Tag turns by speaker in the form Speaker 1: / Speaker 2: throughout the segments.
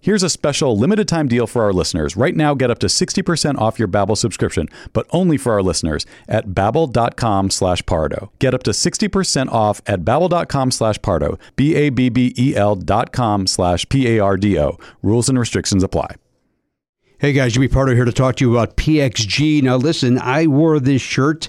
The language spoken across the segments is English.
Speaker 1: Here's a special limited time deal for our listeners. Right now, get up to 60% off your Babbel subscription, but only for our listeners at babbel.com slash pardo. Get up to 60% off at babbel.com slash pardo, B-A-B-B-E-L E dot com slash P-A-R-D-O. Rules and restrictions apply.
Speaker 2: Hey guys, Jimmy Pardo here to talk to you about PXG. Now, listen, I wore this shirt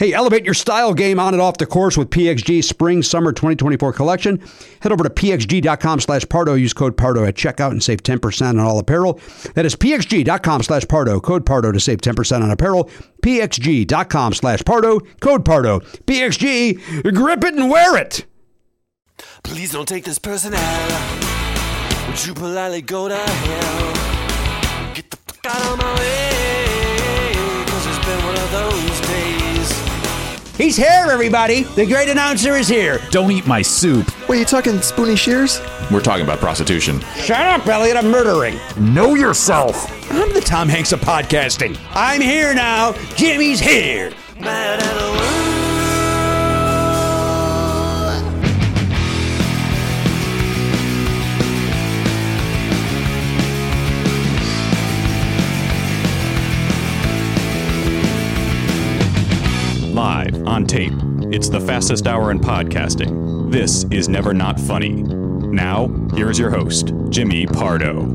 Speaker 2: Hey, elevate your style game on and off the course with PXG Spring Summer 2024 collection. Head over to pxg.com slash Pardo. Use code Pardo at checkout and save 10% on all apparel. That is pxg.com slash Pardo. Code Pardo to save 10% on apparel. pxg.com slash Pardo. Code Pardo. PXG, grip it and wear it.
Speaker 3: Please don't take this person out. Would you politely go to hell? Get the fuck out of my way. Cause it's been one of those days.
Speaker 2: He's here, everybody. The great announcer is here.
Speaker 4: Don't eat my soup.
Speaker 5: Wait, you talking spoony shears?
Speaker 6: We're talking about prostitution.
Speaker 2: Shut up, Elliot. I'm murdering.
Speaker 4: Know yourself.
Speaker 2: I'm the Tom Hanks of podcasting. I'm here now. Jimmy's here.
Speaker 1: Live on tape. It's the fastest hour in podcasting. This is Never Not Funny. Now, here's your host, Jimmy Pardo.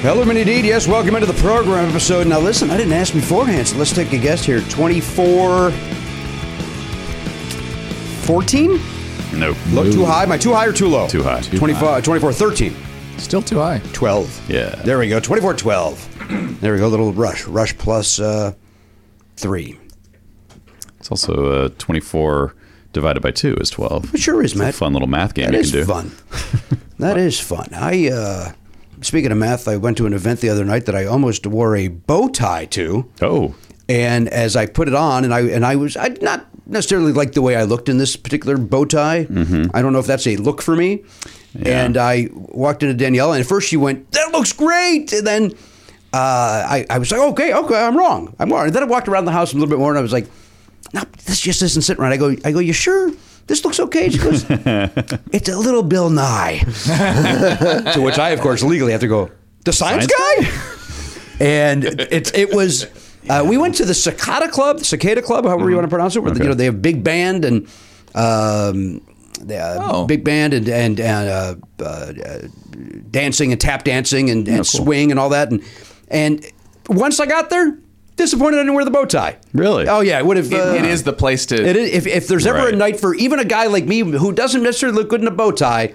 Speaker 2: Hello, indeed. Yes, welcome into the program episode. Now, listen, I didn't ask beforehand, so let's take a guess here. 24. 14?
Speaker 1: Nope.
Speaker 2: Look, too high. Am I too high or too low?
Speaker 1: Too high. Too
Speaker 2: 24, 24 13.
Speaker 6: Still too high.
Speaker 7: 12.
Speaker 1: Yeah.
Speaker 2: There we go. 24 12. There we go. Little rush. Rush plus uh, three.
Speaker 1: It's also uh, 24 divided by 2 is 12.
Speaker 2: It sure is,
Speaker 1: It's a
Speaker 2: Matt.
Speaker 1: fun little math game
Speaker 2: That
Speaker 1: you
Speaker 2: is
Speaker 1: can do.
Speaker 2: fun. That is fun. I, uh, speaking of math, I went to an event the other night that I almost wore a bow tie to.
Speaker 1: Oh,
Speaker 2: And as I put it on, and I and I was I did not necessarily like the way I looked in this particular bow tie. I don't know if that's a look for me. And I walked into Danielle, and at first she went, "That looks great," and then uh, I I was like, "Okay, okay, I'm wrong, I'm wrong." And then I walked around the house a little bit more, and I was like, "No, this just isn't sitting right." I go, I go, "You sure?" This looks okay. She goes, it's a little Bill Nye. to which I, of course, legally have to go, the science, guy? and it, it was, uh, we went to the Cicada Club, Cicada Club, however you want to pronounce it, where you know, they have big band and um, they, uh,
Speaker 6: Oh.
Speaker 2: big band and, and, and uh, uh, dancing and tap dancing and, and swing and all that. And, and once I got there, disappointed I didn't wear the bow tie.
Speaker 1: Really?
Speaker 2: Oh, yeah. It would have.
Speaker 6: It-
Speaker 2: uh,
Speaker 6: it is the place to.
Speaker 2: it is, if, if there's ever
Speaker 1: Right.
Speaker 2: a night for even a guy like me who doesn't necessarily look good in a bow tie,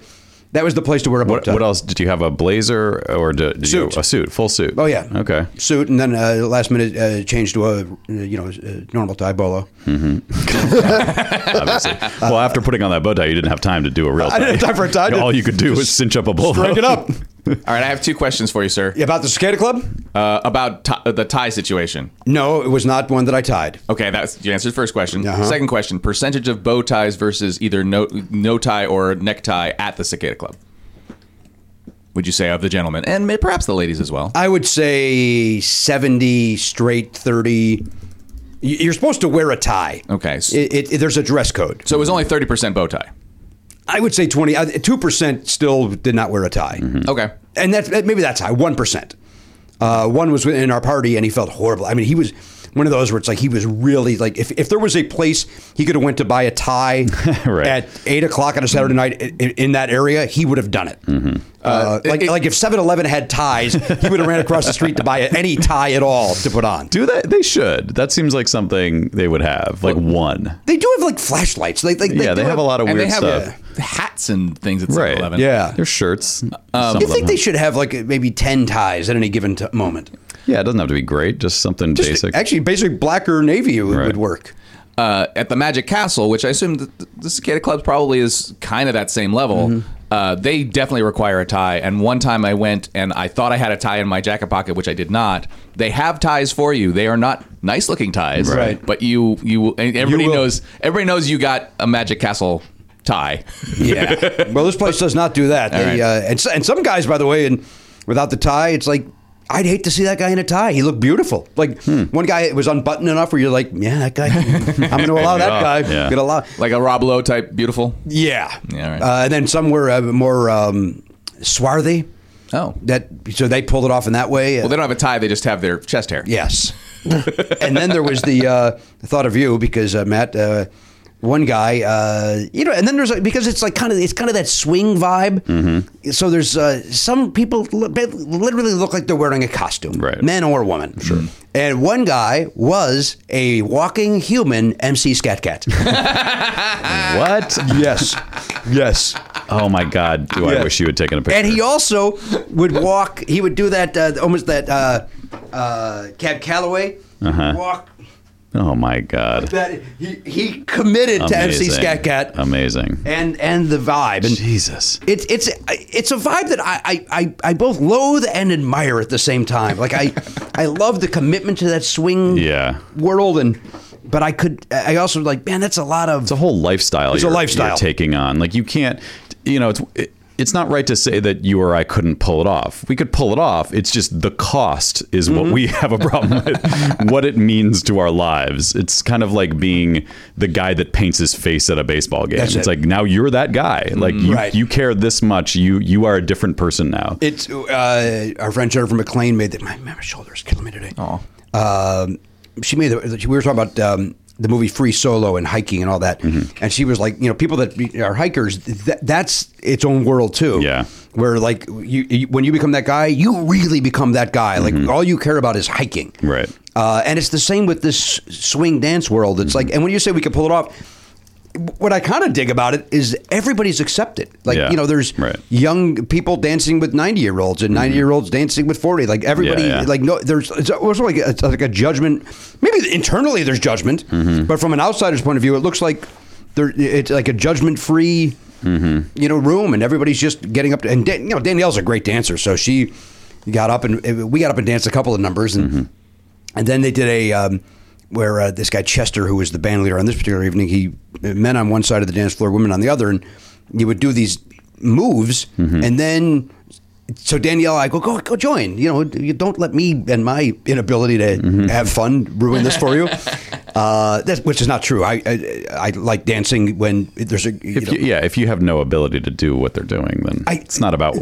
Speaker 2: that was the place to wear a bow
Speaker 1: what,
Speaker 2: tie.
Speaker 1: what else? Did you have a blazer or did, did
Speaker 2: Suit.
Speaker 1: you a suit, full suit?
Speaker 2: Oh yeah.
Speaker 1: Okay.
Speaker 2: Suit and then uh, last minute uh, changed to a uh, you know a normal tie bolo.
Speaker 1: Obviously. well, after putting on that bow tie, you didn't have time to do a real tie.
Speaker 2: I didn't have time for a tie.
Speaker 1: All you could do was cinch up a bolo.
Speaker 2: Break it up.
Speaker 6: All right, I have two questions for you, sir.
Speaker 2: About the cicada club?
Speaker 6: Uh, about ti- the tie situation.
Speaker 2: No, it was not one that I tied.
Speaker 6: Okay, that's you answered the first question.
Speaker 2: Uh-huh.
Speaker 6: Second question: percentage of bow ties versus either no no tie or necktie at the Cicada Club. Would you say of the gentlemen and may- perhaps the ladies as well?
Speaker 2: I would say seventy straight thirty. Y- You're supposed to wear a tie.
Speaker 6: Okay, s-
Speaker 2: It, it, it- there's a dress code.
Speaker 6: so it was only thirty percent bow tie.
Speaker 2: I would say twenty uh, two percent still did not wear a tie.
Speaker 1: Mm-hmm.
Speaker 6: Okay,
Speaker 2: and that's that, maybe that's high one percent. Uh, one was in our party, and he felt horrible. I mean, he was one of those where it's like he was really like if, if there was a place he could have went to buy a tie
Speaker 1: Right.
Speaker 2: at eight o'clock on a Saturday night in, in that area, he would have done it.
Speaker 1: Mm-hmm.
Speaker 2: Uh, like
Speaker 6: it-
Speaker 2: like if 7-Eleven had ties, he would have ran across the street to buy any tie at all to put on.
Speaker 1: Do that? They should. That seems like something they would have, like one.
Speaker 2: They do have like flashlights. They, they,
Speaker 1: Yeah,
Speaker 2: do
Speaker 1: they have a lot of
Speaker 6: and
Speaker 1: weird
Speaker 6: they have
Speaker 1: stuff.
Speaker 6: uh, hats and things at
Speaker 1: Right.
Speaker 6: 7-Eleven.
Speaker 2: Yeah.
Speaker 1: Their shirts. some
Speaker 2: You
Speaker 1: of them
Speaker 2: think they
Speaker 1: have-
Speaker 2: should have like maybe ten ties at any given t- moment?
Speaker 1: Yeah, it doesn't have to be great. Just something
Speaker 2: Just
Speaker 1: basic.
Speaker 2: actually, basic black or navy would,
Speaker 1: Right.
Speaker 2: would work.
Speaker 6: uh, at the Magic Castle, which I assume the, the Cicada Club probably is kind of that same level.
Speaker 2: Mm-hmm.
Speaker 6: Uh, they definitely require a tie. And one time I went and I thought I had a tie in my jacket pocket, which I did not. They have ties for you. They are not nice looking ties,
Speaker 2: Right.
Speaker 6: But you, you, and everybody
Speaker 2: will-
Speaker 6: knows. Everybody knows you got a Magic Castle tie.
Speaker 2: Yeah. well, this place does not do that. They,
Speaker 6: right.
Speaker 2: uh, and, so- and some guys, by the way, and without the tie, it's like I'd hate to see that guy in a tie. He looked beautiful. Like
Speaker 6: Hmm.
Speaker 2: one guy was unbuttoned enough where you're like, yeah, that guy. I'm going to allow that guy.
Speaker 1: Yeah.
Speaker 2: Gonna allow.
Speaker 6: like a Rob Lowe type, beautiful.
Speaker 2: Yeah.
Speaker 6: Yeah, right.
Speaker 2: uh, and then some were uh, more um, swarthy.
Speaker 6: Oh,
Speaker 2: That so they pulled it off in that way.
Speaker 6: well, they don't have a tie. They just have their chest hair.
Speaker 2: Yes. and then there was the uh, thought of you because uh, Matt, uh, one guy, uh, you know, and then there's like, because it's like kind of it's kind of that swing vibe. So there's uh, some people li- they literally look like they're wearing a costume,
Speaker 1: Right.
Speaker 2: men or women. Sure. And one guy was a walking human MC Scat Cat.
Speaker 1: what?
Speaker 2: yes. Yes.
Speaker 1: Oh my God! Do I
Speaker 2: Yeah.
Speaker 1: wish you had taken a picture?
Speaker 2: And he also would walk. He would do that uh, almost that uh, uh, Cab Calloway walk.
Speaker 1: oh my God!
Speaker 2: that he, he committed to MC Scat Cat
Speaker 1: Amazing.
Speaker 2: and and the vibe and
Speaker 1: Jesus.
Speaker 2: it's it's it's a vibe that I, I, I, I both loathe and admire at the same time. Like I I love the commitment to that swing
Speaker 1: Yeah.
Speaker 2: world and but I could I also like man that's a lot of
Speaker 1: It's a whole lifestyle.
Speaker 2: It's a
Speaker 1: you're-
Speaker 2: lifestyle.
Speaker 1: you're taking on. Like you can't. You know, it's it, it's not right to say that you or I couldn't pull it off. We could pull it off. It's just the cost is
Speaker 2: Mm-hmm.
Speaker 1: what we have a problem with. what it means to our lives. It's kind of like being the guy that paints his face at a baseball game.
Speaker 2: That's
Speaker 1: it's
Speaker 2: it. Mm-hmm.
Speaker 1: like now you're that guy. Like you,
Speaker 2: Right.
Speaker 1: you care this much. You you are a different person now.
Speaker 2: It's uh, our friend Jennifer McLean made that. My, my shoulder's killing me today. Oh. Um, she made the. We were talking about um, the movie Free Solo and hiking and all that,
Speaker 1: Mm-hmm.
Speaker 2: and she was like, you know, people that be- are hikers, th- that's its own world too.
Speaker 1: Yeah.
Speaker 2: Where like you, you, when you become that guy, you really become that guy. Like all you care about is hiking.
Speaker 1: Mm-hmm. Right. Mm-hmm.
Speaker 2: Uh, and it's the same with this swing dance world. It's like, and when you say we can pull it off, what I kind of dig about it is everybody's accepted. Like
Speaker 1: Yeah.
Speaker 2: you know, there's
Speaker 1: Right.
Speaker 2: young people dancing with ninety year olds and ninety year olds dancing with forty. Like everybody,
Speaker 1: Mm-hmm. yeah.
Speaker 2: like no, there's it's also like a, it's like a judgment. Maybe internally there's judgment,
Speaker 1: Mm-hmm.
Speaker 2: but from an outsider's point of view, it looks like there it's like a judgment free.
Speaker 1: Mm-hmm.
Speaker 2: You know, room and everybody's just getting up. To, and Dan, you know, Danielle's a great dancer, so she got up and we got up and danced a couple of numbers and.
Speaker 1: Mm-hmm.
Speaker 2: And then they did a um, where uh, this guy Chester, who was the band leader on this particular evening, he men on one side of the dance floor, women on the other, and you would do these moves,
Speaker 1: Mm-hmm.
Speaker 2: and then so Danielle, I go go go join. You know, you don't let me and my inability to
Speaker 1: Mm-hmm.
Speaker 2: have fun ruin this for you. uh, that which is not true. I, I I like dancing when there's a you
Speaker 1: If
Speaker 2: know,
Speaker 1: you, yeah, if you have no ability to do what they're doing, then
Speaker 2: I-
Speaker 1: it's not about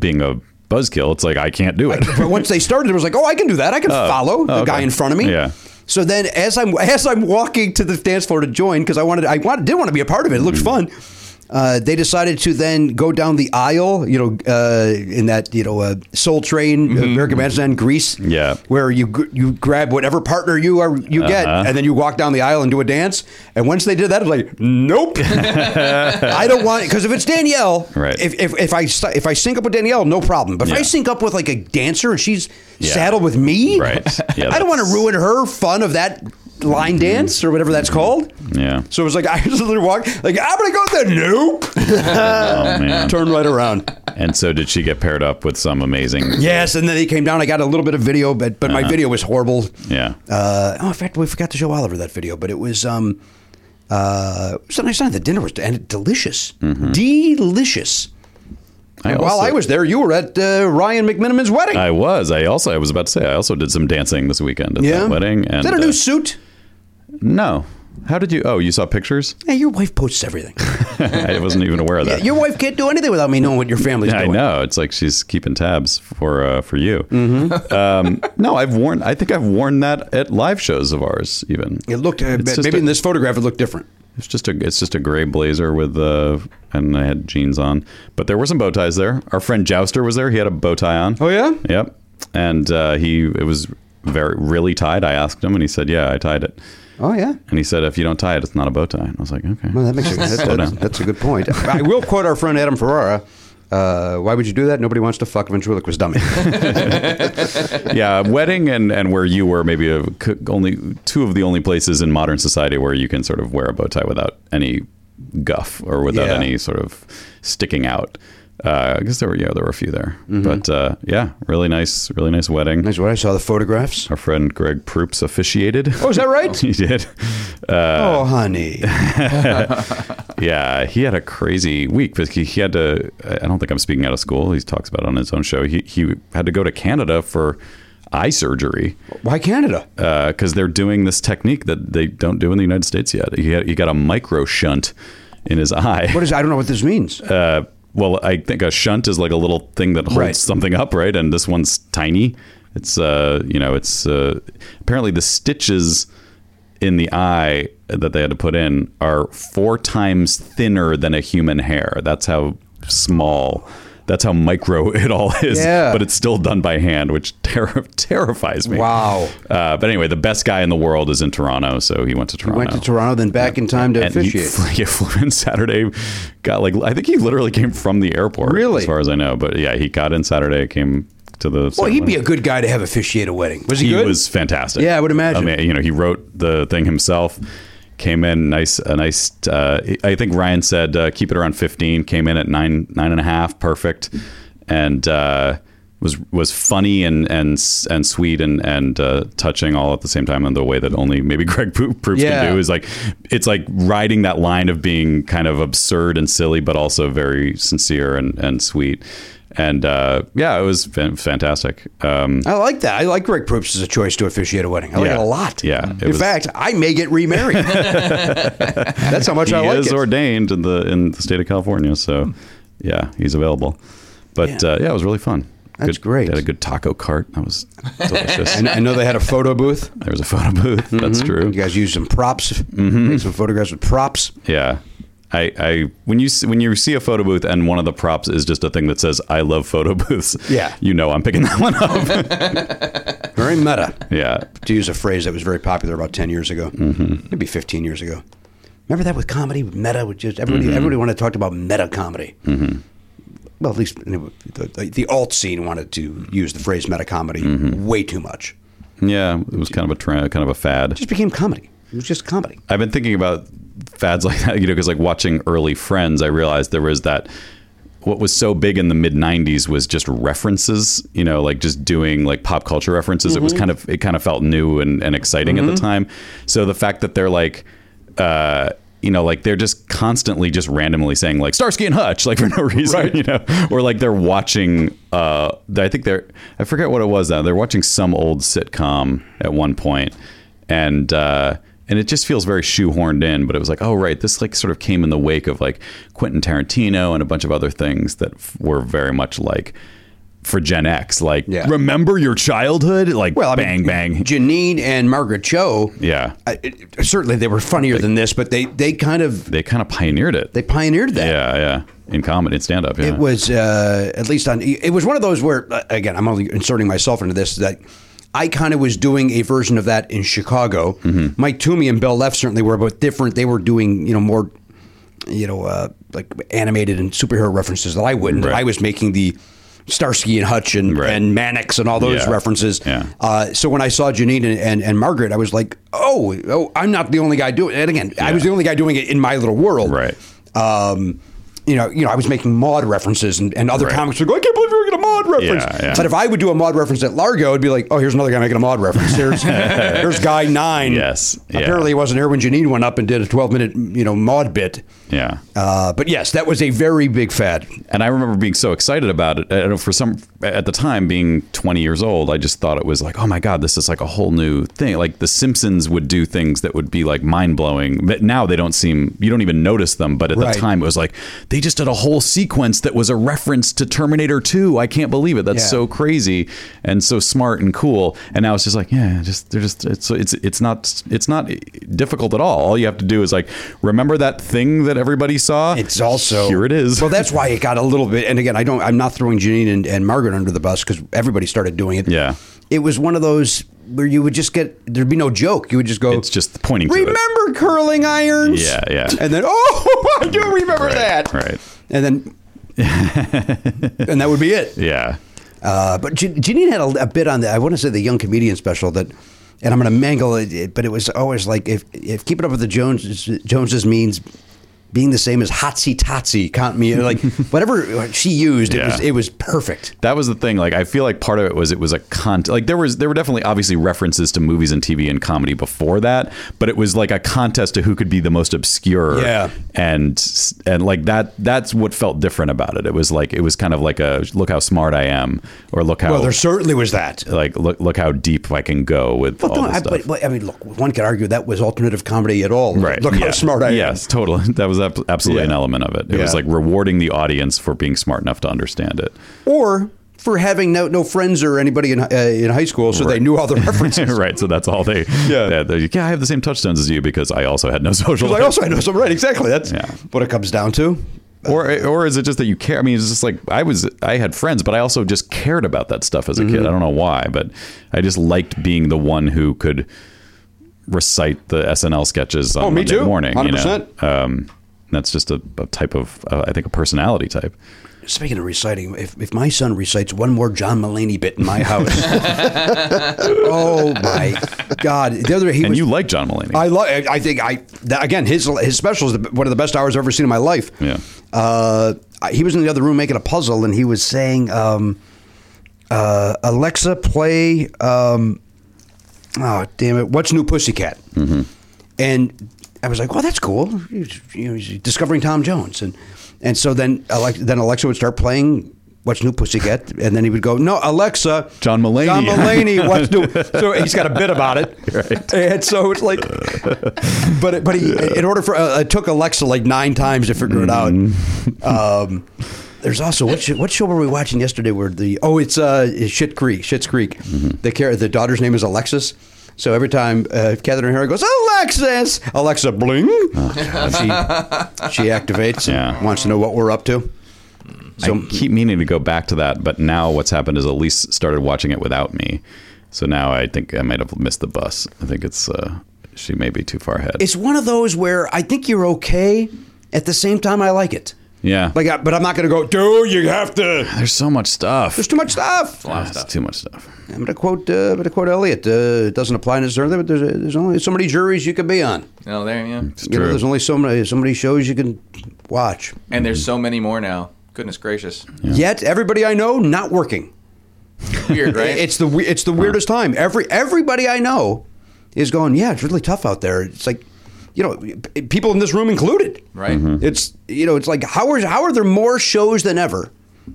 Speaker 1: being a buzzkill. It's like I can't do it.
Speaker 2: but once they started, it was like, oh, I can do that. I can follow the
Speaker 1: okay.
Speaker 2: guy in front of me.
Speaker 1: Yeah.
Speaker 2: So then, as I'm as I'm walking to the dance floor to join, because I wanted, I wanted, did want to be a part of it. It looked
Speaker 1: Mm-hmm.
Speaker 2: fun. Uh, they decided to then go down the aisle, you know, uh, in that you know uh, Soul Train, American Bandstand, Greece,
Speaker 1: Mm-hmm, Yeah. Uh-huh.
Speaker 2: where you gr- you grab whatever partner you are you get, and then you walk down the aisle and do a dance. And once they did that, I was like, nope, I don't want because if it's Danielle,
Speaker 1: Right.
Speaker 2: If, if, if I st- if I sync up with Danielle, no problem. But if I
Speaker 1: Yeah.
Speaker 2: sync up with like a dancer and she's
Speaker 1: Yeah.
Speaker 2: saddled with me,
Speaker 1: Right. Yeah,
Speaker 2: I don't want to
Speaker 1: that's- Mm-hmm.
Speaker 2: ruin her fun of that line dance or whatever that's called.
Speaker 1: Yeah.
Speaker 2: So it was like I just literally walk like I'm gonna go there. Nope.
Speaker 1: oh man.
Speaker 2: Turn right around.
Speaker 1: And so did she get paired up with some amazing?
Speaker 2: Yes, and then he came down. I got a little bit of video, but but
Speaker 1: Uh-huh.
Speaker 2: my video was horrible.
Speaker 1: Yeah.
Speaker 2: Uh, oh, in fact, we forgot to show Oliver that video, but it was um, uh, it was a nice time. The dinner was and it delicious, delicious.
Speaker 1: Mm-hmm. I
Speaker 2: And while
Speaker 1: also-
Speaker 2: I was there, you were at uh, Ryan McMiniman's wedding.
Speaker 1: I was. I also. I was about to say. I also did some dancing this weekend at that wedding. And
Speaker 2: Is that a new
Speaker 1: uh,
Speaker 2: suit?
Speaker 1: no. How did you? Oh, you saw pictures.
Speaker 2: Hey, your wife posts everything.
Speaker 1: I wasn't even aware of that.
Speaker 2: your wife can't do anything without me knowing what your family's
Speaker 1: I
Speaker 2: doing.
Speaker 1: know. It's like she's keeping tabs for uh, for you.
Speaker 2: Mm-hmm.
Speaker 1: Um, no, I've worn. I think I've worn that at live shows of ours. Even
Speaker 2: It looked uh,
Speaker 1: It's just
Speaker 2: maybe
Speaker 1: a-
Speaker 2: in this photograph it looked different.
Speaker 1: It's just a it's just a gray blazer with uh and I had jeans on, but there were some bow ties there. Our friend Jouster was there. He had a bow tie on.
Speaker 2: Oh, yeah?
Speaker 1: Yep. And uh, he it was very really tied. I asked him, and he said, "Yeah, I tied it."
Speaker 2: Oh yeah.
Speaker 1: And he said, "If you don't tie it, it's not a bow tie." And I was like, "Okay."
Speaker 2: Well, that makes sense. That- that's,
Speaker 1: down.
Speaker 2: that's a good point. I will quote our friend Adam Ferrara. Uh, why would you do that? Nobody wants to fuck a ventriloquist dummy.
Speaker 1: yeah, wedding and and where you were maybe a, c- only two of the only places in modern society where you can sort of wear a bow tie without any guff or without
Speaker 2: Yeah.
Speaker 1: any sort of sticking out. Uh, I guess there were yeah there were a few there,
Speaker 2: Mm-hmm.
Speaker 1: but uh, yeah, really nice, really nice wedding.
Speaker 2: That's what I saw the photographs.
Speaker 1: Our friend Greg Proops officiated.
Speaker 2: Oh, is that right?
Speaker 1: he did. Uh,
Speaker 2: oh, honey.
Speaker 1: Yeah, he had a crazy week because he, he had to. I don't think I'm speaking out of school. He talks about it on his own show. He he had to go to Canada for eye surgery.
Speaker 2: Why Canada?
Speaker 1: because uh, they're doing this technique that they don't do in the United States yet. He, had, he got a micro shunt in his eye.
Speaker 2: What is? I don't know what this means.
Speaker 1: Uh, well, I think a shunt is like a little thing that holds
Speaker 2: Right.
Speaker 1: something up, right? And this one's tiny. It's uh, you know, it's uh, apparently the stitches in the eye that they had to put in are four times thinner than a human hair. That's how small. That's how micro it all is.
Speaker 2: Yeah.
Speaker 1: But it's still done by hand, which terri terrifies me.
Speaker 2: Wow.
Speaker 1: Uh, but anyway, the best guy in the world is in Toronto, so he went to Toronto.
Speaker 2: Went to Toronto, then back in time to
Speaker 1: And he
Speaker 2: officiate.
Speaker 1: flew, he flew in Saturday. Got like I think he literally came from the airport.
Speaker 2: Really?
Speaker 1: as far as I know. But yeah, he got in Saturday. Came to the.
Speaker 2: Well, he'd be
Speaker 1: ceremony.
Speaker 2: a good guy to have officiate a wedding. Was he,
Speaker 1: He
Speaker 2: good?
Speaker 1: was fantastic.
Speaker 2: Yeah, I would imagine.
Speaker 1: I mean, you know, he wrote the thing himself. Came in nice, a nice. Uh, I think Ryan said uh, keep it around fifteen. Came in at nine, nine and a half, perfect, and uh, was was funny and and and sweet and and uh, touching all at the same time in the way that only maybe Greg Proops
Speaker 2: Yeah.
Speaker 1: can do is like it's like riding that line of being kind of absurd and silly, but also very sincere and and sweet. And uh, yeah, it was fan- fantastic. Um,
Speaker 2: I like that. I like Greg Proops as a choice to officiate a wedding. I like
Speaker 1: Yeah.
Speaker 2: it a lot.
Speaker 1: Yeah, it
Speaker 2: In
Speaker 1: was-
Speaker 2: fact, I may get remarried. That's how much
Speaker 1: he
Speaker 2: I like
Speaker 1: is
Speaker 2: it. Hmm.
Speaker 1: ordained in the in the state of California, so yeah, he's available. But
Speaker 2: Yeah.
Speaker 1: yeah, uh, yeah it was really fun.
Speaker 2: That's
Speaker 1: Good-
Speaker 2: great.
Speaker 1: Had a good taco cart. That was delicious.
Speaker 2: And I know Mm-hmm. they had a photo booth.
Speaker 1: there was a photo booth. That's true. Mm-hmm.
Speaker 2: You guys used some props. Made some photographs with props.
Speaker 1: Yeah. I, I when you see, when you see a photo booth and one of the props is just a thing that says I love photo booths.
Speaker 2: Yeah.
Speaker 1: You know I'm picking that one up.
Speaker 2: Very meta,
Speaker 1: yeah.
Speaker 2: to use a phrase that was very popular about 10 years ago, maybe 15 years ago. Remember that with comedy, meta, which is everybody everybody wanted to talk about meta comedy. Well, at least you know, the, the, the alt scene wanted to use the phrase meta comedy way too much.
Speaker 1: Yeah, it was kind of a trend, kind of a fad.
Speaker 2: It just became comedy. It was just comedy.
Speaker 1: I've been thinking about fads like that, you know, because like watching early Friends, I realized there was that. What was so big in the mid '90s was just references, you know, like just doing like pop culture references. It was kind of it kind of felt new and, and exciting at the time. So the fact that they're like, uh, you know, like they're just constantly just randomly saying like Starsky and Hutch, like for no reason, you know, or like they're watching. Uh, I think they're I forget what it was now. They're watching some old sitcom at one point, and uh, and it just feels very shoehorned in. But it was like, oh right, this like sort of came in the wake of like Quentin Tarantino and a bunch of other things that f- were very much like for Gen X, like
Speaker 2: Yeah.
Speaker 1: remember your childhood, like
Speaker 2: Well, I
Speaker 1: bang
Speaker 2: mean,
Speaker 1: bang,
Speaker 2: Janine and Margaret Cho.
Speaker 1: yeah.
Speaker 2: I, it, certainly, they were funnier than this, but they they kind of
Speaker 1: they kind of pioneered it.
Speaker 2: they pioneered that.
Speaker 1: yeah, yeah, in comedy, in stand up. Yeah.
Speaker 2: It was uh, at least on. It was one of those where uh, again, I'm only inserting myself into this that. I kind of was doing a version of that in Chicago.
Speaker 1: Mm-hmm.
Speaker 2: Mike Toomey and Bill Left certainly were, but different. They were doing, you know, more, you know, uh, like animated and superhero references that I wouldn't.
Speaker 1: Right.
Speaker 2: I was making the Starsky and Hutch and,
Speaker 1: Right.
Speaker 2: and Mannix and all those
Speaker 1: Yeah.
Speaker 2: references.
Speaker 1: Yeah.
Speaker 2: Uh, so when I saw Janine and, and, and Margaret, I was like, oh, oh, I'm not the only guy doing it. And again, I was
Speaker 1: Yeah.
Speaker 2: the only guy doing it in my little world
Speaker 1: Right.
Speaker 2: um, you know, you know, I was making Maud references, and, and other
Speaker 1: Right.
Speaker 2: comics would go, "I can't believe you're making a Maud reference."
Speaker 1: Yeah, yeah.
Speaker 2: But if I would do a Maud reference at Largo, it'd be like, "Oh, here's another guy making a Maud reference. Here's, here's guy nine.
Speaker 1: Yes, yeah.
Speaker 2: apparently he wasn't here when Janine went up and did a 12 minute, you know, Maud bit.
Speaker 1: Yeah.
Speaker 2: Uh, but yes, that was a very big fad.
Speaker 1: and I remember being so excited about it. I don't know, for some at the time, being 20 years old, I just thought it was like, oh my god, this is like a whole new thing. Like the Simpsons would do things that would be like mind blowing. But now they don't seem you don't even notice them. But at
Speaker 2: Right.
Speaker 1: the time, it was like they just did a whole sequence that was a reference to Terminator 2. I can't believe it. That's
Speaker 2: Yeah.
Speaker 1: so crazy and so smart and cool. And now it's just like, yeah, just they're just it's it's it's not it's not difficult at all. All you have to do is like remember that thing that everybody saw.
Speaker 2: It's also
Speaker 1: here it is.
Speaker 2: Well, that's why it got a little bit. And again, I don't. I'm not throwing Janine and, and Margaret under the bus because everybody started doing it.
Speaker 1: Yeah.
Speaker 2: it was one of those where you would just get there'd be no joke. You would just go.
Speaker 1: It's just pointing to it.
Speaker 2: Remember curling irons?
Speaker 1: Yeah, yeah.
Speaker 2: And then oh, I do remember that.
Speaker 1: Right.
Speaker 2: And then. and that would be it.
Speaker 1: Yeah.
Speaker 2: Uh, but Jan- Janine had a, a bit on the, I want to say the young comedian special that, and I'm going to mangle it, it, but it was always like if if keeping up with the Joneses, Joneses means being the same as hotsy totsy, count me like whatever she used, it was
Speaker 1: Yeah.
Speaker 2: it was perfect.
Speaker 1: That was the thing. Like, I feel like part of it was it was a con. Like, there was there were definitely obviously references to movies and TV and comedy before that, but it was like a contest to who could be the most obscure.
Speaker 2: Yeah.
Speaker 1: And and like that that's what felt different about it. It was like it was kind of like a look how smart I am, or look how
Speaker 2: Well, there certainly was that.
Speaker 1: like look look how deep I can go with
Speaker 2: Well,
Speaker 1: all
Speaker 2: don't,
Speaker 1: this
Speaker 2: I,
Speaker 1: stuff.
Speaker 2: but, but, I mean, look, one could argue that was alternative comedy at all.
Speaker 1: Right.
Speaker 2: Look
Speaker 1: yeah.
Speaker 2: how smart I am.
Speaker 1: Yes, totally. That was ab- absolutely
Speaker 2: Yeah.
Speaker 1: an element of it. It was
Speaker 2: Yeah.
Speaker 1: like rewarding the audience for being smart enough to understand it.
Speaker 2: or for having no, no friends or anybody in, uh, in high school, so they knew all the references.
Speaker 1: right. So that's all they.
Speaker 2: Yeah.
Speaker 1: Yeah. they're like, yeah. I have the same touchdowns as you because I also had no social.
Speaker 2: But I
Speaker 1: life."
Speaker 2: also I know some right. Exactly. That's
Speaker 1: Yeah.
Speaker 2: what it comes down to.
Speaker 1: or or is it just that you care? I mean, it's just like I was. I had friends, but I also just cared about that stuff as a
Speaker 2: Mm-hmm.
Speaker 1: kid. I don't know why, but I just liked being the one who could recite the SNL sketches on
Speaker 2: Oh, me
Speaker 1: Monday
Speaker 2: too.
Speaker 1: morning. You know?
Speaker 2: 100%.
Speaker 1: Um, that's just a, a type of, uh, I think, a personality type.
Speaker 2: Speaking of reciting, if, if my son recites one more John Mulaney bit in my house, oh my God! The other day he
Speaker 1: And
Speaker 2: was.
Speaker 1: you like John Mulaney?
Speaker 2: I love. I think I that, again his his special is the, one of the best hours I've ever seen in my life.
Speaker 1: Yeah.
Speaker 2: Uh, I- he was in the other room making a puzzle, and he was saying, um, uh, "Alexa, play." Um, oh damn it! What's new, Pussycat? Mm-hmm. And I was like, "Well, that's cool. He's, you know, he's discovering Tom Jones." And and so then Alexa, then Alexa would start playing. What's new, Pussycat? And then he would go, No, Alexa.
Speaker 1: John Mulaney."
Speaker 2: John Mulaney, what's new? So he's got a bit about it. And so it's like, but it, but he, in order for uh, it took Alexa like nine times to figure it out. Um, there's also what show, what show were we watching yesterday? Where the oh it's uh it's Shit Creek Shit's Creek. The care the daughter's name is Alexis. So every time uh, Catherine O'Hara goes Alexis, Alexa bling, she, she activates.
Speaker 1: Yeah.
Speaker 2: and wants to know what we're up to. So
Speaker 1: I keep meaning to go back to that, but now what's happened is Elise started watching it without me. So now I think I might have missed the bus. I think it's uh, she may be too far ahead.
Speaker 2: It's one of those where I think you're okay. At the same time, I like it.
Speaker 1: yeah,
Speaker 2: Like, I, but I'm not going to go, dude. You have to.
Speaker 1: there's so much stuff.
Speaker 2: There's too much stuff.
Speaker 1: Ah, it's too much stuff.
Speaker 2: I'm going to quote. Uh, I'm going to quote Eliot. Uh, it doesn't apply necessarily, but there's, there's only so many juries you can be on.
Speaker 6: No, there, yeah.
Speaker 1: It's
Speaker 2: Oh, You know,
Speaker 1: true.
Speaker 2: there's only so many so many shows you can watch.
Speaker 6: And there's so many more now. Goodness gracious.
Speaker 2: Yet everybody I know not working.
Speaker 6: Weird, right?
Speaker 2: It's the we- it's the weirdest time. Every everybody I know is going. Yeah, it's really tough out there. It's like, you know, p- people in this room included.
Speaker 6: Right.
Speaker 2: It's you know, it's like how are how are there more shows than ever,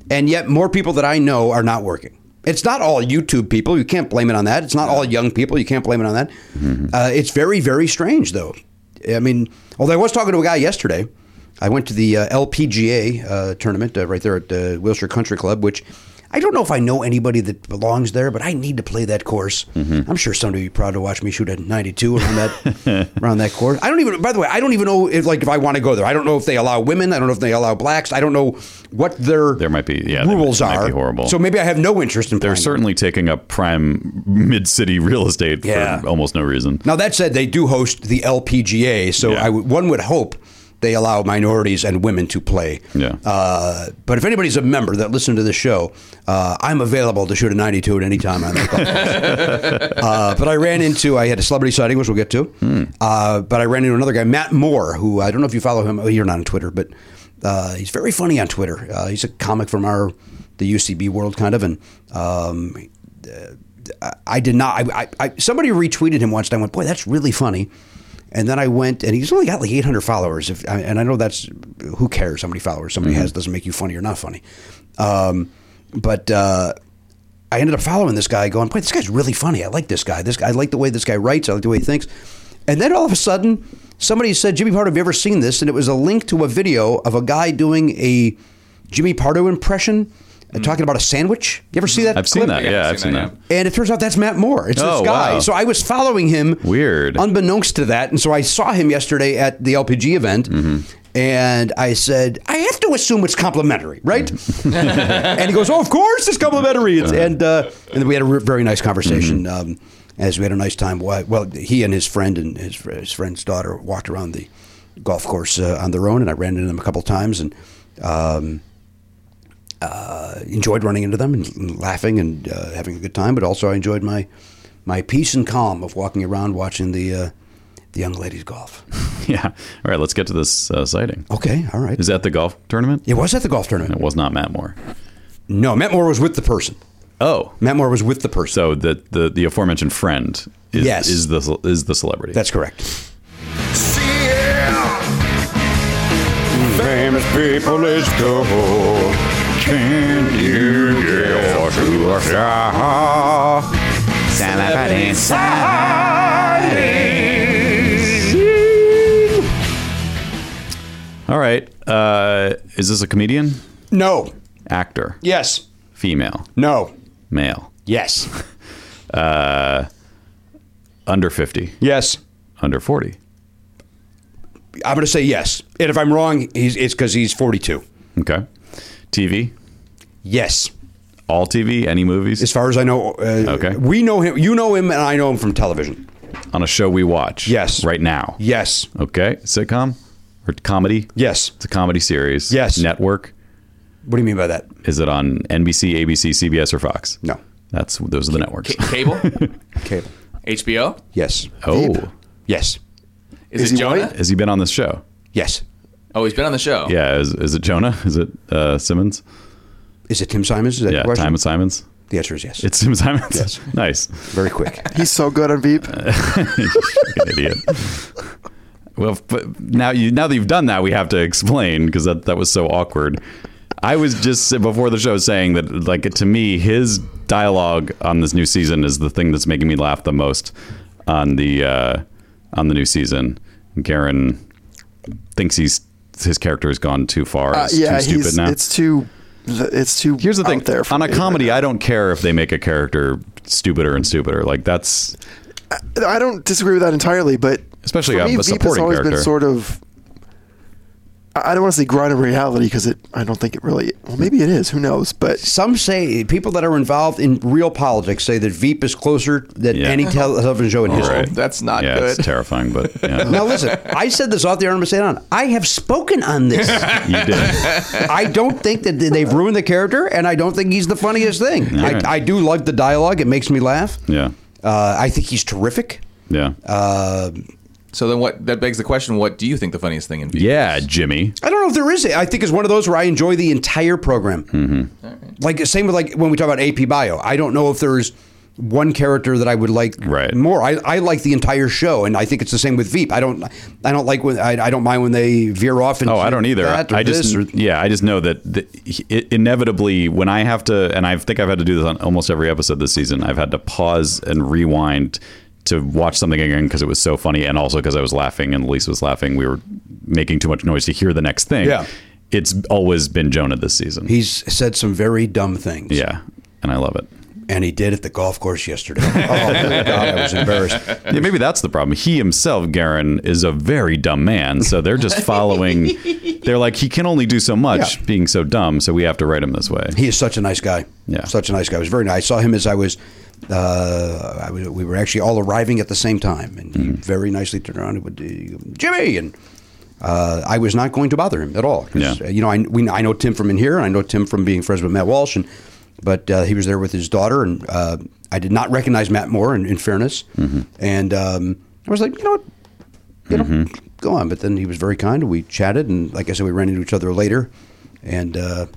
Speaker 2: and yet more people that I know are not working. It's not all YouTube people. You can't blame it on that. It's not all young people. You can't blame it on that. Uh, it's very very strange though. I mean, although I was talking to a guy yesterday. I went to the uh, LPGA uh, tournament uh, right there at uh, Wilshire Country Club, which I don't know if I know anybody that belongs there, but I need to play that course.
Speaker 1: Mm-hmm.
Speaker 2: I'm sure somebody would be proud to watch me shoot a 92 around that around that course. I don't even. By the way, I don't even know if like if I want to go there. I don't know if they allow women. I don't know if they allow blacks. I don't know what their
Speaker 1: There might be- yeah, they might-
Speaker 2: rules
Speaker 1: they
Speaker 2: are.
Speaker 1: might be horrible.
Speaker 2: So maybe I have no interest in.
Speaker 1: They're
Speaker 2: playing.
Speaker 1: certainly taking up prime mid-city real estate
Speaker 2: Yeah.
Speaker 1: for almost no reason.
Speaker 2: Now that said, they do host the LPGA, so
Speaker 1: Yeah.
Speaker 2: I would one would hope they allow minorities and women to play.
Speaker 1: Yeah.
Speaker 2: Uh, but if anybody's a member that listened to this show, uh, I'm available to shoot a 92 at any time on that golf course. uh, But I ran into I had a celebrity sighting, which we'll get to.
Speaker 1: Hmm.
Speaker 2: Uh, but I ran into another guy, Matt Moore, who I don't know if you follow him. Oh, you're not on Twitter, but uh, he's very funny on Twitter. Uh, he's a comic from our the UCB world, kind of, and um, I did not. I, I, I somebody retweeted him once, and I went, "Boy, that's really funny." And then I went, and he's only got like 800 followers. If I- and I know that's who cares how many followers somebody
Speaker 1: Mm-hmm.
Speaker 2: has doesn't make you funny or not funny. Um, but uh, I ended up following this guy, going, "Boy, this guy's really funny. I like this guy. This guy, I like the way this guy writes. I like the way he thinks." And then all of a sudden, somebody said, "Jimmy Pardo, have you ever seen this?" And it was a link to a video of a guy doing a Jimmy Pardo impression, uh talking about a sandwich. You ever see that?
Speaker 1: Mm. I've seen
Speaker 2: clip?
Speaker 1: that.
Speaker 6: Yeah,
Speaker 1: Yeah,
Speaker 6: I've
Speaker 1: I've
Speaker 6: seen
Speaker 1: seen
Speaker 6: that,
Speaker 1: that.
Speaker 2: And it turns out that's Matt Moore. It's
Speaker 1: Oh,
Speaker 2: this guy.
Speaker 1: wow.
Speaker 2: So I was following him.
Speaker 1: Weird.
Speaker 2: Unbeknownst to that. And so I saw him yesterday at the LPG event.
Speaker 1: Mm-hmm.
Speaker 2: And I said, I have to assume it's complimentary, right?
Speaker 1: Mm.
Speaker 2: and he goes, Oh, of course it's complimentary.
Speaker 1: Uh-huh.
Speaker 2: It's, and uh, and then we had a re- very nice conversation.
Speaker 1: Mm-hmm.
Speaker 2: Um, as we had a nice time. Why- Well, he and his friend and his, fr- his friend's daughter walked around the golf course uh, on their own. And I ran into them a couple times. And enjoyed running into them and, and laughing and uh, having a good time, but also I enjoyed my my peace and calm of walking around watching the uh, the young ladies golf.
Speaker 1: Yeah. All right, let's get to this uh, sighting.
Speaker 2: Okay, all right.
Speaker 1: Is that the golf tournament?
Speaker 2: it was at the golf tournament.
Speaker 1: It was not Matt Moore.
Speaker 2: No, Matt Moore was with the person.
Speaker 1: Oh,
Speaker 2: Matt Moore was with the person.
Speaker 1: so the the, the aforementioned friend is,
Speaker 2: Yes.
Speaker 1: is the is the celebrity.
Speaker 2: That's correct.
Speaker 7: Famous people, let's go. Can you get to a shot?
Speaker 1: all right. Uh, is this a comedian,
Speaker 2: No.
Speaker 1: actor,
Speaker 2: Yes.
Speaker 1: female,
Speaker 2: No.
Speaker 1: male,
Speaker 2: Yes.
Speaker 1: under fifty,
Speaker 2: Yes.
Speaker 1: under forty?
Speaker 2: I'm going to say yes. And if I'm wrong, he's, it's because he's 42.
Speaker 1: Okay. TV,
Speaker 2: Yes.
Speaker 1: all TV, any movies
Speaker 2: As far as I know, uh,
Speaker 1: Okay.
Speaker 2: we know him. You know him, and I know him from television.
Speaker 1: on a show we watch.
Speaker 2: Yes.
Speaker 1: Right now.
Speaker 2: Yes.
Speaker 1: Okay. Sitcom or comedy?
Speaker 2: Yes.
Speaker 1: It's a comedy series.
Speaker 2: Yes.
Speaker 1: Network.
Speaker 2: What do you mean by that?
Speaker 1: Is it on NBC, ABC, CBS, or Fox?
Speaker 2: No.
Speaker 1: That's those are the networks.
Speaker 6: Ca- cable?
Speaker 2: Cable.
Speaker 6: HBO?
Speaker 2: Yes.
Speaker 1: Oh,
Speaker 2: Yes.
Speaker 6: Is, it Jonah?
Speaker 1: has he been on this show?
Speaker 2: Yes.
Speaker 6: Oh, he's been on the show.
Speaker 1: Yeah. Is, is it Jonah? Is it uh, Simmons?
Speaker 2: Is it Tim Simons? Is that
Speaker 1: Yeah.
Speaker 2: the question?
Speaker 1: Time with Simons.
Speaker 2: The answer is yes.
Speaker 1: It's Tim Simons.
Speaker 2: Yes.
Speaker 1: nice.
Speaker 2: very quick.
Speaker 5: He's so good on Veep.
Speaker 1: Fucking idiot. Well, but now you now that you've done that, we have to explain because that that was so awkward. I was just before the show saying that, like to me, his dialogue on this new season is the thing that's making me laugh the most on the uh, on the new season. And Karen thinks he's his character has gone too far.
Speaker 5: Uh,
Speaker 1: it's
Speaker 5: yeah,
Speaker 1: too stupid
Speaker 5: he's,
Speaker 1: now.
Speaker 5: it's too. It's too.
Speaker 1: Here's the thing:
Speaker 5: out there for
Speaker 1: on a
Speaker 5: me.
Speaker 1: comedy, I don't care if they make a character stupider and stupider. Like that's
Speaker 5: I don't disagree with that entirely, but
Speaker 1: Especially
Speaker 5: for
Speaker 1: a-
Speaker 5: me,
Speaker 1: a
Speaker 5: Veep has
Speaker 1: supporting
Speaker 5: always been
Speaker 1: character.
Speaker 5: sort of I I don't want to say grounded in reality because it. I don't think it really. Well, maybe it is. Who knows? But
Speaker 2: Some say people that are involved in real politics say that Veep is closer than
Speaker 1: Yeah.
Speaker 2: any television show in history.
Speaker 1: Right.
Speaker 6: Oh, That's not
Speaker 1: yeah,
Speaker 6: good.
Speaker 1: it's terrifying, but yeah.
Speaker 2: Now listen, I said this off the air and I'm saying it on. I have spoken on this.
Speaker 1: you did.
Speaker 2: I don't think that they've ruined the character, and I don't think he's the funniest thing.
Speaker 1: Yeah.
Speaker 2: I, I do like the dialogue; it makes me laugh.
Speaker 1: Yeah.
Speaker 2: Uh, I think he's terrific.
Speaker 1: Yeah.
Speaker 2: Uh,
Speaker 6: So then, what that begs the question: What do you think the funniest thing in Veep?
Speaker 1: yeah, Jimmy.
Speaker 2: I don't know if there is. I think it's one of those where I enjoy the entire program.
Speaker 1: Mm-hmm.
Speaker 2: Like same with like when we talk about AP Bio. I don't know if there's one character that I would like
Speaker 1: Right.
Speaker 2: more. I, I like the entire show, and I think it's the same with Veep. I don't I don't like when I, I don't mind when they veer off. And
Speaker 1: Oh, I don't either.
Speaker 2: That or
Speaker 1: I just
Speaker 2: this or-
Speaker 1: yeah, I just know that the, it, inevitably when I have to, and I think I've had to do this on almost every episode this season. I've had to pause and rewind to watch something again because it was so funny, and also because I was laughing and Elise was laughing. We were making too much noise to hear the next thing.
Speaker 2: Yeah.
Speaker 1: it's always been Jonah this season.
Speaker 2: he's said some very dumb things.
Speaker 1: yeah, and I love it.
Speaker 2: and he did at the golf course yesterday. oh my god, I was embarrassed.
Speaker 1: Yeah, maybe that's the problem. He himself, Garen, is a very dumb man. So they're just following. they're like, he can only do so much
Speaker 2: Yeah.
Speaker 1: being so dumb. So we have to write him this way.
Speaker 2: He is such a nice guy.
Speaker 1: Yeah.
Speaker 2: such a nice guy. It was very nice. I saw him as I was. Uh, I was, we were actually all arriving at the same time, and he
Speaker 1: Mm-hmm.
Speaker 2: very nicely turned around and would uh, Jimmy and. Uh, I was not going to bother him at all. 'cause,
Speaker 1: Yeah.
Speaker 2: uh, You know, I we, I know Tim from in here, and I know Tim from being friends with Matt Walsh, and but uh, he was there with his daughter, and uh, I did not recognize Matt Moore. In, in fairness,
Speaker 1: Mm-hmm.
Speaker 2: and um, I was like, you know what, you know,
Speaker 1: Mm-hmm.
Speaker 2: go on. But then he was very kind. We chatted, and like I said, we ran into each other later. And uh,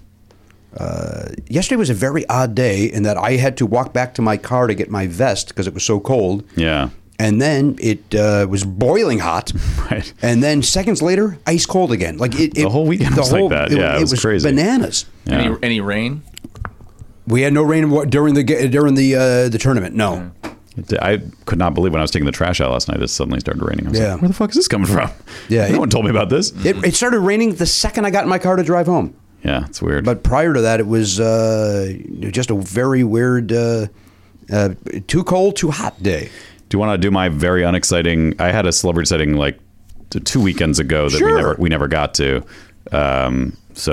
Speaker 2: uh, yesterday was a very odd day in that I had to walk back to my car to get my vest because it was so cold.
Speaker 1: Yeah.
Speaker 2: And then it uh, was boiling hot.
Speaker 1: Right.
Speaker 2: And then seconds later, ice cold again. Like it, it
Speaker 1: The whole weekend was like that. Yeah, it was crazy.
Speaker 2: Bananas.
Speaker 1: Yeah.
Speaker 6: Any, any rain?
Speaker 2: We had no rain wa- during the ga- during the uh, the tournament. No.
Speaker 1: Mm-hmm. I could not believe when I was taking the trash out last night, it suddenly started raining. I was
Speaker 2: Yeah.
Speaker 1: like, where the fuck is this coming from?
Speaker 2: Yeah,
Speaker 1: No
Speaker 2: it-
Speaker 1: one told me about this.
Speaker 2: It, it started raining the second I got in my car to drive home.
Speaker 1: yeah, it's weird.
Speaker 2: But prior to that, it was uh, just a very weird, uh, uh, too cold, too hot day.
Speaker 1: do you want to do my very unexciting? I had a celebrity setting like t- two weekends ago that
Speaker 2: Sure.
Speaker 1: we never we never got to. Um, so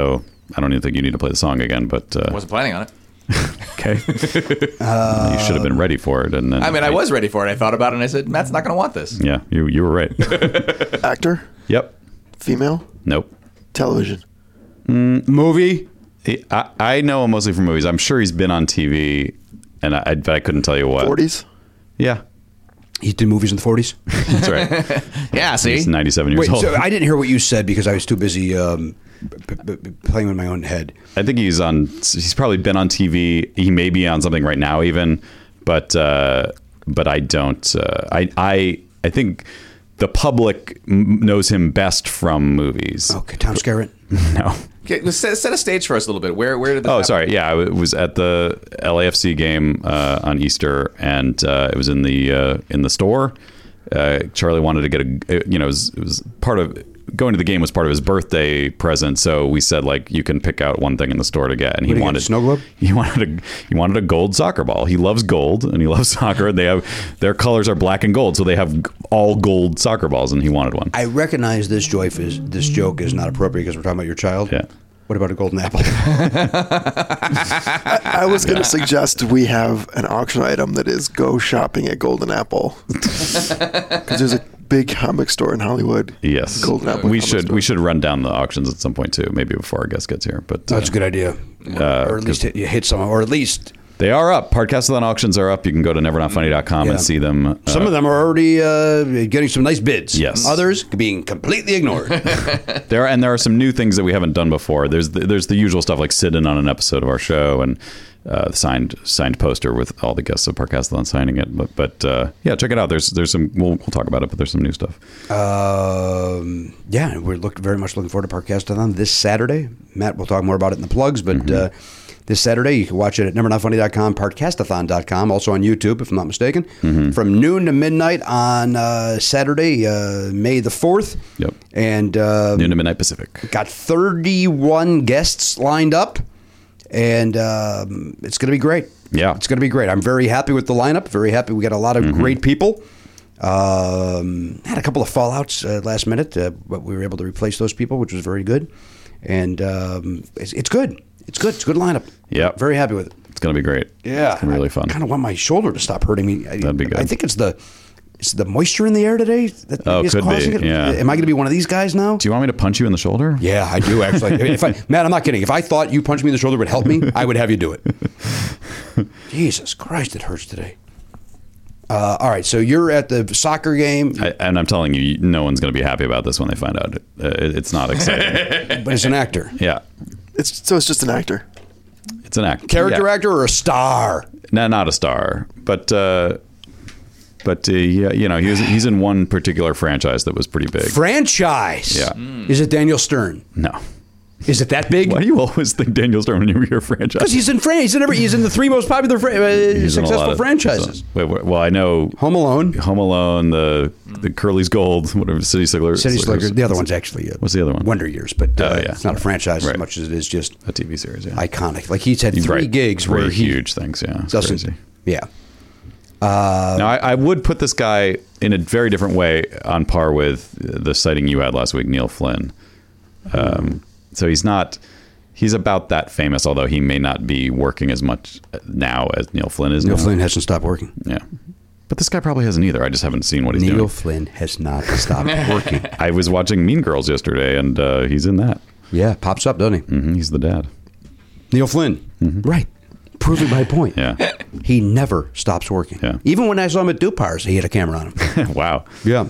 Speaker 1: I don't even think you need to play the song again, but uh,
Speaker 6: Wasn't planning on it.
Speaker 1: okay. you should have been ready for it. And then
Speaker 6: I mean, I was ready for it. I thought about it, and I said, Matt's not going to want this.
Speaker 1: Yeah, you you were right.
Speaker 5: actor,
Speaker 1: yep.
Speaker 5: female,
Speaker 1: Nope.
Speaker 5: television.
Speaker 2: Movie.
Speaker 1: He- I, I know him mostly from movies. I'm sure he's been on TV, and I, I- but I couldn't tell you what.
Speaker 5: Forties.
Speaker 1: Yeah,
Speaker 2: He did movies in the forties.
Speaker 1: that's right.
Speaker 6: Yeah, see?
Speaker 1: He's 97 years
Speaker 2: Wait,
Speaker 1: old.
Speaker 2: so I didn't hear what you said because I was too busy um, p- p- p- playing with my own head.
Speaker 1: I think he's on. He's probably been on TV. He may be on something right now, even. But uh, but I don't. Uh, I I I think the public m- knows him best from movies.
Speaker 2: Okay, Tom Skerritt.
Speaker 1: No.
Speaker 6: Okay, well, set, set a stage for us a little bit. Where where did this
Speaker 1: Oh,
Speaker 6: happen?
Speaker 1: sorry. Yeah, I w- was at the LAFC game uh, on Easter, and uh, it was in the uh, in the store. Uh, Charlie wanted to get a, you know, it was, it was part of going to the game was part of his birthday present. So we said like you can pick out one thing in the store to get, and he
Speaker 2: What do you get,
Speaker 1: wanted
Speaker 2: a snow globe?
Speaker 1: He wanted a he wanted a gold soccer ball. He loves gold and he loves soccer. They have their colors are black and gold, so they have g- all gold soccer balls, and he wanted one.
Speaker 2: I recognize this joke is this joke is not appropriate because we're talking about your child.
Speaker 1: Yeah.
Speaker 2: What about a golden apple?
Speaker 5: I was going to suggest we have an auction item that is go shopping at Golden Apple because there's a big comic store in Hollywood.
Speaker 1: Yes,
Speaker 5: Golden Apple.
Speaker 1: we
Speaker 5: comic
Speaker 1: should
Speaker 5: store.
Speaker 1: we should run down the auctions at some point too, maybe before our guest gets here. But uh,
Speaker 2: That's a good idea. Uh, or at least hit, you hit someone, or at least
Speaker 1: They are up. Podcastathon auctions are up. You can go to nevernotfunny.com
Speaker 2: Yeah.
Speaker 1: and see them. Uh,
Speaker 2: some of them are already uh, getting some nice bids.
Speaker 1: Yes.
Speaker 2: Others being completely ignored.
Speaker 1: there are, and there are some new things that we haven't done before. There's the, there's the usual stuff like sit in on an episode of our show and uh, the signed signed poster with all the guests of Podcastathon signing it. But but uh, yeah, check it out. There's there's some we'll, we'll talk about it, but there's some new stuff.
Speaker 2: Um, yeah, we're look, very much looking forward to Parkastathon this Saturday. Matt, we'll talk more about it in the plugs, but uh, this Saturday you can watch it at numbernotfunny.com, parkastathon.com, also on YouTube, if I'm not mistaken, from noon to midnight on uh, Saturday, uh, May the 4th.
Speaker 1: Yep.
Speaker 2: And uh,
Speaker 1: Noon to midnight Pacific.
Speaker 2: got 31 guests lined up, and um, it's going to be great.
Speaker 1: Yeah. Mm-hmm.
Speaker 2: It's going to be great. I'm very happy with the lineup, very happy. We got a lot of great people. Um, had a couple of fallouts uh, last minute, uh, but we were able to replace those people, which was very good. And um, it's, it's good. It's good. It's a good lineup.
Speaker 1: Yep.
Speaker 2: Very happy with it.
Speaker 1: It's going to be great. It's gonna be really fun.
Speaker 2: I kind of want my shoulder to stop hurting me.
Speaker 1: That'd be good.
Speaker 2: I think it's the it's the moisture in the air today that
Speaker 1: Oh,
Speaker 2: maybe is
Speaker 1: could be,
Speaker 2: causing it.
Speaker 1: yeah.
Speaker 2: Am I going to be one of these guys now?
Speaker 1: Do you want me to punch you in the shoulder?
Speaker 2: yeah, I do actually. I mean, if I, Matt, I'm not kidding. If I thought you punching me in the shoulder would help me, I would have you do it. Jesus Christ, it hurts today. Uh, all right, so you're at the soccer game,
Speaker 1: I, and I'm telling you, no one's going to be happy about this when they find out. Uh, it- it's not exciting.
Speaker 2: but as an actor,
Speaker 1: yeah.
Speaker 5: It's so it's just an actor.
Speaker 1: It's an act.
Speaker 2: character
Speaker 1: yeah.
Speaker 2: actor or a star?
Speaker 1: No, not a star, but. Uh, but uh, yeah, you know, he was, he's in one particular franchise that was pretty big.
Speaker 2: Franchise.
Speaker 1: Yeah.
Speaker 2: Is it Daniel Stern?
Speaker 1: no.
Speaker 2: Is it that big?
Speaker 1: Why do you always think Daniel Stern when you hear franchise?
Speaker 2: Because he's in France. He's in every. He's in the three most popular, fra- uh,
Speaker 1: He's in a lot
Speaker 2: successful
Speaker 1: of-
Speaker 2: franchises.
Speaker 1: so- wait, wait, well, I know
Speaker 2: Home Alone,
Speaker 1: Home Alone, the the Curly's Gold, whatever City Slickers.
Speaker 2: City Slickers. The other one's actually uh,
Speaker 1: What's the other one?
Speaker 2: Wonder Years, but uh,
Speaker 1: Oh, yeah.
Speaker 2: it's not a franchise as
Speaker 1: Right.
Speaker 2: much as it is just
Speaker 1: a TV series. Yeah,
Speaker 2: iconic. Like he's had
Speaker 1: You're
Speaker 2: three
Speaker 1: right.
Speaker 2: gigs
Speaker 1: Three
Speaker 2: where he
Speaker 1: huge things. Yeah, it's
Speaker 2: doesn't.
Speaker 1: crazy.
Speaker 2: Yeah,
Speaker 1: now I, I would put this guy in a very different way on par with the sighting you had last week, Neil Flynn. Um, so he's not. He's about that famous, although he may not be working as much now as Neil Flynn is.
Speaker 2: Neil
Speaker 1: now.
Speaker 2: Flynn hasn't stopped working.
Speaker 1: Yeah. But this guy probably hasn't either. I just haven't seen what he's
Speaker 2: Neil
Speaker 1: doing.
Speaker 2: Flynn has not stopped working.
Speaker 1: I was watching Mean Girls yesterday, and uh, he's in that.
Speaker 2: Yeah, pops up, doesn't he?
Speaker 1: Mhm, He's the dad.
Speaker 2: Neil Flynn. Right. Proving my point.
Speaker 1: Mm-hmm. Yeah.
Speaker 2: He never stops working.
Speaker 1: Yeah.
Speaker 2: Even when I saw him at Dupars, he had a camera on him.
Speaker 1: wow.
Speaker 2: yeah.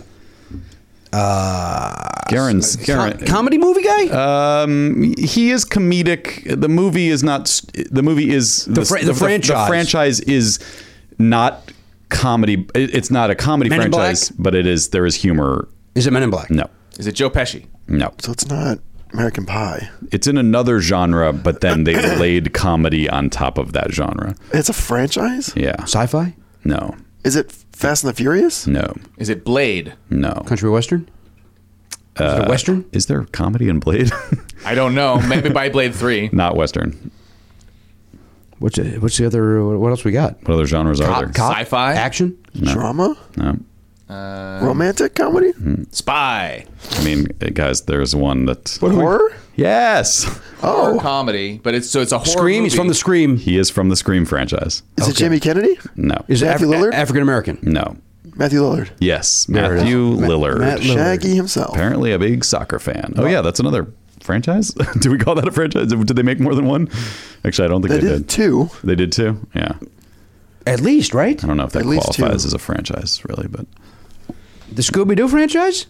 Speaker 1: Garen's Garen.
Speaker 2: Comedy movie guy?
Speaker 1: Um, he is comedic. The movie is not. The movie is the,
Speaker 2: fr- the franchise.
Speaker 1: franchise is not comedy. it- It's not a comedy
Speaker 2: Men in
Speaker 1: franchise, but it is. There is humor.
Speaker 2: is it Men in Black?
Speaker 1: No,
Speaker 6: Is it Joe Pesci?
Speaker 1: no.
Speaker 5: So it's not American Pie.
Speaker 1: It's in another genre, but then they laid comedy on top of that genre.
Speaker 5: It's a franchise.
Speaker 1: Yeah.
Speaker 2: Sci-fi?
Speaker 1: No.
Speaker 5: Is it Fast and the Furious?
Speaker 1: No.
Speaker 6: Is it Blade?
Speaker 1: No.
Speaker 2: Country Western? Is
Speaker 1: Uh,
Speaker 2: it a Western?
Speaker 1: Is there comedy in Blade?
Speaker 6: I don't know. Maybe by Blade Three.
Speaker 1: not Western.
Speaker 2: What's it, what's the other? What else we got?
Speaker 1: What other genres are there?
Speaker 2: Cop?
Speaker 6: Sci-fi?
Speaker 2: action.
Speaker 5: Drama?
Speaker 1: No. Mm-hmm.
Speaker 5: Romantic comedy?
Speaker 6: Spy.
Speaker 1: I mean, guys, there's one that.
Speaker 5: Horror?
Speaker 1: Yes.
Speaker 6: Oh. comedy, but it's so it's a horror
Speaker 2: Scream. He's
Speaker 6: movie.
Speaker 2: from the Scream.
Speaker 1: He is from the Scream franchise.
Speaker 5: Is it Jamie Kennedy?
Speaker 1: No.
Speaker 2: Is it
Speaker 5: Matthew Lillard?
Speaker 2: African American?
Speaker 1: No.
Speaker 5: Matthew Lillard.
Speaker 1: Yes,
Speaker 2: There it is.
Speaker 1: Matthew
Speaker 2: Ma-
Speaker 1: Lillard.
Speaker 2: Matt Lillard.
Speaker 5: Shaggy himself.
Speaker 1: Apparently a big soccer fan. Oh yeah, that's another franchise. Do we call that a franchise? Did did they make more than one? Actually, I don't think
Speaker 5: They
Speaker 1: they,
Speaker 5: did two.
Speaker 1: They did two. Yeah.
Speaker 2: At least, right?
Speaker 1: I don't know if that
Speaker 5: At least
Speaker 1: qualifies
Speaker 5: two.
Speaker 1: as a franchise, really, but
Speaker 2: The Scooby Doo franchise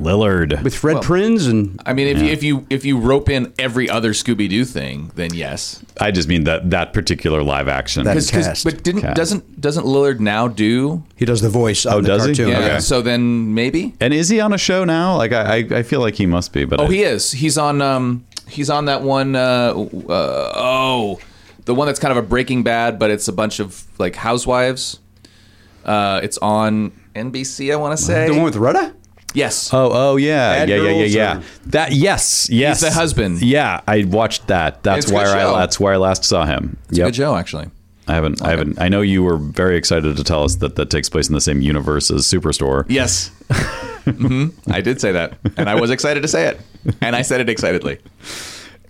Speaker 1: Lillard.
Speaker 2: with Fred Prinz and
Speaker 6: I mean, if you, if you if you rope in every other Scooby Doo thing, then yes.
Speaker 1: I just mean that that particular live action.
Speaker 2: That
Speaker 6: 'Cause- 'cause-
Speaker 2: Cast.
Speaker 6: but didn't
Speaker 1: Cast.
Speaker 6: doesn't doesn't Lillard now do?
Speaker 2: he does the voice.
Speaker 1: Oh,
Speaker 2: on the
Speaker 1: does he?
Speaker 2: cartoon.
Speaker 6: Yeah.
Speaker 1: Okay.
Speaker 6: So then maybe.
Speaker 1: and is he on a show now? Like I, I, I feel like he must be, but
Speaker 6: Oh,
Speaker 1: I-
Speaker 6: he is. He's on. Um, he's on that one. Uh, uh, oh, the one that's kind of a Breaking Bad, but it's a bunch of like housewives. Uh, it's on NBC. I want to say.
Speaker 2: The one with Rutta?
Speaker 6: yes.
Speaker 1: Oh, oh yeah,
Speaker 2: Bad
Speaker 1: yeah, yeah, yeah,
Speaker 2: Girls
Speaker 1: yeah.
Speaker 2: or-
Speaker 1: That yes, yes.
Speaker 6: the husband.
Speaker 1: Yeah, I watched that. That's
Speaker 6: It's a
Speaker 1: where
Speaker 6: good
Speaker 1: I.
Speaker 6: show.
Speaker 1: That's where I last saw him.
Speaker 6: It's
Speaker 1: Yep.
Speaker 6: a good show, actually.
Speaker 1: I haven't. I haven't. I know you were very excited to tell us that that takes place in the same universe as Superstore.
Speaker 6: Yes. hmm I did say that, and I was excited to say it, and I said it excitedly.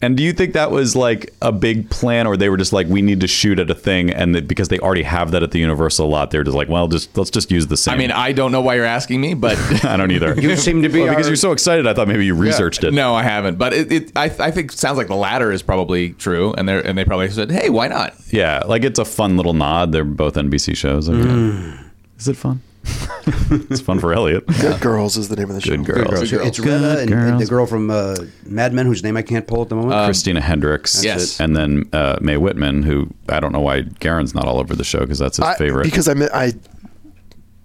Speaker 1: And do you think that was like a big plan, or they were just like, we need to shoot at a thing, and that because they already have that at the Universal lot, they're just like, well, just let's just use the same.
Speaker 6: I mean, I don't know why you're asking me, but
Speaker 1: I don't either.
Speaker 2: You seem to be
Speaker 1: Well, because
Speaker 2: our-
Speaker 1: you're so excited, I thought maybe you researched it.
Speaker 6: no, I haven't. But it, it I, I think it sounds like the latter is probably true, and they and they probably said, "Hey, why not?"
Speaker 1: Yeah, like it's a fun little nod. They're both NBC shows. I mean, Is it fun? it's fun for Elliot.
Speaker 5: Good Girls is the name of the show.
Speaker 1: Good girls.
Speaker 2: So It's
Speaker 1: Good
Speaker 2: Retta and, and the
Speaker 1: girls.
Speaker 2: girl from uh, Mad Men, whose name I can't pull at the moment.
Speaker 1: Christina Hendricks.
Speaker 6: Yes.
Speaker 1: And
Speaker 6: Um, it.
Speaker 1: then uh, Mae Whitman, who I don't know why Garen's not all over the show because that's his
Speaker 5: I,
Speaker 1: favorite.
Speaker 5: Because I, mi- I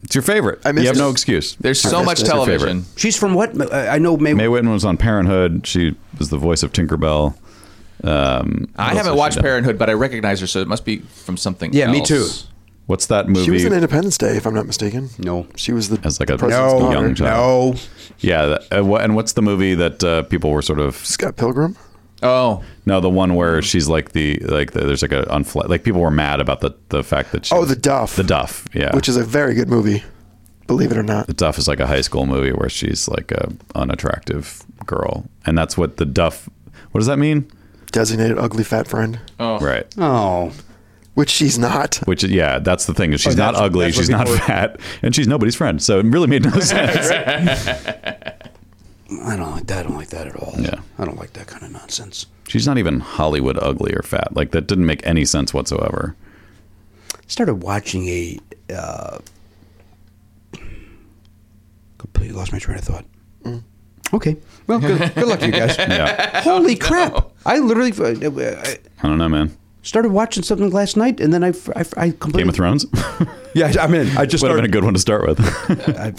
Speaker 1: it's your favorite.
Speaker 5: I miss
Speaker 1: you have
Speaker 5: it.
Speaker 1: no excuse.
Speaker 6: There's so much
Speaker 1: your favorite.
Speaker 6: television.
Speaker 2: She's from what? Uh, I know May.
Speaker 1: Mae Whitman was on Parenthood. She was the voice of Tinkerbell. Um, what
Speaker 6: I
Speaker 1: else has
Speaker 6: haven't
Speaker 1: she
Speaker 6: watched
Speaker 1: done?
Speaker 6: Parenthood, but I recognize her, so it must be from something.
Speaker 2: Yeah, me
Speaker 6: else.
Speaker 2: too.
Speaker 1: What's that
Speaker 5: she
Speaker 1: movie?
Speaker 5: was in Independence Day, if I'm not mistaken.
Speaker 2: No.
Speaker 5: She was the
Speaker 1: As like a
Speaker 5: president's
Speaker 1: No.
Speaker 5: daughter.
Speaker 1: young child. yeah. that- uh, what- and what's the movie that uh, people were sort of
Speaker 5: Scott Pilgrim.
Speaker 6: Oh,
Speaker 1: no the one where she's like the like the, there's like a unfla- like people were mad about the the fact that she
Speaker 5: Oh,
Speaker 1: was-
Speaker 5: The Duff.
Speaker 1: the Duff yeah
Speaker 5: Which is a very good movie. believe it or not.
Speaker 1: Duff is like a high school movie where she's like a unattractive girl, and that's what the Duff. What does that mean?
Speaker 5: Designated ugly fat friend,
Speaker 1: Right.
Speaker 2: Oh,
Speaker 5: which she's not.
Speaker 1: Which is- yeah, that's the thing. is She's
Speaker 2: Oh,
Speaker 1: not
Speaker 2: that's-
Speaker 1: ugly.
Speaker 2: that's what
Speaker 1: She's not
Speaker 2: people-
Speaker 1: fat, and she's nobody's friend. So it really made no sense.
Speaker 2: I don't like that. I don't like that at all.
Speaker 1: Yeah.
Speaker 2: I don't like that kind of nonsense.
Speaker 1: she's not even Hollywood ugly or fat. Like that didn't make any sense whatsoever.
Speaker 2: started watching a uh, completely lost my train of thought.
Speaker 1: Mm.
Speaker 2: Okay, well, good, good luck to you guys.
Speaker 1: Yeah,
Speaker 2: Holy crap! I literally uh, I
Speaker 1: I don't know, man.
Speaker 2: started watching something last night, and then I I, I completely
Speaker 1: Game of Thrones would
Speaker 2: Yeah, I mean, I just
Speaker 1: have been a good one to start with.
Speaker 2: I,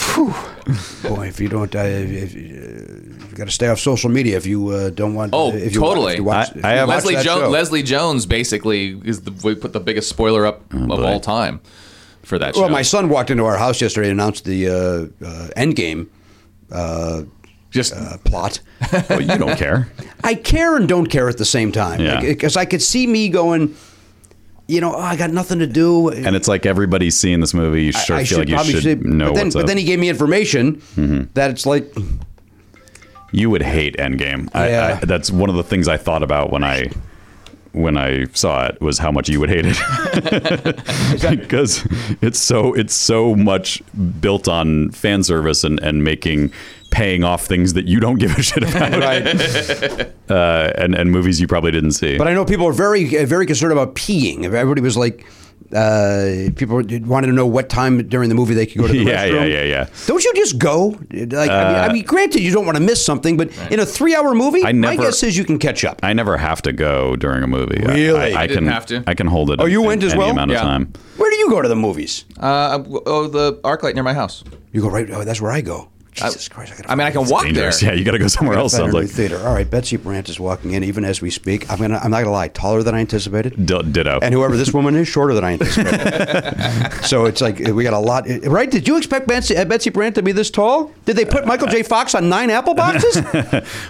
Speaker 2: boy, if you don't, I, if, if, you got to stay off social media if you uh, don't want.
Speaker 6: Oh,
Speaker 2: if you
Speaker 6: totally.
Speaker 2: Watch, if you watch,
Speaker 1: I-
Speaker 2: if
Speaker 1: I
Speaker 2: you
Speaker 1: have-
Speaker 2: watch
Speaker 6: Leslie
Speaker 2: that show.
Speaker 6: Jones. Leslie Jones basically is the we put the biggest spoiler up of
Speaker 1: boy.
Speaker 6: all time for that show.
Speaker 2: Well, my son walked into our house yesterday and announced the uh, uh, Endgame uh,
Speaker 6: just
Speaker 2: uh, plot.
Speaker 1: well, Oh, you don't care.
Speaker 2: I care and don't care at the same time
Speaker 1: Yeah.
Speaker 2: because I could see me going, you know, oh, I got nothing to do.
Speaker 1: And it's like everybody's seen this movie. You sure feel like you should, know
Speaker 2: but then,
Speaker 1: what's
Speaker 2: but
Speaker 1: up. Mm-hmm.
Speaker 2: then he gave me information that it's like
Speaker 1: you would hate Endgame. I,
Speaker 2: Yeah.
Speaker 1: I, that's one of the things I thought about when I when I saw it was how much you would hate it because it's so it's so much built on fan service and and making paying off things that you don't give a shit about uh, and and movies you probably didn't see.
Speaker 2: But I know people are very, uh, very concerned about peeing. Everybody was like, uh, people did- wanted to know what time during the movie they could go to the
Speaker 1: Yeah, yeah,
Speaker 2: restroom.
Speaker 1: yeah, yeah.
Speaker 2: Don't you just go? Like, I, mean, I mean, granted, you don't want to miss something, but in a three-hour movie,
Speaker 1: I
Speaker 2: my
Speaker 1: never-
Speaker 2: guess is you can catch up.
Speaker 1: I never have to go during a movie. I-
Speaker 2: Really?
Speaker 1: I, I,
Speaker 6: You
Speaker 1: can
Speaker 6: didn't have to?
Speaker 1: I can hold it.
Speaker 2: Oh, you
Speaker 1: in-
Speaker 2: went
Speaker 1: in
Speaker 2: as
Speaker 1: any
Speaker 2: well?
Speaker 1: amount of
Speaker 6: Yeah.
Speaker 1: time.
Speaker 2: Where do you go to the movies?
Speaker 6: uh, w- oh the ArcLight near my house.
Speaker 2: You go right. Oh, that's where I go. Jesus Christ! gotta
Speaker 6: I mean, I can
Speaker 2: find-
Speaker 6: walk there.
Speaker 1: Dangerous. Yeah, you got to go somewhere else.
Speaker 2: find
Speaker 1: Sounds
Speaker 2: a new
Speaker 1: like
Speaker 2: theater. All right, Betsy Brandt is walking in even as we speak. I'm gonna. I'm not gonna lie. Taller than I anticipated.
Speaker 1: D- ditto.
Speaker 2: And whoever this woman is, shorter than I anticipated. so it's like we got a lot, right? Did you expect Betsy, uh, Betsy Brandt to be this tall? Did they put Michael J. Fox on nine apple boxes?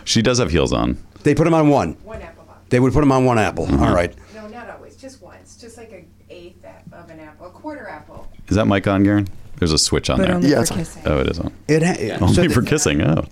Speaker 1: she does have heels on.
Speaker 2: they put him on one.
Speaker 8: One apple box.
Speaker 2: They would put him on one apple. All right.
Speaker 8: No, not always, just once, just like an eighth a- of an apple, a quarter apple.
Speaker 1: Is that mic on, Garen? There's a switch on there.
Speaker 5: Yeah, it's-
Speaker 1: Oh, it is on.
Speaker 2: It, ha- so
Speaker 1: Only
Speaker 2: th-
Speaker 1: for kissing. Oh,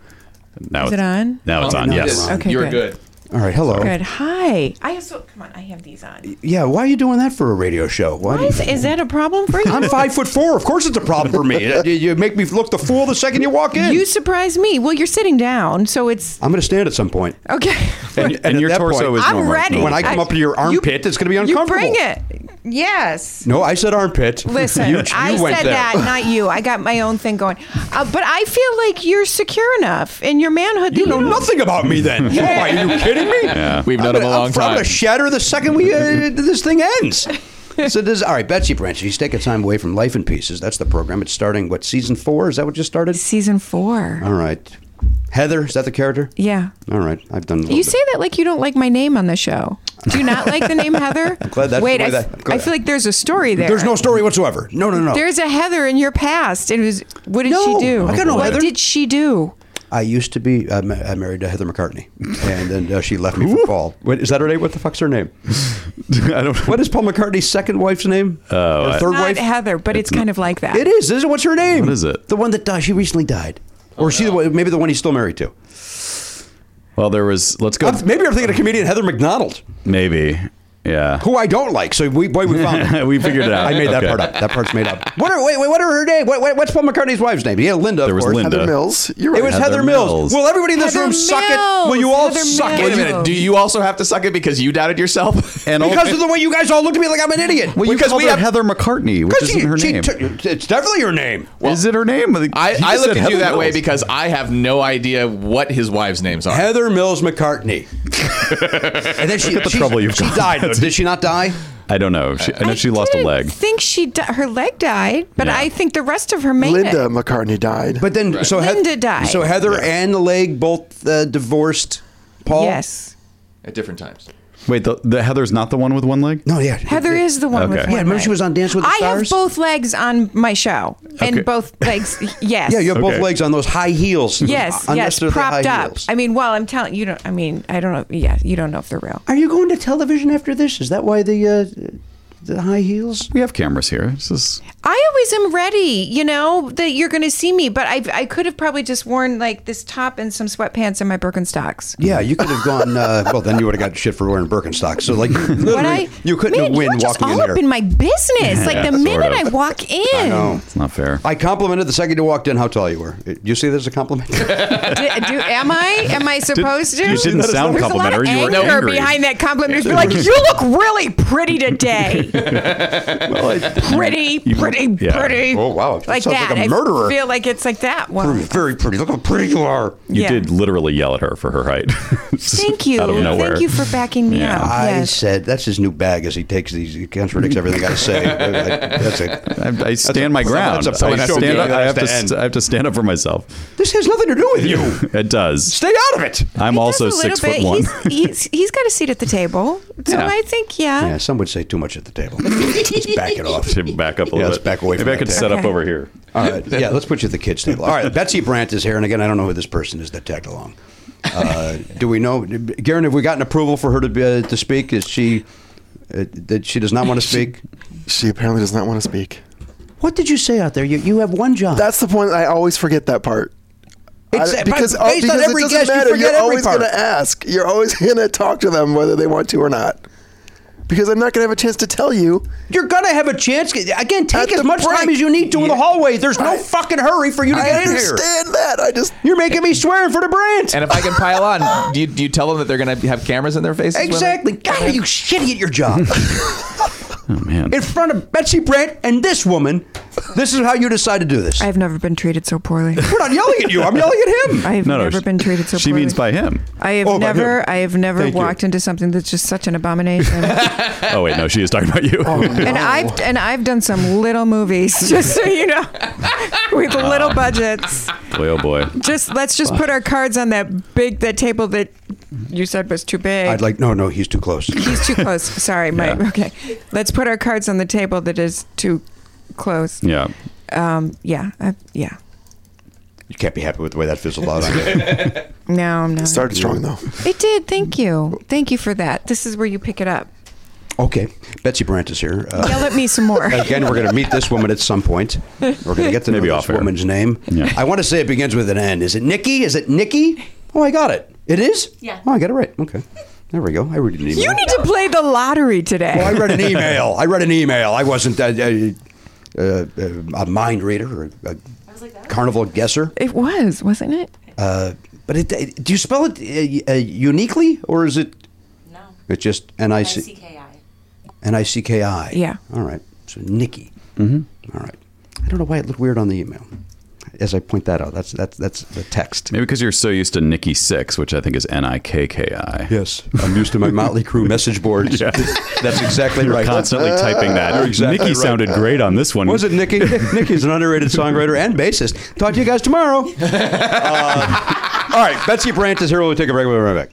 Speaker 1: now
Speaker 9: Is
Speaker 1: it's
Speaker 9: it on?
Speaker 1: Now it's
Speaker 6: Oh,
Speaker 1: on.
Speaker 6: no,
Speaker 1: Yes.
Speaker 6: it is.
Speaker 9: Okay,
Speaker 6: you're
Speaker 9: good.
Speaker 6: good.
Speaker 2: all right. Hello.
Speaker 9: Good. Hi.
Speaker 8: I have so come on. I have these on.
Speaker 2: Yeah. Why are you doing that for a radio show? Why? do
Speaker 9: Why
Speaker 2: you-
Speaker 9: is, is that a problem for you?
Speaker 2: I'm five foot four. Of course, it's a problem for me. You- You make me look the fool the second you walk in.
Speaker 9: You surprise me. Well, you're sitting down, so it's
Speaker 2: I'm going to stand at some point.
Speaker 9: okay.
Speaker 1: And, and
Speaker 2: And at
Speaker 1: your
Speaker 2: that
Speaker 1: torso
Speaker 2: point-
Speaker 1: is
Speaker 9: I'm
Speaker 1: normal.
Speaker 9: ready.
Speaker 2: When I come up to your armpit, it's gonna be
Speaker 9: You bring
Speaker 2: uncomfortable.
Speaker 9: it. Yes.
Speaker 2: No, I said armpit.
Speaker 9: Listen,
Speaker 2: You- you
Speaker 9: I
Speaker 2: went
Speaker 9: said
Speaker 2: there.
Speaker 9: that, not you. I got my own thing going. Uh, but I feel like you're secure enough in your manhood. that
Speaker 2: You know
Speaker 9: don't-
Speaker 2: nothing about me then. Oh, are you kidding me?
Speaker 6: We've known him a
Speaker 2: I'm
Speaker 6: long
Speaker 2: gonna- I'm
Speaker 6: time.
Speaker 2: going to shatter the second we uh, this thing ends. So this all right, Betsy Branch. She's taking time away from Life in Pieces. That's the program. It's starting what season four? Is that what just started?
Speaker 9: Season four.
Speaker 2: All right, Heather. Is that the character?
Speaker 9: Yeah.
Speaker 2: All right, I've done. A little
Speaker 9: You
Speaker 2: bit.
Speaker 9: say that like you don't like my name on the show. Do you not like the name Heather?
Speaker 2: glad that's
Speaker 9: Wait,
Speaker 2: the way
Speaker 9: I,
Speaker 2: that- I'm glad-
Speaker 9: I feel like there's a story there.
Speaker 2: There's no story whatsoever. No, no, no.
Speaker 9: There's a Heather in your past. It was. What did
Speaker 2: No,
Speaker 9: she do?
Speaker 2: I got no
Speaker 9: what
Speaker 2: Heather.
Speaker 9: did she do?
Speaker 2: I used to be uh, ma- uh, married to Heather McCartney, and then uh, she left me for Paul. Wait, is that her name? What the fuck's her name?
Speaker 1: I don't.
Speaker 2: What is Paul McCartney's second wife's name? Oh, third
Speaker 9: Not
Speaker 2: wife.
Speaker 9: Heather, but it's, kind of like that.
Speaker 2: It is. Is it? What's her name?
Speaker 1: What is it? Oh,
Speaker 2: The one that died. She recently died. Or is she the one, maybe the one he's still married to.
Speaker 1: Well, there was. Let's go.
Speaker 2: I'm- maybe I'm thinking of comedian Heather McDonald,
Speaker 1: Maybe. Yeah.
Speaker 2: who I don't like. So we boy we found. her.
Speaker 1: we figured it out.
Speaker 2: I made that
Speaker 1: Okay.
Speaker 2: part up. That part's made up. What are, wait, wait, what are her name? What, what, what's Paul McCartney's wife's name? Yeah, Linda.
Speaker 1: There
Speaker 2: of
Speaker 1: was
Speaker 2: course.
Speaker 1: Linda.
Speaker 5: Heather Mills. You're right.
Speaker 2: It was
Speaker 1: Heather
Speaker 2: Heather, Mills.
Speaker 1: Mills.
Speaker 2: Will everybody in this
Speaker 9: Heather
Speaker 2: room suck it? Will
Speaker 9: Mills.
Speaker 2: you all
Speaker 9: Heather
Speaker 2: suck
Speaker 9: Mills.
Speaker 2: it?
Speaker 6: Wait a minute. Do you also have to suck it because you doubted yourself?
Speaker 1: And all-
Speaker 2: Because of the way you guys all looked at me like I'm an idiot.
Speaker 1: Well, you
Speaker 2: because
Speaker 1: called her Heather McCartney, which
Speaker 2: because
Speaker 1: isn't her
Speaker 2: she
Speaker 1: name.
Speaker 2: took- it's definitely her name.
Speaker 1: is it her name? I, think-
Speaker 6: I,
Speaker 1: he
Speaker 6: I
Speaker 1: just
Speaker 6: look
Speaker 1: said
Speaker 6: at you
Speaker 1: Heather
Speaker 6: that way
Speaker 1: Mills.
Speaker 6: because I have no idea what his wives' names are.
Speaker 2: Heather Mills McCartney. and then she,
Speaker 1: the
Speaker 2: she-
Speaker 1: trouble you've
Speaker 2: she
Speaker 1: got.
Speaker 2: died. though. Did she not die?
Speaker 1: I don't know. She, I know
Speaker 9: I
Speaker 1: she lost a
Speaker 9: didn't
Speaker 1: leg.
Speaker 9: Think she di- her leg died, but
Speaker 1: Yeah.
Speaker 9: I think the rest of her made
Speaker 5: Linda
Speaker 9: it.
Speaker 5: McCartney died.
Speaker 2: But then, so Heath-
Speaker 9: Linda died.
Speaker 2: So Heather and the leg both uh, divorced. Paul.
Speaker 9: Yes,
Speaker 6: At different times.
Speaker 1: Wait, the, the Heather's not the one with one leg.
Speaker 2: No. Yeah.
Speaker 9: Heather is the one.
Speaker 1: Okay.
Speaker 9: With one
Speaker 1: Yeah,
Speaker 2: remember she
Speaker 9: leg.
Speaker 2: was on Dance with the
Speaker 9: I
Speaker 2: Stars?
Speaker 9: have both legs on my show,
Speaker 1: Okay.
Speaker 9: and both legs. Yes.
Speaker 2: Yeah, you
Speaker 1: Okay.
Speaker 2: have both legs on those high heels. those
Speaker 9: Yes, yes,
Speaker 2: unnecessarily
Speaker 9: propped
Speaker 2: high
Speaker 9: up.
Speaker 2: heels.
Speaker 9: I mean, well, I'm telling you, don't. I mean, I don't know. Yeah, you don't know if they're real.
Speaker 2: Are you going to television after this? Is that why the uh, the high heels?
Speaker 1: We have cameras here. This is
Speaker 9: I always am ready, you know, that you're going to see me. But I, I could have probably just worn like this top and some sweatpants and my Birkenstocks.
Speaker 2: Yeah, you could have gone. Uh, well, then you would have got shit for wearing Birkenstocks. So like,
Speaker 9: But
Speaker 2: literally,
Speaker 9: I,
Speaker 2: you couldn't
Speaker 9: man,
Speaker 2: have win
Speaker 9: you're just
Speaker 2: walking
Speaker 9: all
Speaker 2: in there.
Speaker 9: up in my business. Like
Speaker 1: Yeah,
Speaker 9: the
Speaker 1: sort
Speaker 9: minute
Speaker 1: of.
Speaker 9: I walk in,
Speaker 1: it's not fair.
Speaker 2: I complimented the second you walked in how tall you were. You see this as a compliment?
Speaker 9: Do- do- am I? Am I supposed to?
Speaker 1: you didn't
Speaker 9: There's
Speaker 1: sound
Speaker 9: a lot of
Speaker 1: complimentary, you were
Speaker 9: anger
Speaker 1: angry.
Speaker 9: behind that compliment. Just be like, you look really pretty today. pretty, pretty,
Speaker 1: yeah.
Speaker 9: pretty.
Speaker 2: Oh, wow. That
Speaker 9: Like
Speaker 2: sounds
Speaker 9: that.
Speaker 2: like a
Speaker 9: I
Speaker 2: murderer.
Speaker 9: feel like it's like that one.
Speaker 2: Very pretty. Look how pretty you are.
Speaker 1: You
Speaker 9: Yeah.
Speaker 1: did literally yell at her for her height. Just
Speaker 9: Thank you.
Speaker 1: Out of nowhere.
Speaker 9: Thank you for backing me
Speaker 1: Yeah.
Speaker 9: up.
Speaker 2: I
Speaker 9: Yes.
Speaker 2: said that's his new bag as he takes these. He contradicts everything I say. that's it.
Speaker 1: I, I stand my ground.
Speaker 2: that's a
Speaker 1: I,
Speaker 2: post-show
Speaker 1: stand
Speaker 2: game
Speaker 1: up,
Speaker 2: that
Speaker 1: I have
Speaker 2: has to
Speaker 1: to. st- I have to stand up for myself.
Speaker 2: This has nothing to do with you.
Speaker 1: It does.
Speaker 2: Stay out of it.
Speaker 1: I'm
Speaker 9: He
Speaker 1: also
Speaker 9: does a little
Speaker 1: six foot
Speaker 9: bit.
Speaker 1: one.
Speaker 9: He's, he's, he's got a seat at the table. So
Speaker 1: Yeah.
Speaker 9: I think, yeah.
Speaker 2: Yeah, some would say too much at the table. Let's back it off.
Speaker 1: To back up a little
Speaker 2: Yeah, let's
Speaker 1: bit.
Speaker 2: back away
Speaker 1: Maybe
Speaker 2: from
Speaker 1: I
Speaker 2: that
Speaker 1: could
Speaker 2: table.
Speaker 1: set up
Speaker 9: Okay.
Speaker 1: over here.
Speaker 2: All right. Yeah, let's put you at the kids' table. All right. Betsy Brandt is here, and again, I don't know who this person is that tagged along. Uh, do we know, Garen? Have we gotten approval for her to be, uh, to speak? Is she uh, that she does not want to speak?
Speaker 5: She apparently does not want to speak.
Speaker 2: What did you say out there? You, you have one job.
Speaker 5: That's the point. I always forget that part.
Speaker 2: It's-
Speaker 5: I- because oh, uh,
Speaker 2: but based on
Speaker 5: because
Speaker 2: every
Speaker 5: it doesn't
Speaker 2: guest, you
Speaker 5: matter.
Speaker 2: forget
Speaker 5: You're
Speaker 2: every
Speaker 5: always
Speaker 2: part.
Speaker 5: going to ask. You're always going to talk to them whether they want to or not. Because I'm not going to have a chance to tell you.
Speaker 2: You're gonna have a chance. Again, take
Speaker 5: At
Speaker 2: as
Speaker 5: the
Speaker 2: much time
Speaker 5: break.
Speaker 2: as you need to in the hallway. There's no fucking hurry for you to
Speaker 5: I
Speaker 2: get in here.
Speaker 5: understand that. I just
Speaker 2: You're making me swear in front of Brandt.
Speaker 6: And if I can pile on, do you, do you tell them that they're going to have cameras in their faces? when they-
Speaker 2: Exactly. God, are you shitty at your job?
Speaker 1: Oh man.
Speaker 2: in front of Betsy Brandt and this woman. This is how you decide to do this.
Speaker 9: I've never been treated so poorly.
Speaker 2: We're not yelling at you. I'm yelling at him.
Speaker 9: I have
Speaker 1: no, no.
Speaker 9: never
Speaker 1: she-
Speaker 9: been treated so
Speaker 1: She
Speaker 9: poorly.
Speaker 1: means by him.
Speaker 9: I have
Speaker 2: Oh, by him.
Speaker 9: never, I have never
Speaker 2: Thank you.
Speaker 9: walked into something that's just such an abomination.
Speaker 1: Oh wait, no, she is talking about you.
Speaker 9: and I've and I've done some little movies, just so you know, with
Speaker 1: Uh.
Speaker 9: little budgets.
Speaker 1: boy, oh boy.
Speaker 9: Just let's just put our cards on that big that table that you said was too big.
Speaker 2: I'd like no, no. He's too close.
Speaker 9: He's too close. Sorry, my okay. Let's put our cards on the table that is too close.
Speaker 1: Yeah.
Speaker 9: Um, yeah, I, yeah.
Speaker 2: You can't be happy with the way that fizzled out. on you.
Speaker 9: No, I'm not.
Speaker 5: started strong though.
Speaker 9: It did. Thank you. Thank you for that. This is where you pick it up.
Speaker 2: okay, Betsy Brandt is here. Uh,
Speaker 9: Yell at me some more.
Speaker 2: Again, we're going to meet this woman at some point. We're going to get to know
Speaker 1: Maybe
Speaker 2: this
Speaker 1: off air.
Speaker 2: woman's name.
Speaker 1: Yeah.
Speaker 2: I want to say it begins with an N. Is it Nikki? Is it Nikki? Oh, I got it. It is.
Speaker 10: Yeah.
Speaker 2: Oh, I got it right. Okay. There we go. I read an email.
Speaker 9: You need to play the lottery today.
Speaker 2: Oh, I read an email. I read an email. I wasn't a, uh uh a mind reader or a
Speaker 10: was like that.
Speaker 2: carnival guesser.
Speaker 9: it was, wasn't it?
Speaker 2: Uh, but it, it- do you spell it uh, uh, uniquely or is it?
Speaker 10: No.
Speaker 2: It's just N I C.
Speaker 10: I-C-K-I.
Speaker 2: N I C K I.
Speaker 9: Yeah.
Speaker 2: All right. So Nikki. Mm-hmm. All right. I don't know why it looked weird on the email. As I point that out, that's that's that's the text.
Speaker 1: Maybe because you're so used to Nikki Six, which I think is N I K K I.
Speaker 2: Yes, I'm used to my Motley Crew message boards. That's exactly
Speaker 1: You're
Speaker 2: right.
Speaker 1: constantly typing that.
Speaker 2: You're exactly
Speaker 1: Nikki
Speaker 2: right.
Speaker 1: sounded great on this one.
Speaker 2: Was it Nikki? Nikki's an underrated songwriter and bassist. Talk to you guys tomorrow. Uh, all right, Betsy Brandt is here. We'll take a break. We'll be right back.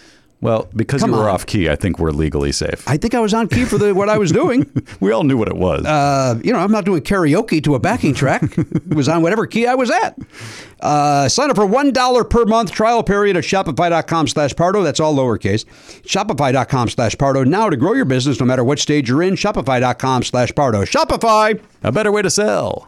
Speaker 1: Well, because
Speaker 2: Come
Speaker 1: you were
Speaker 2: on.
Speaker 1: off key, I think we're legally safe.
Speaker 2: I think I was on key for the what I was doing.
Speaker 1: we all knew what it was.
Speaker 2: Uh, you know, I'm not doing karaoke to a backing track. it was on whatever key I was at. Uh, sign up for $1 per month trial period at Shopify.com slash Pardo. That's all lowercase. Shopify.com slash Pardo. Now to grow your business, no matter what stage you're in, Shopify.com slash Pardo. Shopify!
Speaker 1: a better way to sell.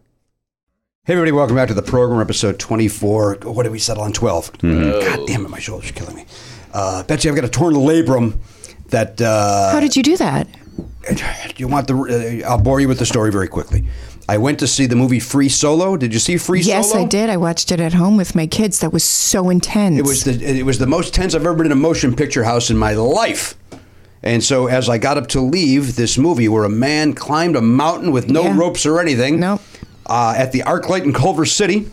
Speaker 2: Hey, everybody, welcome back to the program, episode 24. What did we settle on? 12. God damn it, my shoulders are killing me. Uh, Betsy, I've got a torn labrum that. Uh,
Speaker 9: How did you do that?
Speaker 2: you want the. Uh, I'll bore you with the story very quickly. I went to see the movie Free Solo. Did you see Free
Speaker 9: Yes,
Speaker 2: Solo?
Speaker 9: I did. I watched it at home with my kids. That was so intense.
Speaker 2: It was the it was the most tense I've ever been in a motion picture house in my life. And so as I got up to leave this movie where a man climbed a mountain with no
Speaker 9: Yeah.
Speaker 2: ropes or anything
Speaker 9: Nope.
Speaker 2: uh, at the Arclight in Culver City,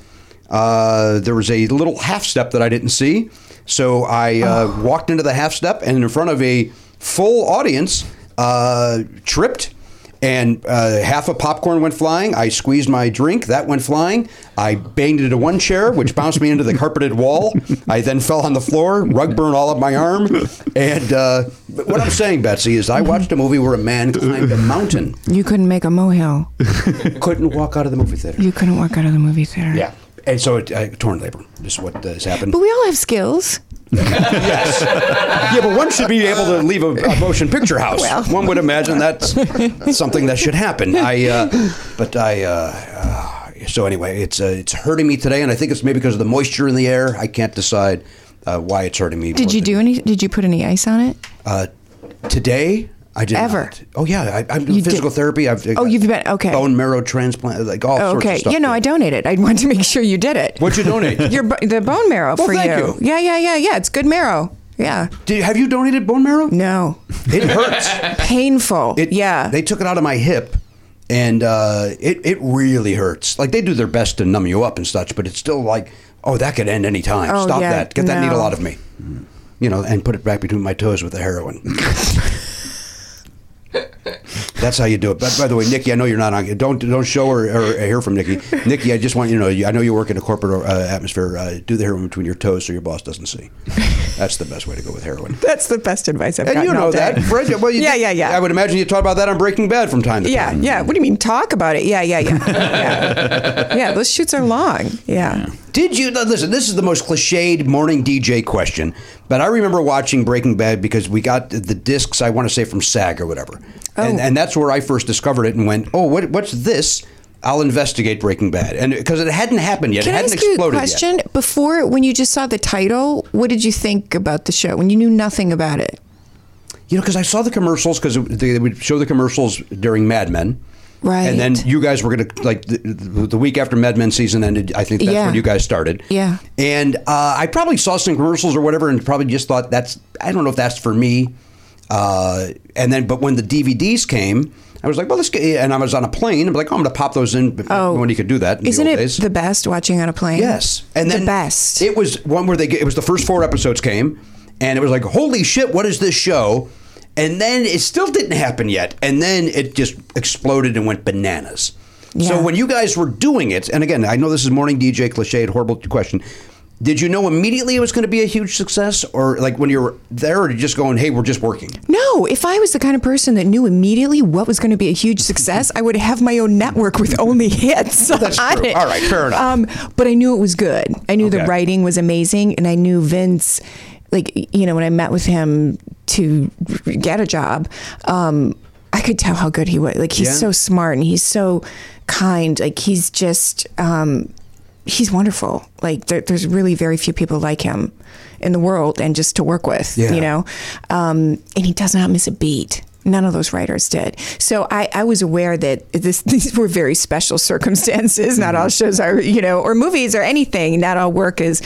Speaker 2: uh, there was a little half step that I didn't see. So I uh, walked into the half step and in front of a full audience uh, tripped and uh, half a popcorn went flying. I squeezed my drink, that went flying. I banged into one chair, which bounced me into the carpeted wall. I then fell on the floor, rug burned all up my arm. And uh, but what I'm saying, Betsy, is I watched a movie where a man climbed a mountain,
Speaker 9: you couldn't make a mohill.
Speaker 2: couldn't walk out of the movie theater.
Speaker 9: You couldn't walk out of the movie theater.
Speaker 2: Yeah. And so it, uh, torn labor is what uh, has happened.
Speaker 9: But we all have skills.
Speaker 2: yes. yeah, but one should be able to leave a, a motion picture house.
Speaker 9: Well.
Speaker 2: One would imagine that's something that should happen. I, uh, but I, uh, uh, so anyway, it's uh, it's hurting me today, and I think it's maybe because of the moisture in the air. I can't decide uh, why it's hurting me.
Speaker 9: Did you do any? Did you put any ice on it?
Speaker 2: uh, today? I did
Speaker 9: Ever?
Speaker 2: not. Oh yeah, I, I'm doing
Speaker 9: You did-
Speaker 2: physical therapy. I've
Speaker 9: Oh, you've been- okay.
Speaker 2: Bone marrow transplant, like all sorts of
Speaker 9: okay.
Speaker 2: stuff.
Speaker 9: You know, I donated. I want to make sure you did it.
Speaker 2: What'd you donate?
Speaker 9: Your bo- the bone marrow
Speaker 2: Well,
Speaker 9: for
Speaker 2: thank
Speaker 9: you.
Speaker 2: you.
Speaker 9: Yeah, yeah, yeah, yeah. It's good marrow. Yeah.
Speaker 2: Did, have you donated bone marrow?
Speaker 9: No.
Speaker 2: It hurts.
Speaker 9: Painful.
Speaker 2: It,
Speaker 9: yeah.
Speaker 2: They took it out of my hip, and uh, it it really hurts. Like they do their best to numb you up and such, but it's still like, oh, that could end any time.
Speaker 9: Oh,
Speaker 2: Stop
Speaker 9: yeah,
Speaker 2: that. Get that
Speaker 9: no.
Speaker 2: needle out of me. You know, and put it back between my toes with the heroin. That's how you do it. But by the way, Nikki, I know you're not on. Don't don't show or, or hear from Nikki. Nikki, I just want you to know. you- I know you work in a corporate uh, atmosphere. Uh, do the heroin between your toes so your boss doesn't see. That's the best way to go with heroin.
Speaker 9: That's the best advice I've
Speaker 2: And
Speaker 9: gotten
Speaker 2: you know
Speaker 9: all day.
Speaker 2: that, Fred. Well, you
Speaker 9: Yeah,
Speaker 2: did-
Speaker 9: yeah, yeah.
Speaker 2: I would imagine you talk about that on Breaking Bad from time to
Speaker 9: Yeah,
Speaker 2: time.
Speaker 9: yeah. What do you mean talk about it? Yeah, yeah, yeah. yeah. yeah, those shoots are long. Yeah.
Speaker 2: Did you now, listen? This is the most cliched morning DJ question, but I remember watching Breaking Bad because we got the discs. I want to say from SAG or whatever, and,
Speaker 9: Oh.
Speaker 2: and that's where I first discovered it and went, "Oh, what, what's this?" I'll investigate Breaking Bad, and because it hadn't happened yet,
Speaker 9: Can
Speaker 2: it
Speaker 9: I
Speaker 2: hadn't
Speaker 9: ask you a
Speaker 2: exploded
Speaker 9: question?
Speaker 2: yet.
Speaker 9: Before, when you just saw the title, what did you think about the show when you knew nothing about it?
Speaker 2: You know, because I saw the commercials because they would show the commercials during Mad Men.
Speaker 9: Right.
Speaker 2: And then you guys were going to like the, the week after Mad Men season ended. I think that's
Speaker 9: Yeah.
Speaker 2: when you guys started.
Speaker 9: Yeah.
Speaker 2: And uh, I probably saw some commercials or whatever, and probably just thought that's I don't know if that's for me. Uh, and then, but when the DVDs came, I was like, well, let's get. And I was on a plane. I'm like, oh, I'm going to pop those in
Speaker 9: Oh.
Speaker 2: when you could do that. in the
Speaker 9: Isn't
Speaker 2: old
Speaker 9: it
Speaker 2: days.
Speaker 9: the best watching on a plane?
Speaker 2: Yes, and then
Speaker 9: the best.
Speaker 2: It was one where they it was the first four episodes came, and it was like, holy shit, what is this show? And then it still didn't happen yet, and then it just exploded and went bananas.
Speaker 9: Yeah.
Speaker 2: So when you guys were doing it, and again, I know this is morning DJ cliche, horrible question. Did you know immediately it was going to be a huge success, or like when you were there, or you just going, hey, we're just working?
Speaker 9: no, if I was the kind of person that knew immediately what was going to be a huge success, I would have my own network with only hits.
Speaker 2: that's
Speaker 9: on
Speaker 2: true.
Speaker 9: it.
Speaker 2: All right, fair enough.
Speaker 9: Um, but I knew it was good. I knew the
Speaker 2: Okay.
Speaker 9: writing was amazing, and I knew Vince. Like you know, when I met with him to get a job, um, I could tell how good he was. Like he's
Speaker 2: Yeah.
Speaker 9: so smart and he's so kind. Like he's just um, he's wonderful. Like there, there's really very few people like him in the world, and just to work with,
Speaker 2: Yeah.
Speaker 9: you know. Um, and he does not miss a beat. None of those writers did. So I, I was aware that this, these were very special circumstances. Not all shows are, you know, or movies or anything. Not all work is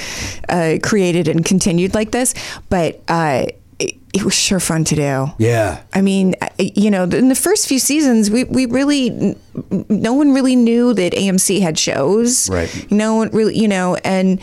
Speaker 9: uh, created and continued like this. But uh, it, it was sure fun to do.
Speaker 2: Yeah.
Speaker 9: I mean, I- you know, in the first few seasons, we, we really, n- n- no one really knew that AMC had shows.
Speaker 2: Right.
Speaker 9: No one really, you know, and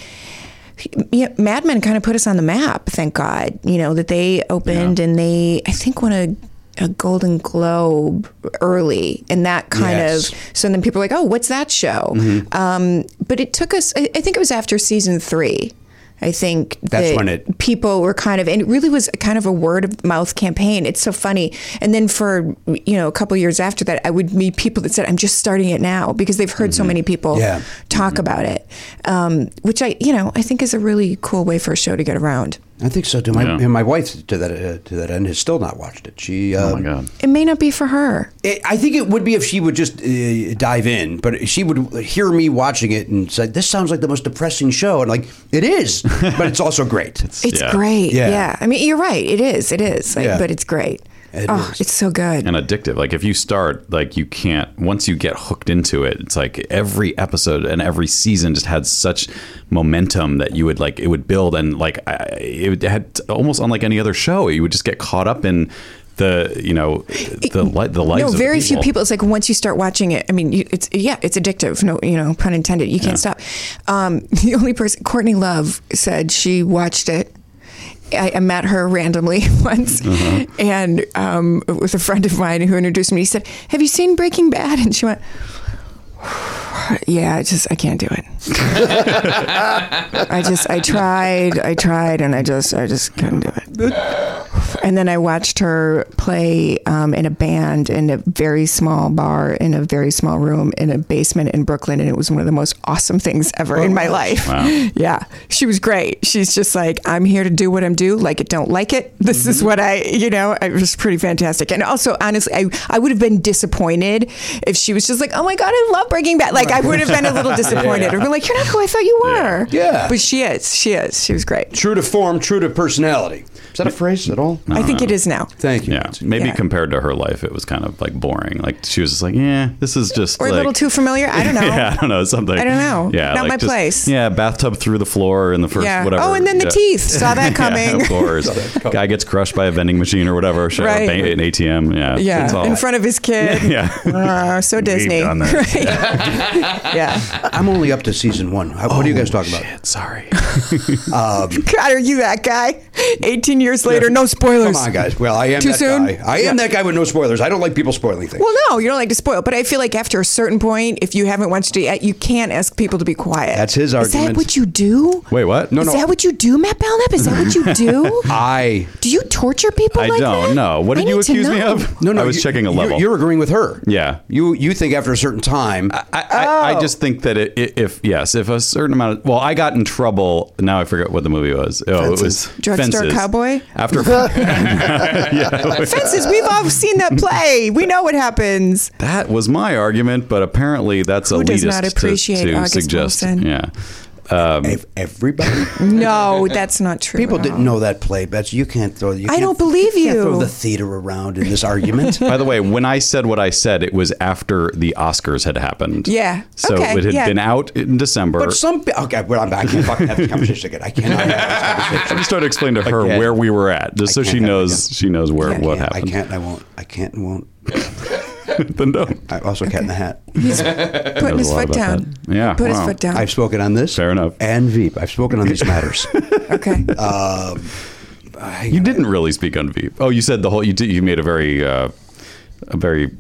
Speaker 9: yeah, Mad Men kind of put us on the map, thank God, you know, that they opened and they, I think, won a, a Golden Globe early. And that kind
Speaker 2: Yes. Mm-hmm.
Speaker 9: of, so then people were like, oh, what's that show? Um, but it took us, I, I think it was after season three. I think
Speaker 2: That's
Speaker 9: that
Speaker 2: when it-
Speaker 9: people were kind of and it really was kind of a word of mouth campaign it's so funny and then for you know a couple years after that i would meet people that said i'm just starting it now because they've heard so many people
Speaker 2: Mm-hmm. Yeah. Mm-hmm.
Speaker 9: talk about it um, which i you know i think is a really cool way for a show to get around
Speaker 2: I think so. too. my
Speaker 1: Yeah.
Speaker 2: and my wife to that uh, to that end has still not watched it. She um,
Speaker 1: Oh my god.
Speaker 9: it may not be for her
Speaker 2: It, I think it would be if she would just uh, dive in, but she would hear me watching it and say, "This sounds like the most depressing show," and like it is, but it's also great.
Speaker 9: it's
Speaker 1: Yeah.
Speaker 9: great
Speaker 2: Yeah.
Speaker 9: yeah. i mean you're right it is it is like,
Speaker 2: Yeah.
Speaker 9: but it's great
Speaker 2: It
Speaker 9: oh
Speaker 2: is.
Speaker 9: it's so good
Speaker 1: and addictive. Like if you start, like you can't. Once you get hooked into it, it's like every episode and every season just had such momentum that you would like it would build and like I, it had almost unlike any other show. You would just get caught up in the you know the li- the lives.
Speaker 9: no,
Speaker 1: of
Speaker 9: very
Speaker 1: the
Speaker 9: few people. It's like once you start watching it, I mean, you, it's yeah, it's addictive. No, you know, pun intended. You can't stop. Um, the only person, Courtney Love, said she watched it. I, I met her randomly once,
Speaker 1: Uh-huh.
Speaker 9: and um, with a friend of mine who introduced me. He said, "Have you seen Breaking Bad?" And she went. Yeah, I just I can't do it. I just I tried, I tried, and I just I just couldn't do it. And then I watched her play um, in a band in a very small bar in a very small room in a basement in Brooklyn, and it was one of the most awesome things ever
Speaker 2: Oh,
Speaker 9: in my life. Yeah, she was great. She's just like, I'm here to do what I'm do. Like it, don't like it. This
Speaker 2: Mm-hmm.
Speaker 9: is what I, you know, it was pretty fantastic. And also, honestly, I I would have been disappointed if she was just like, oh my god, I love Breaking Bad. Like I would have been a little disappointed. I'd been like, you're not who I thought you were.
Speaker 2: Yeah.
Speaker 9: but she is. She is. She was great.
Speaker 2: True to form, true to personality. Is that a phrase at all?
Speaker 9: I
Speaker 1: Uh-huh.
Speaker 9: think it is now.
Speaker 2: Thank you.
Speaker 1: Yeah, maybe
Speaker 9: Yeah.
Speaker 1: compared to her life, it was kind of like boring. Like she was just like, yeah, this is just
Speaker 9: Or
Speaker 1: like,
Speaker 9: a little too familiar. I don't know.
Speaker 1: Yeah, I don't know something.
Speaker 9: I don't know.
Speaker 1: Yeah,
Speaker 9: Not
Speaker 1: like
Speaker 9: my
Speaker 1: just-
Speaker 9: place.
Speaker 1: Yeah, bathtub through the floor in the first
Speaker 9: Yeah.
Speaker 1: whatever.
Speaker 9: Oh, and then the
Speaker 1: Yeah.
Speaker 9: teeth. Saw that coming.
Speaker 1: Yeah, of course. Guy gets crushed by a vending machine or whatever. Sure,
Speaker 9: Right.
Speaker 1: right. An ATM. Yeah. It's
Speaker 9: Yeah,
Speaker 1: all-
Speaker 9: in front of his kid.
Speaker 1: Yeah.
Speaker 9: Uh, so Disney.
Speaker 1: done that.
Speaker 9: Right? yeah.
Speaker 2: I'm only up to season one. How-
Speaker 1: Oh,
Speaker 2: What are you guys talking about?
Speaker 1: Sorry.
Speaker 9: God, are you that guy? 18 years later, no spoilers.
Speaker 2: Come on, guys. Well, I am
Speaker 9: Too
Speaker 2: that
Speaker 9: soon?
Speaker 2: guy. I am that guy with no spoilers. I don't like people spoiling things.
Speaker 9: Well, no, you don't like to spoil, but I feel like after a certain point, if you haven't watched it yet, you can't ask people to be quiet.
Speaker 2: That's his
Speaker 9: Is
Speaker 2: argument.
Speaker 9: that what you do?
Speaker 1: Wait, what? No,
Speaker 9: Is
Speaker 2: no.
Speaker 9: that what you do, Matt Belknap? Is that what you do?
Speaker 2: I
Speaker 9: do you torture people
Speaker 1: I
Speaker 9: like
Speaker 1: don't
Speaker 9: that?
Speaker 1: know. What
Speaker 9: I
Speaker 1: did you
Speaker 9: need to
Speaker 1: accuse me
Speaker 9: know.
Speaker 1: of?
Speaker 2: no no.
Speaker 1: I was
Speaker 2: you-
Speaker 1: checking a
Speaker 2: you're-
Speaker 1: level.
Speaker 2: You're, agreeing with her.
Speaker 1: Yeah.
Speaker 2: You you think after a certain time?
Speaker 1: I, I, I just think that it, i if yes, if a certain amount of well, I got in trouble. Now I forget what the movie was. Oh, it was
Speaker 5: Fences.
Speaker 9: Drugstore
Speaker 1: Fences.
Speaker 9: Cowboy?
Speaker 1: After
Speaker 9: Fences, we've all seen that play. We know what happens.
Speaker 1: that was my argument, but apparently that's
Speaker 9: Who
Speaker 1: elitist
Speaker 9: does not
Speaker 1: to-
Speaker 9: appreciate
Speaker 1: to,
Speaker 9: August
Speaker 1: suggest.
Speaker 9: Wilson?
Speaker 1: Yeah.
Speaker 2: Ev- everybody.
Speaker 9: No, that's not true.
Speaker 2: People
Speaker 9: at
Speaker 2: didn't
Speaker 9: all.
Speaker 2: know that play, Betsy. You can't throw. You
Speaker 9: I
Speaker 2: can't-
Speaker 9: don't believe
Speaker 2: Can't throw
Speaker 9: you.
Speaker 2: the theater around in this argument.
Speaker 1: By the way, when I said what I said, it was after the Oscars had happened.
Speaker 9: Yeah.
Speaker 1: So
Speaker 9: Okay,
Speaker 1: it had
Speaker 9: yeah.
Speaker 1: been out in December.
Speaker 2: but some. pe- Okay, well, I'm, I can't fucking have this conversation again. I cannot. Have this conversation.
Speaker 1: I'm just trying to explain to her
Speaker 2: Okay.
Speaker 1: where we were at, just so
Speaker 2: can't
Speaker 1: she
Speaker 2: have it
Speaker 1: knows
Speaker 2: again.
Speaker 1: she knows where
Speaker 9: Yeah,
Speaker 1: what
Speaker 9: yeah,
Speaker 2: I
Speaker 1: happened.
Speaker 2: can't. I won't. I can't. and Won't.
Speaker 1: Then no.
Speaker 2: I also cat in the hat.
Speaker 9: He's putting
Speaker 1: Knows
Speaker 9: his
Speaker 1: a lot
Speaker 9: foot
Speaker 1: about
Speaker 9: down.
Speaker 1: that. Yeah,
Speaker 9: Put his
Speaker 1: wow.
Speaker 9: foot down.
Speaker 2: I've spoken on this.
Speaker 1: Fair enough.
Speaker 2: And Veep. I've spoken on these matters.
Speaker 9: okay.
Speaker 2: um, I-
Speaker 1: You didn't really speak on Veep. Oh, you said the whole. You did, you made a very, uh, a very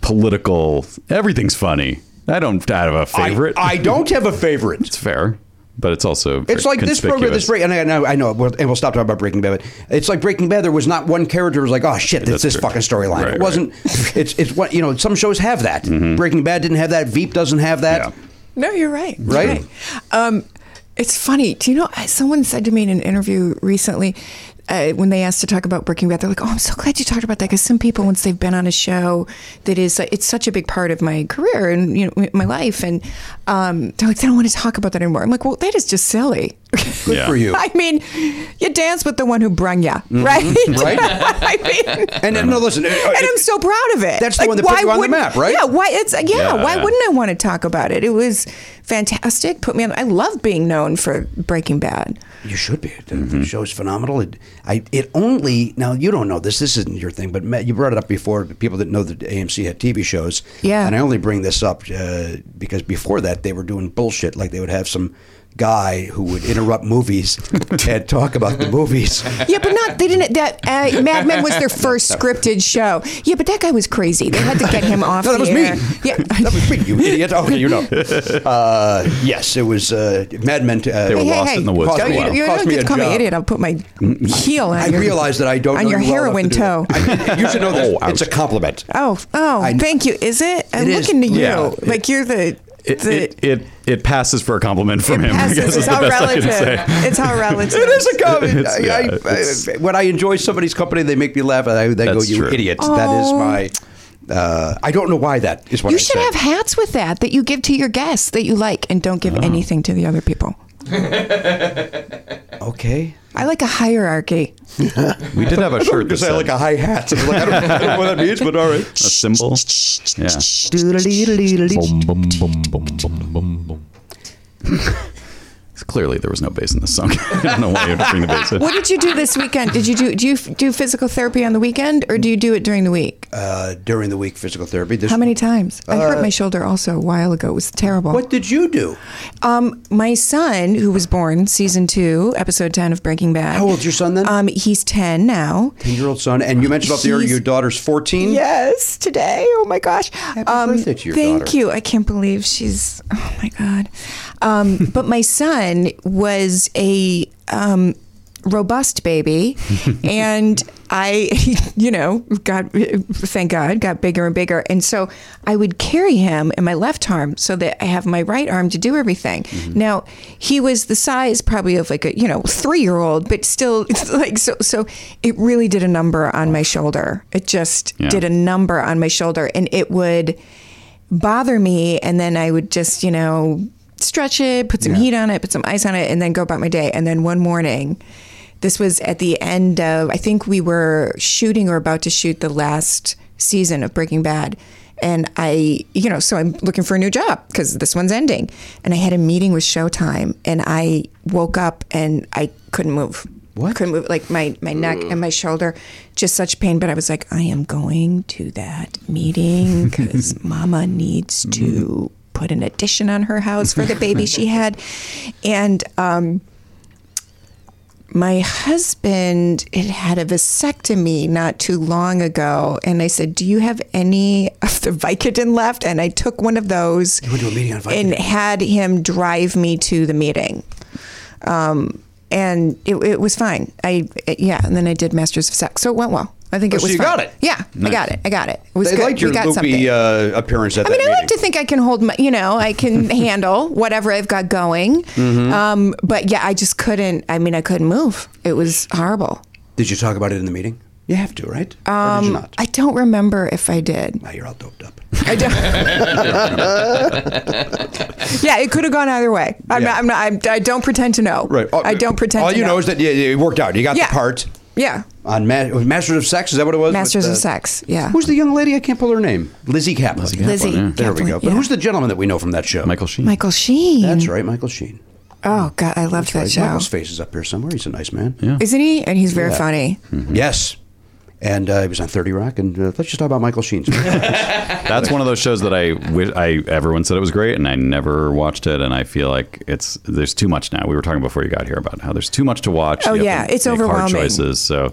Speaker 1: political. Everything's funny. I don't have a
Speaker 2: I-
Speaker 1: favorite.
Speaker 2: I, don't have a favorite.
Speaker 1: It's fair, but it's also
Speaker 2: It's
Speaker 1: very
Speaker 2: like this program,
Speaker 1: conspicuous.
Speaker 2: this break, and I, and I I know, we'll- and we'll stop talking about Breaking Bad. But it's like Breaking Bad. There was not one character who was like, "Oh shit, it's
Speaker 1: That's
Speaker 2: this
Speaker 1: true.
Speaker 2: fucking storyline."
Speaker 1: Right, Mm-hmm.
Speaker 2: it wasn't. It's it's what you know. Some shows have that. Breaking Bad didn't have that. Veep doesn't have that.
Speaker 1: Yeah.
Speaker 9: No, you're right. You're
Speaker 2: Right?
Speaker 9: Um, it's funny. Do you know? Someone said to me in an interview recently, uh, when they asked to talk about Breaking Bad, they're like, "Oh, I'm so glad you talked about that." Because some people, once they've been on a show that is, uh, it's such a big part of my career and you know my life, and um, they're like, "They don't want to talk about that anymore." I'm like, "Well, that is just silly."
Speaker 2: Good
Speaker 1: Yeah.
Speaker 2: for you. Mm-hmm.
Speaker 9: I mean, you dance with the one who brung you, right?
Speaker 2: Right.
Speaker 9: I mean,
Speaker 2: and then, no,
Speaker 1: Uh,
Speaker 2: listen.
Speaker 9: and I'm so proud of it.
Speaker 2: Uh, That's the one that put
Speaker 9: why
Speaker 2: you on the
Speaker 9: wouldn't-
Speaker 2: map, right?
Speaker 9: Yeah. Why? It's yeah.
Speaker 1: Yeah.
Speaker 9: Why wouldn't I want to talk about it? It was fantastic. Put me on. I love being known for Breaking Bad.
Speaker 2: You should be. The,
Speaker 1: Mm-hmm.
Speaker 2: the show's phenomenal. It, I, it only now you don't know this. This isn't your thing, but Matt, you brought it up before. People that know that AMC had TV shows.
Speaker 9: Yeah.
Speaker 2: And I only bring this up uh, because before that they were doing bullshit. Like they would have some guy who would interrupt movies and talk about the movies.
Speaker 9: Yeah, but not they didn't. That uh, Mad Men was their first scripted show. Yeah, but that guy was crazy. They had to get him off.
Speaker 2: No, that
Speaker 9: the
Speaker 2: was
Speaker 9: air.
Speaker 2: me.
Speaker 9: Yeah.
Speaker 2: That was me, you idiot. Okay, you know. Uh, yes, it was uh, Mad Men. Uh,
Speaker 1: They were
Speaker 9: Hey, hey,
Speaker 1: lost
Speaker 9: hey.
Speaker 1: in the woods
Speaker 9: You-
Speaker 1: for a
Speaker 9: you-
Speaker 1: while.
Speaker 9: You
Speaker 2: Cost
Speaker 9: don't
Speaker 2: me
Speaker 9: get
Speaker 2: a
Speaker 9: to call me
Speaker 2: job.
Speaker 9: idiot. I'll put my heel on
Speaker 2: I
Speaker 9: your,
Speaker 2: realize that I don't
Speaker 9: on
Speaker 2: know
Speaker 9: your
Speaker 2: you well enough to
Speaker 9: heroin
Speaker 2: do
Speaker 9: toe.
Speaker 2: that. I- you should know that. it's a compliment.
Speaker 9: Oh, oh,
Speaker 2: I-
Speaker 9: thank you. Is it?
Speaker 2: It
Speaker 9: I'm
Speaker 2: is.
Speaker 9: looking to you.
Speaker 1: Yeah.
Speaker 9: Like you're the.
Speaker 1: It,
Speaker 9: the
Speaker 1: it, it it passes for a compliment from him. I
Speaker 9: passes.
Speaker 1: guess is
Speaker 9: it's
Speaker 1: the
Speaker 9: all
Speaker 1: best
Speaker 9: relative.
Speaker 1: I can say.
Speaker 9: It's all relative.
Speaker 2: It is a compliment.
Speaker 1: It's- yeah,
Speaker 2: I- I-
Speaker 1: it's-
Speaker 2: I- when I enjoy somebody's company, they make me laugh. and I, they go,
Speaker 1: That's
Speaker 2: "You
Speaker 1: true.
Speaker 2: idiot!" That is my. Uh, I don't know why that is what
Speaker 9: You
Speaker 2: I
Speaker 9: should
Speaker 2: say.
Speaker 9: have hats with that that you give to your guests that you like and don't give anything to the other people.
Speaker 2: Okay.
Speaker 9: I like a hierarchy.
Speaker 1: We did have a shirt that
Speaker 2: Because I
Speaker 1: said
Speaker 2: like a high hat. I'm like, I, don't, I don't know what that means, but all right.
Speaker 1: a symbol. Yeah.
Speaker 7: Boom, boom, boom, boom, boom, boom, boom.
Speaker 1: Clearly, there was no bass in this song. I don't know why you would bring the bass in.
Speaker 9: What did you do this weekend? Did you do do you f- do physical therapy on the weekend or do you do it during the week?
Speaker 2: Uh, during the week, physical therapy. This,
Speaker 9: How many times? I hurt my shoulder also a while ago. It was terrible.
Speaker 2: What did you do?
Speaker 9: Um, my son, who was born season two, episode ten of Breaking Bad.
Speaker 2: How old's your son then?
Speaker 9: Um, he's ten now.
Speaker 2: Ten-year-old son, and you mentioned up there
Speaker 9: He's-
Speaker 2: your daughter's fourteen.
Speaker 9: Yes, today. Oh my gosh. Happy
Speaker 2: birthday to your
Speaker 9: Thank
Speaker 2: daughter.
Speaker 9: you. I can't believe she's. Oh my god. Um, but my son was a um, robust baby, and I, you know, got thank God got bigger and bigger, and so I would carry him in my left arm so that I have my right arm to do everything. Now he was the size probably of like a you know three year old, but still like so so it really did a number on my shoulder. It just
Speaker 1: Yeah.
Speaker 9: did a number on my shoulder and it would bother me and then I would just, you know, stretch it, put some heat on it, put some ice on it and then go about my day. And then one morning, this was at the end of I think we were shooting or about to shoot the last season of Breaking Bad. And I, you know, so I'm looking for a new job because this one's ending. And I had a meeting with Showtime and I woke up and I couldn't move. What? Couldn't move. Like my, my neck and my shoulder, just such pain. But I was like, I am going to that meeting because mama needs to put an addition on her house for the baby she had. And, um, my husband had had a vasectomy not too long ago, and I said, "Do you have any of the Vicodin left?" And I took one of those
Speaker 2: went to a meeting on Vicodin.
Speaker 9: and had him drive me to the meeting. Um, and it, it was fine. I yeah, and then I did Masters of Sex, so it went well. I think
Speaker 2: Oh,
Speaker 9: it
Speaker 2: so
Speaker 9: was.
Speaker 2: you
Speaker 9: fine.
Speaker 2: got it.
Speaker 9: Yeah, I got it. I got it. It was
Speaker 2: They
Speaker 9: good.
Speaker 2: liked your
Speaker 9: we got
Speaker 2: loopy
Speaker 9: something.
Speaker 2: uh, appearance at
Speaker 9: I
Speaker 2: that
Speaker 9: mean, I
Speaker 2: meeting.
Speaker 9: like to think I can hold my, you know, I can handle whatever I've got going.
Speaker 2: Mm-hmm.
Speaker 9: Um, but yeah, I just couldn't. I mean, I couldn't move. It was horrible.
Speaker 2: Did you talk about it in the meeting? You have to, right? or did you not?
Speaker 9: Um, I don't remember if I did.
Speaker 2: now you're all doped up.
Speaker 9: I don't. yeah, it could have gone either way. I'm
Speaker 2: Yeah.
Speaker 9: not, I'm not, I'm, I don't pretend to know.
Speaker 2: Right. Oh,
Speaker 9: I don't pretend
Speaker 2: All
Speaker 9: to
Speaker 2: you
Speaker 9: know.
Speaker 2: know is that yeah, yeah, it worked out. You got
Speaker 9: Yeah.
Speaker 2: the part
Speaker 9: Yeah.
Speaker 2: on Ma- was Masters of Sex. Is that what it was?
Speaker 9: Masters
Speaker 2: With,
Speaker 9: of
Speaker 2: uh,
Speaker 9: Sex. Yeah.
Speaker 2: Who's the young lady? I can't pull her name. Lizzie Kaplan.
Speaker 9: Lizzie yeah.
Speaker 2: There we
Speaker 9: Kaplan,
Speaker 2: go. But
Speaker 9: yeah.
Speaker 2: who's the gentleman that we know from that show?
Speaker 1: Michael Sheen.
Speaker 9: Michael Sheen?
Speaker 2: That's right, Michael Sheen.
Speaker 9: Oh God, I love that
Speaker 2: Right.
Speaker 9: show.
Speaker 2: Michael's face is up here somewhere. He's a nice man.
Speaker 9: Isn't he? And he's very
Speaker 2: Yeah.
Speaker 9: funny.
Speaker 1: Mm-hmm.
Speaker 2: Yes. And uh, he was on 30 Rock. And uh, let's just talk about Michael Sheen.
Speaker 1: That's one of those shows that I wish I everyone said it was great, and I never watched it. And I feel like it's there's too much now. We were talking before you got here about how there's too much to watch.
Speaker 9: Oh,
Speaker 1: You have
Speaker 9: yeah,
Speaker 1: to
Speaker 9: it's
Speaker 1: make hard
Speaker 9: overwhelming.
Speaker 1: choices, so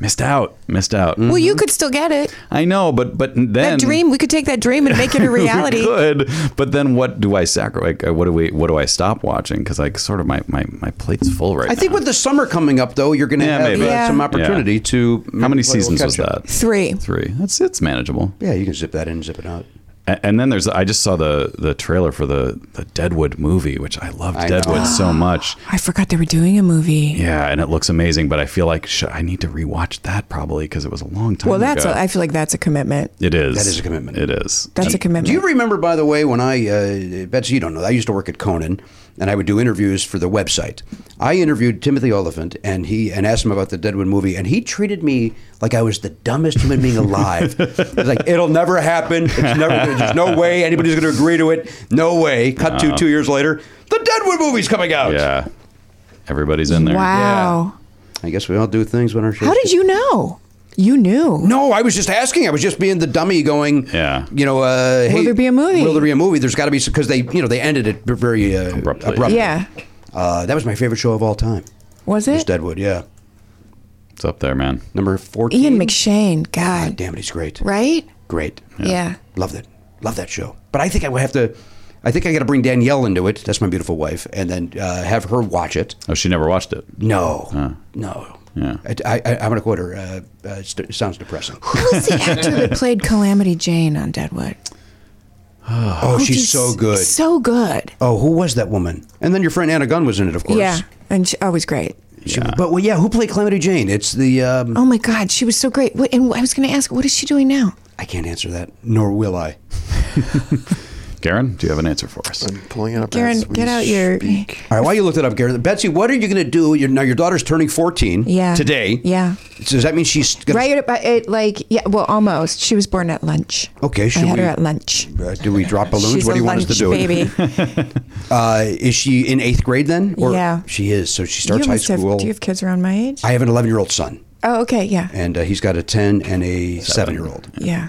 Speaker 1: missed out, missed out.
Speaker 9: Well,
Speaker 2: Mm-hmm.
Speaker 9: you could still get it.
Speaker 1: I know, but but then
Speaker 9: that dream, we could take that dream and make it a reality.
Speaker 1: We could, but then what do I sacrifice? What do we? What do I stop watching? Because like sort of my, my my plate's full right
Speaker 2: I think
Speaker 1: now.
Speaker 2: with the summer coming up, though, you're going to
Speaker 1: Yeah,
Speaker 2: have
Speaker 1: maybe.
Speaker 2: uh,
Speaker 9: Yeah.
Speaker 2: some opportunity
Speaker 1: Yeah.
Speaker 2: to.
Speaker 1: how many
Speaker 2: Well,
Speaker 1: seasons
Speaker 2: catch
Speaker 1: was
Speaker 2: up.
Speaker 1: that?
Speaker 9: Three.
Speaker 1: Three. That's it's manageable.
Speaker 2: Yeah, you can zip that in and zip it out.
Speaker 1: A- And then there's I just saw the the trailer for the the Deadwood movie, which I loved
Speaker 2: I know.
Speaker 1: Deadwood so much.
Speaker 9: I forgot they were doing a movie.
Speaker 1: Yeah, and it looks amazing, but I feel like sh- I need to rewatch that probably because it was a long time.
Speaker 2: Oh
Speaker 9: Well, that's
Speaker 1: ago.
Speaker 9: a, I feel like that's a commitment.
Speaker 1: it is
Speaker 2: That is a commitment.
Speaker 1: It is.
Speaker 9: That's a commitment.
Speaker 2: Do you remember, by the way, when I, uh, Betsy, you don't know, I used to work at Conan and I would do interviews for the website. I interviewed Timothy Oliphant and he and asked him about the Deadwood movie, and he treated me like I was the dumbest human being alive. He's like, it'll never happen. It's never, there's no way anybody's going to agree to it. No way. Cut to two years later, the Deadwood movie's coming out.
Speaker 1: Yeah, everybody's in there.
Speaker 9: wow.
Speaker 2: I guess we all do things when our
Speaker 9: How did you know? You knew.
Speaker 2: No, I was just asking. I was just being the dummy, going,
Speaker 1: Yeah.
Speaker 2: you know, uh, hey,
Speaker 9: there be a movie?
Speaker 2: Will there be a movie? There's got to be because they, you know, they ended it b- very uh,
Speaker 1: Abruptly.
Speaker 2: abruptly.
Speaker 9: Yeah.
Speaker 2: uh, that was my favorite show of all time.
Speaker 9: Was
Speaker 2: It was
Speaker 9: it?
Speaker 2: Deadwood. Yeah,
Speaker 1: It's up there, man.
Speaker 2: number fourteen.
Speaker 9: Ian McShane. God.
Speaker 2: God damn it, he's great.
Speaker 9: Right?
Speaker 2: Great.
Speaker 9: Yeah.
Speaker 2: Loved it. Love that show. But I think I would have to. I think I got to bring Danielle into it. That's my beautiful wife, and then uh, have her watch it.
Speaker 1: Oh, she never watched it.
Speaker 2: No, no.
Speaker 1: Yeah.
Speaker 2: I, I, I- I'm gonna quote her. Uh, uh, it st- sounds depressing.
Speaker 9: Who was the actor that played Calamity Jane on Deadwood?
Speaker 2: Oh, she's so good.
Speaker 9: So good.
Speaker 2: Oh, who was that woman? And then your friend Anna Gunn was in it, of course.
Speaker 9: Yeah. And she always great.
Speaker 2: She- But well, yeah, who played Calamity Jane? It's the um,
Speaker 9: Oh my God, she was so great. What, and I was going to ask, what is she doing now?
Speaker 2: I can't answer that, nor will I.
Speaker 1: Garen, do you have an answer for us?
Speaker 5: I'm pulling it up.
Speaker 9: Karen,
Speaker 5: as we
Speaker 9: get out your.
Speaker 5: speak.
Speaker 2: All right, while you looked it up, Garrett, Betsy, what are you going to do? Your, now your daughter's turning fourteen.
Speaker 9: Yeah.
Speaker 2: Today.
Speaker 9: Yeah.
Speaker 2: So does that mean she's gonna,
Speaker 9: Right at about it, like yeah, well, almost. She was born at lunch.
Speaker 2: Okay,
Speaker 9: I
Speaker 2: should
Speaker 9: had
Speaker 2: we-
Speaker 9: her at lunch.
Speaker 2: Uh, do we drop balloons?
Speaker 9: She's
Speaker 2: what
Speaker 9: a
Speaker 2: do you want
Speaker 9: lunch
Speaker 2: us to do?
Speaker 9: baby.
Speaker 2: Uh, is she in eighth grade then? Or
Speaker 9: Yeah.
Speaker 2: She is. So she starts
Speaker 9: you
Speaker 2: high
Speaker 9: must have-
Speaker 2: school.
Speaker 9: do you have kids around my age?
Speaker 2: I have an eleven-year-old son,
Speaker 9: oh, okay, yeah,
Speaker 2: and uh, he's got a ten and a seven-year-old.
Speaker 9: yeah.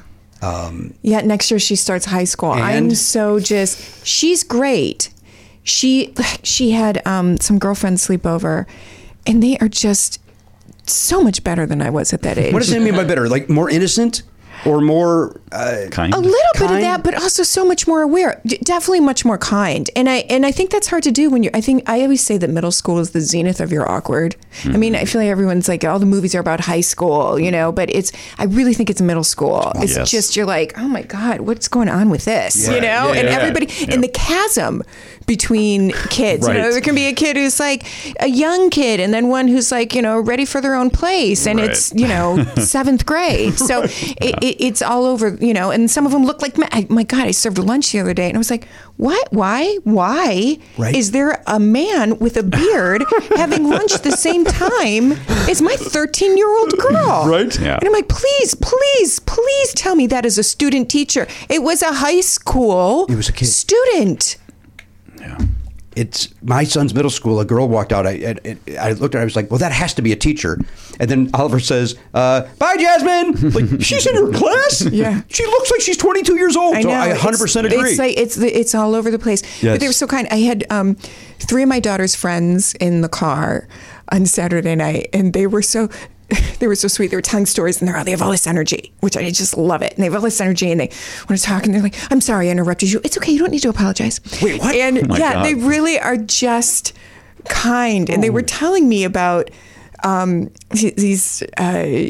Speaker 9: yeah, next year she starts high school. I'm
Speaker 2: um, And?
Speaker 9: so just. She's great. She she had um, some girlfriends sleep over, and they are just so much better than I was at that age.
Speaker 2: What does that mean by better? Like more innocent, or more? Uh,
Speaker 1: Kind.
Speaker 9: a little bit of
Speaker 2: Kind?
Speaker 9: that but also so much more aware D- definitely much more kind and i and i think that's hard to do when you're i think i always say that middle school is the zenith of your awkward i mean
Speaker 1: Hmm.
Speaker 9: i feel like everyone's like all the movies are about high school you know but it's i really think it's middle school it's
Speaker 1: Yes.
Speaker 9: just you're like oh my god what's going on with this you know and everybody and the chasm between kids you know
Speaker 1: Right.
Speaker 9: there can be a kid who's like a young kid and then one who's like you know ready for their own place and
Speaker 1: Right.
Speaker 9: it's you know seventh grade so it, it, it's all over you know and some of them look like ma- I, my god i served lunch the other day and i was like what why why
Speaker 2: Right.
Speaker 9: is there a man with a beard having lunch the same time as my 13 year old girl
Speaker 1: Right? Yeah.
Speaker 9: and i'm like please please please tell me that is a student teacher it was a high school it
Speaker 2: was a kid.
Speaker 9: student
Speaker 2: it's my son's middle school. A girl walked out. I I, I looked at her. I was like, well, that has to be a teacher. And then Oliver says, uh, bye, Jasmine. Like, she's in her class.
Speaker 9: Yeah.
Speaker 2: She looks like she's 22 years old. so I
Speaker 9: it's-
Speaker 2: 100% agree.
Speaker 9: It's like it's the- it's all over the place. But
Speaker 2: Yes.
Speaker 9: they were so kind. I had um, three of my daughter's friends in the car on Saturday night, and they were so. They were so sweet. They were telling stories, and they're all, they have all this energy, which I just love it. And they have all this energy, and they want to talk, and they're like, "I'm sorry, I interrupted you. It's okay. You don't need to apologize."
Speaker 2: Wait, what?
Speaker 9: And
Speaker 1: Oh my
Speaker 9: yeah,
Speaker 1: God. Oh.
Speaker 9: they really are just kind, and they were telling me about um, th- these uh,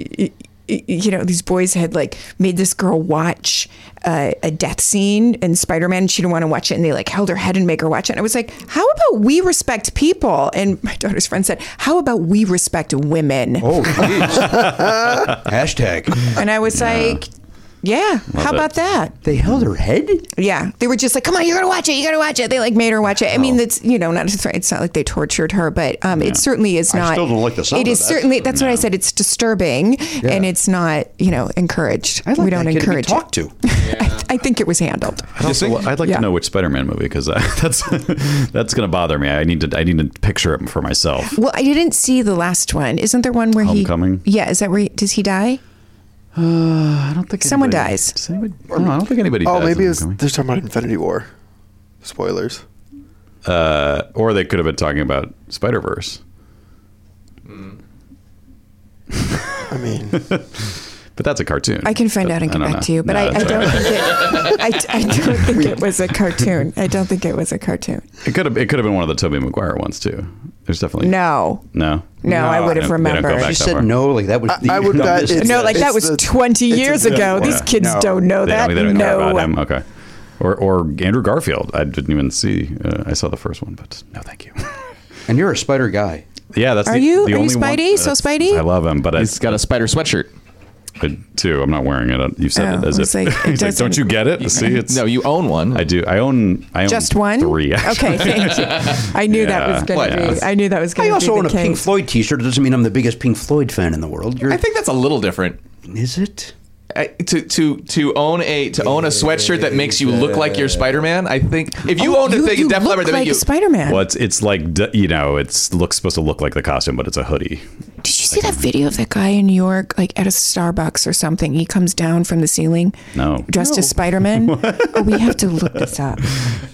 Speaker 9: you know, these boys had like made this girl watch uh, a death scene in Spider Man. She didn't want to watch it, and they like held her head and make her watch it. And I was like, "How about we respect people?" And my daughter's friend said, "How about we
Speaker 1: Oh.
Speaker 9: respect women?"
Speaker 2: oh, jeez. Hashtag.
Speaker 9: And I was like, Yeah. How
Speaker 1: it.
Speaker 9: about that?
Speaker 2: They held her head.
Speaker 9: Yeah, they were just like, "Come on, you gotta watch it. You gotta watch it." They like made her watch it. I mean, that's you know, not it's not like they tortured her, but um, it certainly is
Speaker 10: I
Speaker 9: not.
Speaker 10: still don't like the sound
Speaker 9: It
Speaker 10: of
Speaker 9: is
Speaker 10: that.
Speaker 9: certainly that's what I said. It's disturbing, and it's not you know encouraged.
Speaker 2: I'd like
Speaker 9: we don't
Speaker 2: that kid to be
Speaker 9: encourage.
Speaker 2: talked
Speaker 9: it.
Speaker 2: to.
Speaker 9: I, I think it was handled.
Speaker 1: I'd, also- I'd like
Speaker 9: Yeah.
Speaker 1: to know which Spider-Man movie because uh, that's that's gonna bother me. I need to I need to picture it for myself.
Speaker 9: Well, I didn't see the last one. Isn't there one where
Speaker 1: Homecoming?
Speaker 9: he? Yeah, is that where he, does he die?
Speaker 1: I don't think
Speaker 9: Someone
Speaker 1: anybody-
Speaker 9: dies.
Speaker 1: does anybody- no, I don't think anybody.
Speaker 5: Oh,
Speaker 1: dies
Speaker 5: maybe
Speaker 1: in
Speaker 5: it's,
Speaker 1: Homecoming.
Speaker 5: they're talking about Infinity War. Spoilers.
Speaker 1: Uh, or they could have been talking about Spider Verse.
Speaker 5: I mean,
Speaker 1: But that's a cartoon.
Speaker 9: I can find
Speaker 1: But
Speaker 9: out and
Speaker 1: Uh, I don't
Speaker 9: get back
Speaker 1: know.
Speaker 9: to you, but
Speaker 1: No,
Speaker 9: I, I
Speaker 1: that's
Speaker 9: don't
Speaker 1: right.
Speaker 9: think it. I, I don't think it was a cartoon. I don't think it was a cartoon.
Speaker 1: It could have. It could have been one of the Tobey Maguire ones too. There's definitely
Speaker 9: No,
Speaker 1: no,
Speaker 9: no, I would
Speaker 1: they don't- they
Speaker 9: have
Speaker 1: don't go
Speaker 9: remembered.
Speaker 1: back
Speaker 2: She
Speaker 1: that
Speaker 2: said
Speaker 1: far.
Speaker 2: no, like that was.
Speaker 5: I-
Speaker 2: the
Speaker 5: I would bet
Speaker 2: dumbest-
Speaker 5: it's-
Speaker 9: No, like
Speaker 5: It's
Speaker 9: that was
Speaker 5: the-
Speaker 9: 20
Speaker 5: it's
Speaker 9: years
Speaker 5: a-
Speaker 9: ago.
Speaker 5: yeah.
Speaker 9: These kids
Speaker 2: No.
Speaker 9: don't know
Speaker 1: They
Speaker 9: that.
Speaker 1: don't, they don't
Speaker 9: no.
Speaker 1: care about him. Okay. Or, or Andrew Garfield. I didn't even see. Uh, I saw the first one, but no, thank you.
Speaker 2: and you're a spider guy.
Speaker 1: yeah, that's
Speaker 9: Are
Speaker 1: the,
Speaker 9: you-
Speaker 1: the
Speaker 9: are you
Speaker 1: only one-
Speaker 9: Spidey? So
Speaker 1: that's-
Speaker 9: Spidey?
Speaker 1: I love him, but I,
Speaker 6: He's got a spider sweatshirt.
Speaker 1: I do. I'm not wearing it. You said
Speaker 9: Oh,
Speaker 1: it as
Speaker 9: it's
Speaker 1: if.
Speaker 9: like, it
Speaker 1: he's like,
Speaker 9: doesn't-
Speaker 1: don't you get it? See, it's
Speaker 6: No, you own one.
Speaker 1: I do. I own. I own
Speaker 9: Just one?
Speaker 1: Three. Actually.
Speaker 9: Okay, thank you. I knew that was
Speaker 1: Yeah.
Speaker 9: going to
Speaker 1: Well,
Speaker 9: be. I knew that was
Speaker 2: I
Speaker 9: going to be.
Speaker 2: also
Speaker 9: the
Speaker 2: own a
Speaker 9: case.
Speaker 2: Pink Floyd T-shirt. It doesn't mean I'm the biggest Pink Floyd fan in the world. You're,
Speaker 6: I think that's a little different.
Speaker 2: is it?
Speaker 6: I- to to to own a to own a sweatshirt that makes you look like you're Spider Man. I think if Oh, you owned a
Speaker 9: Oh, you,
Speaker 6: thing,
Speaker 9: you
Speaker 6: Def
Speaker 9: look
Speaker 6: Leppard that
Speaker 9: like
Speaker 6: made you.
Speaker 9: Spider Man.
Speaker 1: Well, it's it's like d- you know, it's looks supposed to look like the costume, but it's a hoodie.
Speaker 9: Did you see that video of that guy in New York, like at a Starbucks or something? He comes down from the ceiling
Speaker 1: No,
Speaker 9: dressed as Spider Man. oh, we have to look this up.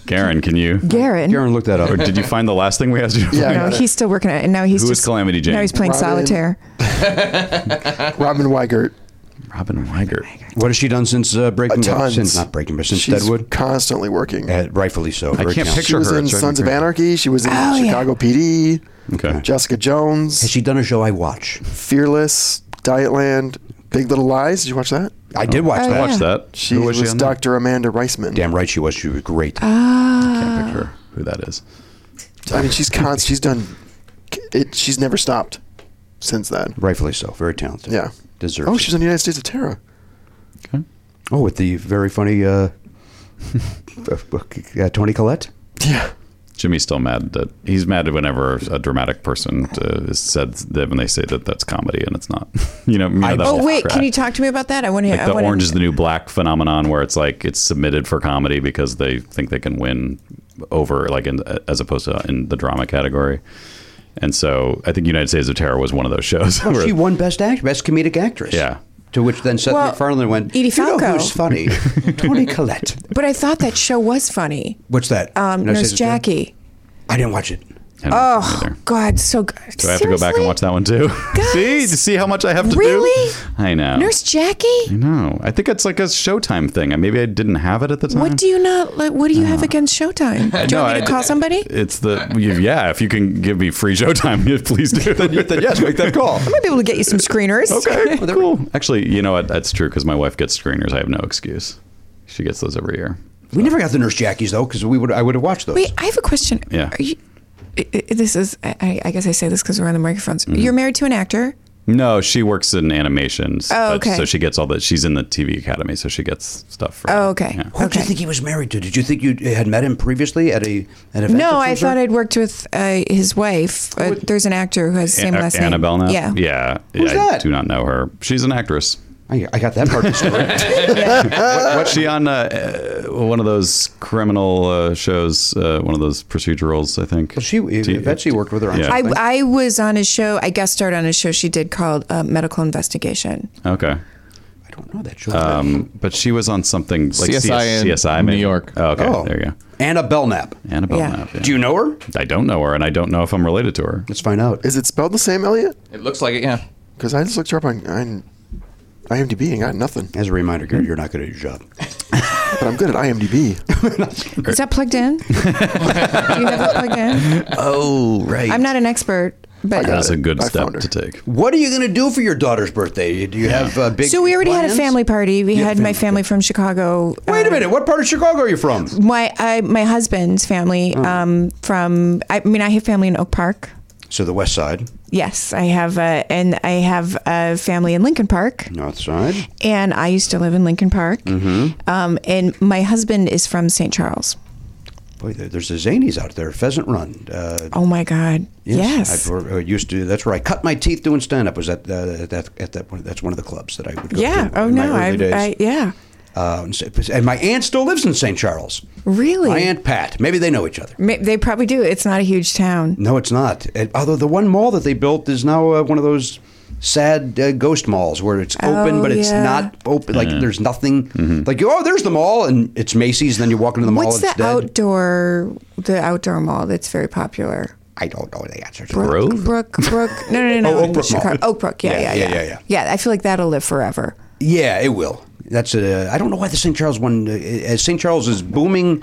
Speaker 1: Karen, can you?
Speaker 9: Garen.
Speaker 2: Aaron, look that
Speaker 1: Or
Speaker 2: up.
Speaker 1: did you find the last thing we asked you?
Speaker 5: Yeah.
Speaker 9: No, he's still working at it. And now he's
Speaker 1: Who is
Speaker 9: just,
Speaker 1: Calamity Jane?
Speaker 9: Now he's playing
Speaker 5: Robin.
Speaker 9: solitaire.
Speaker 5: Robin Weigert.
Speaker 1: Robin Weigert.
Speaker 2: What has she done since uh, Breaking Bad?
Speaker 5: Tons.
Speaker 2: Since not Breaking Bad, since
Speaker 5: She's
Speaker 2: Deadwood.
Speaker 5: constantly working.
Speaker 2: Uh, rightfully so. I
Speaker 1: can't
Speaker 5: She
Speaker 1: picture
Speaker 5: was
Speaker 1: her.
Speaker 5: in
Speaker 1: It's driving
Speaker 5: Sons of
Speaker 1: me crazy.
Speaker 5: Anarchy. She was in
Speaker 9: Oh, yeah.
Speaker 5: Chicago PD.
Speaker 1: Okay.
Speaker 5: Jessica Jones.
Speaker 2: Has she done a show I watch?
Speaker 5: Fearless. Dietland. Big Little Lies. Did you watch that?
Speaker 2: I did watch
Speaker 9: Oh,
Speaker 2: that.
Speaker 1: Watch
Speaker 9: yeah.
Speaker 1: that.
Speaker 5: She
Speaker 1: Who
Speaker 5: was,
Speaker 1: on that?
Speaker 5: Dr. Amanda Reisman.
Speaker 2: Damn right she was. She was great.
Speaker 9: Uh.
Speaker 1: I can't picture who that is.
Speaker 5: I mean, she's con- she's done. It, she's never stopped since then.
Speaker 2: rightfully so. Very talented.
Speaker 5: Yeah.
Speaker 2: Deserves.
Speaker 5: Oh,
Speaker 2: it.
Speaker 5: she's on United States of Terror.
Speaker 2: Oh, with the very funny uh, uh, Tony Collette.
Speaker 5: Yeah.
Speaker 1: Jimmy's still mad that he's mad whenever a dramatic person uh, is said that when they say that that's comedy and it's not. You know, you know
Speaker 2: I-
Speaker 1: that
Speaker 2: Oh,
Speaker 9: Oh,
Speaker 1: whole
Speaker 9: wait.
Speaker 1: crap.
Speaker 9: Can you talk to me about that? I want to.
Speaker 1: Like
Speaker 9: I
Speaker 1: the
Speaker 9: wanna-
Speaker 1: Orange is the New Black phenomenon, where it's like it's submitted for comedy because they think they can win over, like in, as opposed to in the drama category. And so I think United States of Terror was one of those shows.
Speaker 9: Oh,
Speaker 2: Well,
Speaker 1: where-
Speaker 2: she won Best Act, Best Comedic Actress.
Speaker 1: Yeah.
Speaker 2: To which then Seth
Speaker 9: Well,
Speaker 2: MacFarlane went.
Speaker 9: Edie
Speaker 2: you know
Speaker 9: Falco."
Speaker 2: who's funny? Tony Collette.
Speaker 9: But I thought that show was funny.
Speaker 2: What's that?
Speaker 9: Um,
Speaker 2: United
Speaker 9: Nurse
Speaker 2: States of Terror?
Speaker 9: Jackie.
Speaker 2: I didn't watch it.
Speaker 1: I don't know
Speaker 9: Oh
Speaker 1: either.
Speaker 9: God, so good.
Speaker 1: Do I have to go back and watch that one too?
Speaker 9: Guys,
Speaker 1: see, see how much I have to
Speaker 9: really?
Speaker 1: do. I know.
Speaker 9: Nurse Jackie?
Speaker 1: No, I think it's like a Showtime thing. I- Maybe I didn't have it at the time.
Speaker 9: What do you not like? What do you have against Showtime? Do
Speaker 1: No,
Speaker 9: you want me to
Speaker 1: Uh, I-
Speaker 9: call somebody? I'm
Speaker 1: It's the you- yeah. If you can give me free Showtime, please do. then, yes, make that call.
Speaker 9: gonna be able to get you some screeners.
Speaker 1: Okay, cool. Actually, you know what? That's true because my wife gets screeners. I have no excuse. She gets those every year.
Speaker 2: We never got the Nurse Jackies though, because we would I would have watched those.
Speaker 9: Wait, I have a question.
Speaker 1: Yeah.
Speaker 9: Are you, i- i- this is. I- I, I guess I say this because we're on the microphones.
Speaker 1: Mm-hmm.
Speaker 9: You're married to an actor.
Speaker 1: No, she works in animations.
Speaker 9: Oh,
Speaker 1: but-
Speaker 9: okay.
Speaker 1: So she gets all that. She's in the TV Academy, so she gets stuff. For,
Speaker 9: Oh, okay.
Speaker 1: yeah.
Speaker 2: Who did you think he was married to? Did you think you had met him previously at a at an event? of
Speaker 9: No,
Speaker 2: some
Speaker 9: I
Speaker 2: sort?
Speaker 9: thought I'd worked with uh, his wife. Uh, there's an actor who has the same
Speaker 1: A-
Speaker 9: last
Speaker 1: Annabelle
Speaker 9: name.
Speaker 1: now.
Speaker 9: Yeah.
Speaker 1: yeah.
Speaker 2: Who's
Speaker 1: I
Speaker 2: that?
Speaker 1: do not know her. She's an actress.
Speaker 2: I, I got that part of the story.
Speaker 1: What's she on? Uh, uh, one of those criminal uh, shows, uh, one of those procedurals, I think.
Speaker 2: she
Speaker 5: uh,
Speaker 2: uh,
Speaker 1: T-
Speaker 2: Betsy worked with her on.
Speaker 1: Yeah.
Speaker 9: I,
Speaker 2: something.
Speaker 9: I was on a show. I guest starred on a show she did called uh, Medical Investigation.
Speaker 1: Okay.
Speaker 2: I don't know that show.
Speaker 1: Um, but she was on something like
Speaker 6: CSI
Speaker 1: CS-
Speaker 6: in
Speaker 1: CSI,
Speaker 6: New
Speaker 1: maybe?
Speaker 6: York.
Speaker 1: Oh, okay.
Speaker 2: oh,
Speaker 1: There you go.
Speaker 2: Anna Belknap.
Speaker 1: Annabelle.
Speaker 9: Yeah.
Speaker 1: Knapp, yeah.
Speaker 2: Do you know her?
Speaker 1: I don't know her, and I don't know if I'm related to her.
Speaker 2: Let's find out.
Speaker 5: Is it spelled the same, Elliot?
Speaker 6: It looks like it. Yeah.
Speaker 5: Because I just looked her up on, on IMDb and got nothing.
Speaker 2: As a reminder,
Speaker 1: Hmm.
Speaker 2: Gary, you're not good at your job.
Speaker 5: But I'm good at IMDb.
Speaker 9: Is that plugged in? Do you have it plugged in?
Speaker 2: Oh, right.
Speaker 9: I'm not an expert, but
Speaker 1: That's a good
Speaker 5: I
Speaker 1: step
Speaker 5: found her.
Speaker 1: to take.
Speaker 2: What are you going to do for your daughter's birthday? Do you have uh, big?
Speaker 9: so we already had a
Speaker 2: plans?
Speaker 9: family party. We
Speaker 2: Yeah,
Speaker 9: had my family from Chicago.
Speaker 2: Wait
Speaker 9: uh,
Speaker 2: a minute. What part of Chicago are you from?
Speaker 9: My I, my
Speaker 2: Oh.
Speaker 9: husband's family um, from I mean I have family in Oak Park.
Speaker 2: So the West Side.
Speaker 9: Yes, I have, a, and I have a family in Lincoln Park,
Speaker 2: North side.
Speaker 9: and I used to live in Lincoln Park.
Speaker 2: Mm-hmm.
Speaker 9: Um, and my husband is from St. Charles.
Speaker 2: Boy, there- there's the Zanies out there. Pheasant Run. Uh,
Speaker 9: Oh my God! Yes,
Speaker 2: I've, or- or uh, used to. That's where I cut my teeth doing stand up. Was at, uh, at that at that one, that's one of the clubs that I would go
Speaker 9: yeah.
Speaker 2: to.
Speaker 9: Oh
Speaker 2: in my
Speaker 9: no,
Speaker 2: early
Speaker 9: I,
Speaker 2: days.
Speaker 9: I yeah,
Speaker 2: Uh, and so- and my aunt still lives in St. Charles.
Speaker 9: really.
Speaker 2: My aunt Pat. Maybe they know each other.
Speaker 9: Ma- They probably do. It's not a huge town.
Speaker 2: No, it's not. And although the one mall that they built is now uh, one of those sad uh, ghost malls where it's open,
Speaker 9: Oh,
Speaker 2: but it's
Speaker 9: yeah.
Speaker 2: not open. Like there's nothing. Like oh, there's the mall, and it's Macy's. And then you walk into the mall.
Speaker 9: What's
Speaker 2: it's
Speaker 9: the
Speaker 2: dead.
Speaker 9: outdoor the outdoor mall that's very popular?
Speaker 2: I don't know the answer. to that.
Speaker 1: Grove?
Speaker 9: Brook, Brook. No, no, no.
Speaker 2: Oh, Oak
Speaker 9: in
Speaker 2: Brook Mall.
Speaker 9: Chicago. Oak Brook. Yeah,
Speaker 2: Yeah,
Speaker 9: yeah,
Speaker 2: yeah,
Speaker 9: yeah,
Speaker 2: yeah, yeah.
Speaker 9: I feel like that'll live forever.
Speaker 2: Yeah, it will. That's a. I don't know why the St. Charles one. uh, As St. Charles is booming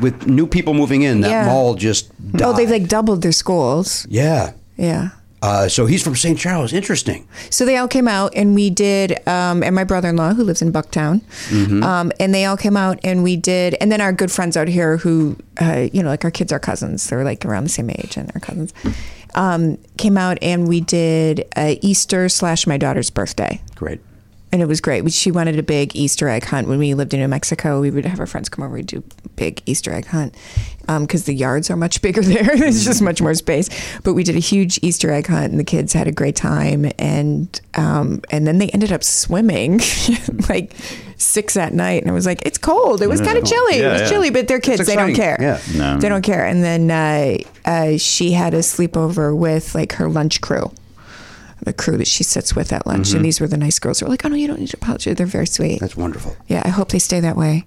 Speaker 2: with new people moving in, that
Speaker 9: Yeah.
Speaker 2: mall just. Died.
Speaker 9: Oh, they've like doubled their schools.
Speaker 2: Yeah.
Speaker 9: Yeah.
Speaker 2: Uh, so he's from St. Charles. Interesting.
Speaker 9: So they all came out and we did, um, and my brother in law who lives in Bucktown,
Speaker 2: Mm-hmm.
Speaker 9: um, and they all came out and we did, and then our good friends out here who, uh, you know, like our kids are cousins, they're like around the same age and our cousins, um, came out and we did uh, Easter slash my daughter's birthday.
Speaker 2: Great.
Speaker 9: And it was great. We- She wanted a big Easter egg hunt. When we lived in New Mexico, we would have our friends come over and do big Easter egg hunt because the yards are much bigger there. There's just much more space. But we did a huge Easter egg hunt, and the kids had a great time. And um, and then they ended up swimming like six at night. And I was like, it's cold. It was kind of chilly.
Speaker 1: Yeah,
Speaker 9: it was
Speaker 1: yeah.
Speaker 9: chilly, but they're kids. They don't
Speaker 2: exciting.
Speaker 9: care.
Speaker 2: Yeah.
Speaker 1: No.
Speaker 9: They don't care. And then uh, uh, she had a sleepover with like her lunch crew the crew that she sits with at lunch. And these were the nice girls who were like, oh, no, you don't need to apologize. They're very sweet.
Speaker 2: Mm-hmm. That's wonderful.
Speaker 9: yeah, I hope they stay that way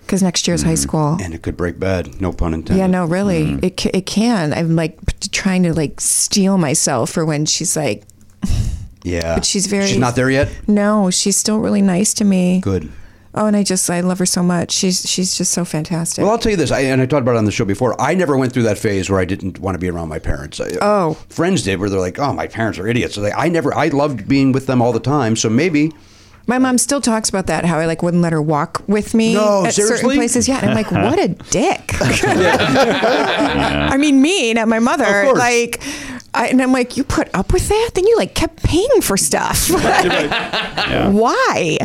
Speaker 9: because next year's
Speaker 2: Mm-hmm.
Speaker 9: high school.
Speaker 2: And it could break bad. No pun intended.
Speaker 9: yeah, no, really.
Speaker 2: Mm-hmm.
Speaker 9: It, ca- it can. I'm like p- trying to like steel myself for when she's like,
Speaker 2: Yeah.
Speaker 9: But she's very-
Speaker 2: She's not there yet.
Speaker 9: no, she's still really nice to me.
Speaker 2: Good.
Speaker 9: Oh, and I just, I love her so much. She's, she's just so fantastic.
Speaker 2: Well, I'll tell you this, I, and I talked about it on the show before. I never went through that phase where I didn't want to be around my parents. I, uh,
Speaker 9: Oh.
Speaker 2: friends did, where they're like, "Oh, my parents are idiots." So they, I never, I loved being with them all the time. So maybe
Speaker 9: My mom still talks about that, how I like wouldn't let her walk with me
Speaker 2: No,
Speaker 9: at certain
Speaker 2: seriously?
Speaker 9: places. Yeah. And I'm like, what a dick. I mean, mean at my mother.
Speaker 2: Of course.
Speaker 9: like, I, and I'm like, you put up with that? Then you like kept paying for stuff. Why?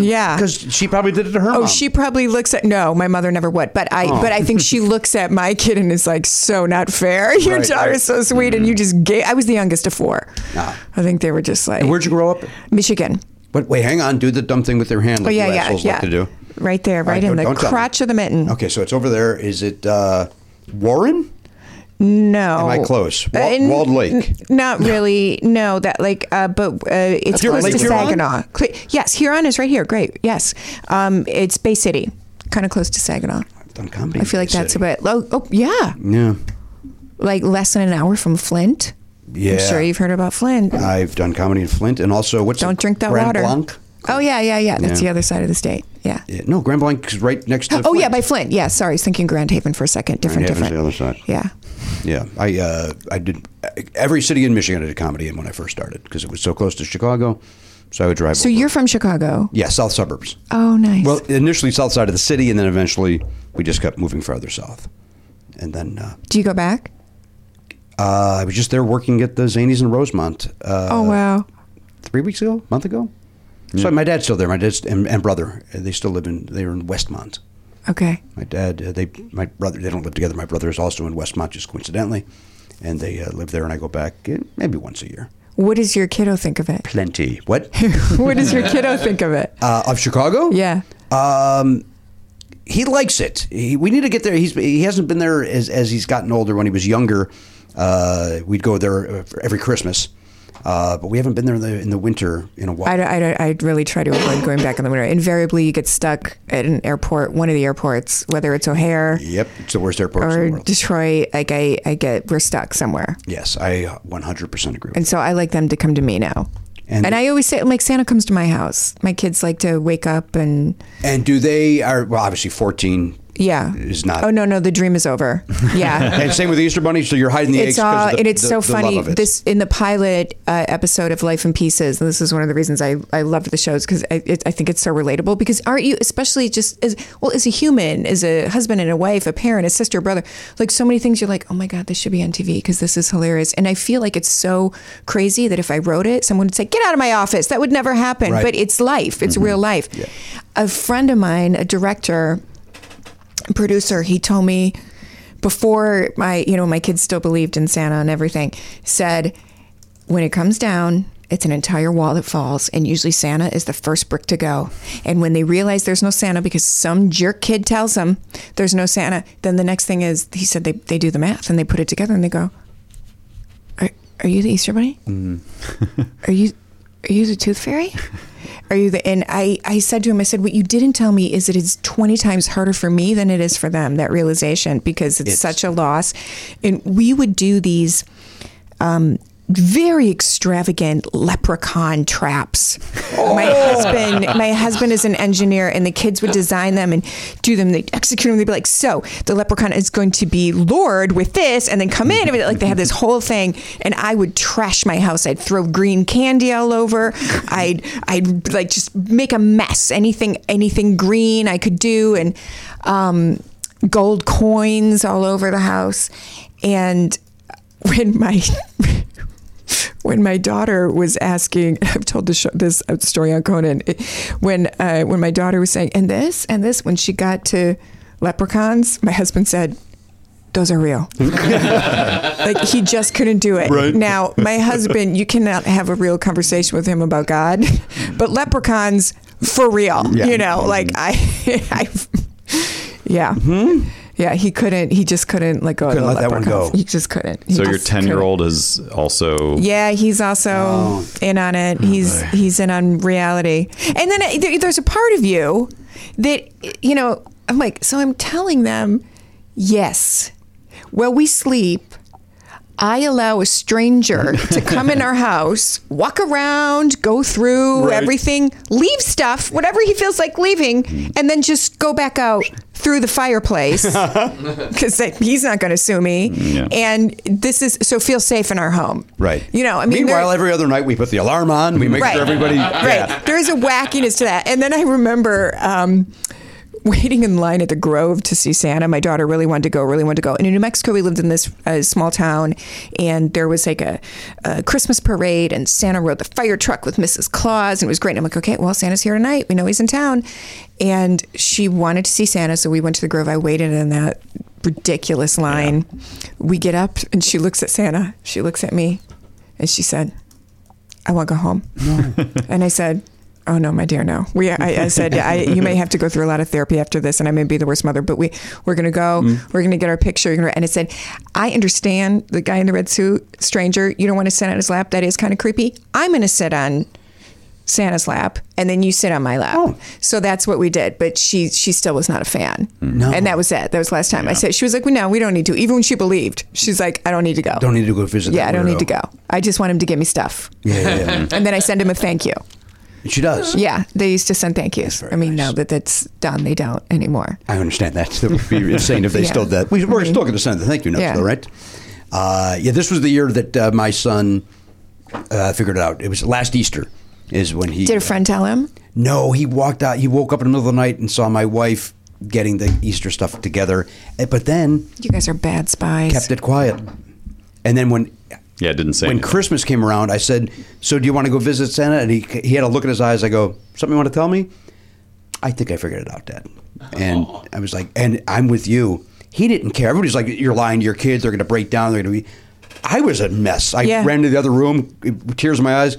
Speaker 9: yeah.
Speaker 2: because uh, she probably did it to her.
Speaker 9: Oh,
Speaker 2: mom.
Speaker 9: she probably looks at no, my mother never would. But I
Speaker 2: Oh.
Speaker 9: but I think she looks at my kid and is like, so not fair. Your
Speaker 2: Right,
Speaker 9: daughter's
Speaker 2: right.
Speaker 9: so sweet
Speaker 2: Mm.
Speaker 9: and you just gave I was the youngest of four.
Speaker 2: Ah.
Speaker 9: I think they were just like
Speaker 2: Where'd you grow up?
Speaker 9: Michigan.
Speaker 2: But wait, hang on. Do the dumb thing with their hand. Like
Speaker 9: Oh yeah,
Speaker 2: you
Speaker 9: yeah,
Speaker 2: assholes
Speaker 9: yeah.
Speaker 2: like to do.
Speaker 9: Right there,
Speaker 2: right,
Speaker 9: right in
Speaker 2: don't-
Speaker 9: the
Speaker 2: don't tell me.
Speaker 9: crotch of the mitten.
Speaker 2: Okay, so it's over there. Is it uh, Warren?
Speaker 9: No, Uh,
Speaker 2: Am I close? Wa-
Speaker 9: n-
Speaker 2: Walled Lake.
Speaker 9: n- not really. No, that like, uh, but uh, it's
Speaker 2: Huron-
Speaker 9: close
Speaker 2: Lake
Speaker 9: to
Speaker 2: Huron?
Speaker 9: Saginaw. Cle- yes, Huron is right here. Great. Yes, um, it's Bay City, kind of close to Saginaw.
Speaker 2: Done comedy.
Speaker 9: I feel
Speaker 2: in
Speaker 9: like
Speaker 2: Bay
Speaker 9: that's
Speaker 2: City.
Speaker 9: about. Oh, oh, yeah,
Speaker 2: Yeah.
Speaker 9: like less than an hour from Flint.
Speaker 2: Yeah.
Speaker 9: I'm sure you've heard about Flint.
Speaker 2: I've done comedy in Flint, and also what's
Speaker 9: Don't
Speaker 2: it,
Speaker 9: drink that
Speaker 2: Grand
Speaker 9: water.
Speaker 2: Blanc?
Speaker 9: Oh yeah, yeah, yeah. That's
Speaker 2: Yeah.
Speaker 9: the other side of the state. Yeah.
Speaker 2: Yeah, no, Grand Blanc is right next to.
Speaker 9: Oh yeah,
Speaker 2: Flint.
Speaker 9: by Flint. Yeah, sorry, I was thinking Grand Haven for a second. Different,
Speaker 2: Haven's
Speaker 9: different.
Speaker 2: the other side.
Speaker 9: Yeah.
Speaker 2: Yeah, I uh, I did every city in Michigan I did comedy in when I first started because it was so close to Chicago, so I would drive.
Speaker 9: So
Speaker 2: over.
Speaker 9: you're from Chicago.
Speaker 2: yeah, south suburbs.
Speaker 9: Oh, nice.
Speaker 2: Well, initially south side of the city, and then eventually we just kept moving farther south, and then uh,
Speaker 9: Do you go back?
Speaker 2: uh, I was just there working at the Zanies in Rosemont uh,
Speaker 9: oh wow.
Speaker 2: three weeks ago, month ago. So my dad's still there. My dad's and, and brother uh, they still live in they were in Westmont.
Speaker 9: Okay.
Speaker 2: My dad, uh, they, my brother, they don't live together. My brother is also in Westmont, just coincidentally, and they uh, live there. And I go back uh, maybe once a year.
Speaker 9: What does your kiddo think of it?
Speaker 2: Plenty. What?
Speaker 9: What does your kiddo think of it?
Speaker 2: uh, of Chicago?
Speaker 9: Yeah.
Speaker 2: Um, he likes it. He, we need to get there. He's he hasn't been there as as he's gotten older. When he was younger, uh, we'd go there uh, for every Christmas, uh, but we haven't been there in the in the winter in a while.
Speaker 9: I, I, I really try to avoid going back in the winter. Invariably, you get stuck at an airport, one of the airports, whether it's O'Hare
Speaker 2: yep, it's the worst airport in the
Speaker 9: or
Speaker 2: world.
Speaker 9: Detroit. Like I, I get we're stuck somewhere,
Speaker 2: yes, I 100 percent agree. With
Speaker 9: and so I like them to come to me now.
Speaker 2: And-
Speaker 9: And, I always say, like Santa comes to my house. My kids like to wake up and
Speaker 2: that. And do they are well? Obviously, 14.
Speaker 9: yeah.
Speaker 2: is not.
Speaker 9: Oh no, no, the dream is over. Yeah.
Speaker 2: And same with the Easter Bunny. So you're hiding the eggs.
Speaker 9: it's
Speaker 2: 'cause
Speaker 9: all
Speaker 2: of the,
Speaker 9: and it's
Speaker 2: the-
Speaker 9: so
Speaker 2: the love
Speaker 9: funny
Speaker 2: of it.
Speaker 9: this in the pilot uh, episode of life in pieces and this is one of the reasons i i loved the shows because I, it, I think it's so relatable because aren't you especially just as well as a human as a husband and a wife a parent a sister a brother like so many things you're like oh my god this should be on tv because this is hilarious and i feel like it's so crazy that if i wrote it someone would say get out of my office that would never happen
Speaker 2: Right. Mm-hmm.
Speaker 9: but it's life it's real life a friend of mine a director producer he told me before my you know my kids still believed in santa and everything said when it comes down it's an entire wall that falls and usually santa is the first brick to go and when they realize there's no santa because some jerk kid tells them there's no santa then the next thing is he said they, they do the math and they put it together and they go are, are you the easter bunny are you are you the tooth fairy are you the and i i said to him i said what you didn't tell me is that it's 20 times harder for me than it is for them that realization because it's, such a loss and we would do these um very extravagant leprechaun traps. My husband, my husband is an engineer, and the kids would design them and do them. They execute them. They'd be like, "So the leprechaun is going to be lured with this, and then come in." And like they had this whole thing, and I would trash my house. I'd throw green candy all over. I'd I'd like just make a mess. Anything anything green I could do, and um, gold coins all over the house, and when my when my daughter was asking, I've told this, show, this uh, story on Conan. It- when uh, when my daughter was saying, and this and this, when she got to leprechauns, my husband said, "Those are real." like he just couldn't do it. Now, my husband, you cannot have a real conversation with him about God, but leprechauns for real. You know, like I, I, yeah. Yeah, he couldn't. He just couldn't let go.
Speaker 2: Mm-hmm. Couldn't
Speaker 9: of
Speaker 2: let
Speaker 9: the
Speaker 2: that one
Speaker 9: leprechauns.
Speaker 2: go.
Speaker 9: He just couldn't. He
Speaker 1: So your
Speaker 9: just
Speaker 1: 10 year old is also.
Speaker 9: yeah, he's also in on it. He's he's in on reality. And then uh, there, there's a part of you that you know. I'm like, so I'm telling them, yes. While we sleep, I allow a stranger to come in our house, walk around, go through everything, leave stuff, whatever he feels like leaving, and then just go back out through the fireplace because he's not going to sue me. And this is so feel safe in our home.
Speaker 2: Right.
Speaker 9: You know, I mean, there-
Speaker 2: meanwhile, every other night we put the alarm on. We make
Speaker 9: Right.
Speaker 2: sure everybody.
Speaker 9: right. There is a wackiness to that. And then I remember um, waiting in line at the Grove to see Santa. My daughter really wanted to go, really wanted to go. And in New Mexico, we lived in this uh, small town, and there was like a, a Christmas parade, and Santa rode the fire truck with Mrs. Claus, and it was great. And I'm like, okay, well, Santa's here tonight. We know he's in town. And she wanted to see Santa, so we went to the Grove. I waited in that ridiculous line. We get up, and she looks at Santa. She looks at me, and she said, I want to go home. and I said, Oh no, my dear, no. We, I, I said, I, you may have to go through a lot of therapy after this, and I may be the worst mother, but we, we're gonna go,
Speaker 2: Mm.
Speaker 9: we're gonna get our picture, you're gonna- and it said, I understand the guy in the red suit, stranger, you don't want to sit on his lap, that is kind of creepy. I'm gonna sit on Santa's lap, and then you sit on my lap. So that's what we did. But she, she still was not a fan,
Speaker 2: Mm.
Speaker 9: and that was it. That was the last time I said. She was like, well, No, we don't need to. Even when she believed, she's like, I don't need to go.
Speaker 2: Don't need to go visit.
Speaker 9: Yeah,
Speaker 2: that
Speaker 9: I don't need
Speaker 2: weirdo.
Speaker 9: to go. I just want him to give me stuff.
Speaker 2: Yeah, yeah,
Speaker 9: And then I send him a thank you.
Speaker 2: yeah. she does.
Speaker 9: Yeah, they used to send thank yous. I mean, now that that's done, they don't anymore.
Speaker 2: I understand that. That would be insane if they
Speaker 9: Yeah. Mm-hmm.
Speaker 2: still did that. We, we're still going to send the thank you notes,
Speaker 9: Yeah.
Speaker 2: though, right? Uh, yeah, this was the year that uh, my son uh, figured it out. It was last Easter is when he
Speaker 9: Did a friend tell him?
Speaker 2: No, he walked out. He woke up in the middle of the night and saw my wife getting the Easter stuff together, eh, but then
Speaker 9: You guys are bad spies.
Speaker 2: kept it quiet. And then when
Speaker 1: Yeah, it didn't say.
Speaker 2: when
Speaker 1: anything.
Speaker 2: Christmas came around, I said, "So do you want to go visit Santa?" And he he had a look in his eyes. I go, "Something you want to tell me?" I think I figured it out, Dad. And I was like, "And I'm with you." He didn't care. Everybody's like, "You're lying to your kids. They're going to break down. They're going to be." I was a mess. I
Speaker 9: Yeah.
Speaker 2: ran to the other room, with tears in my eyes,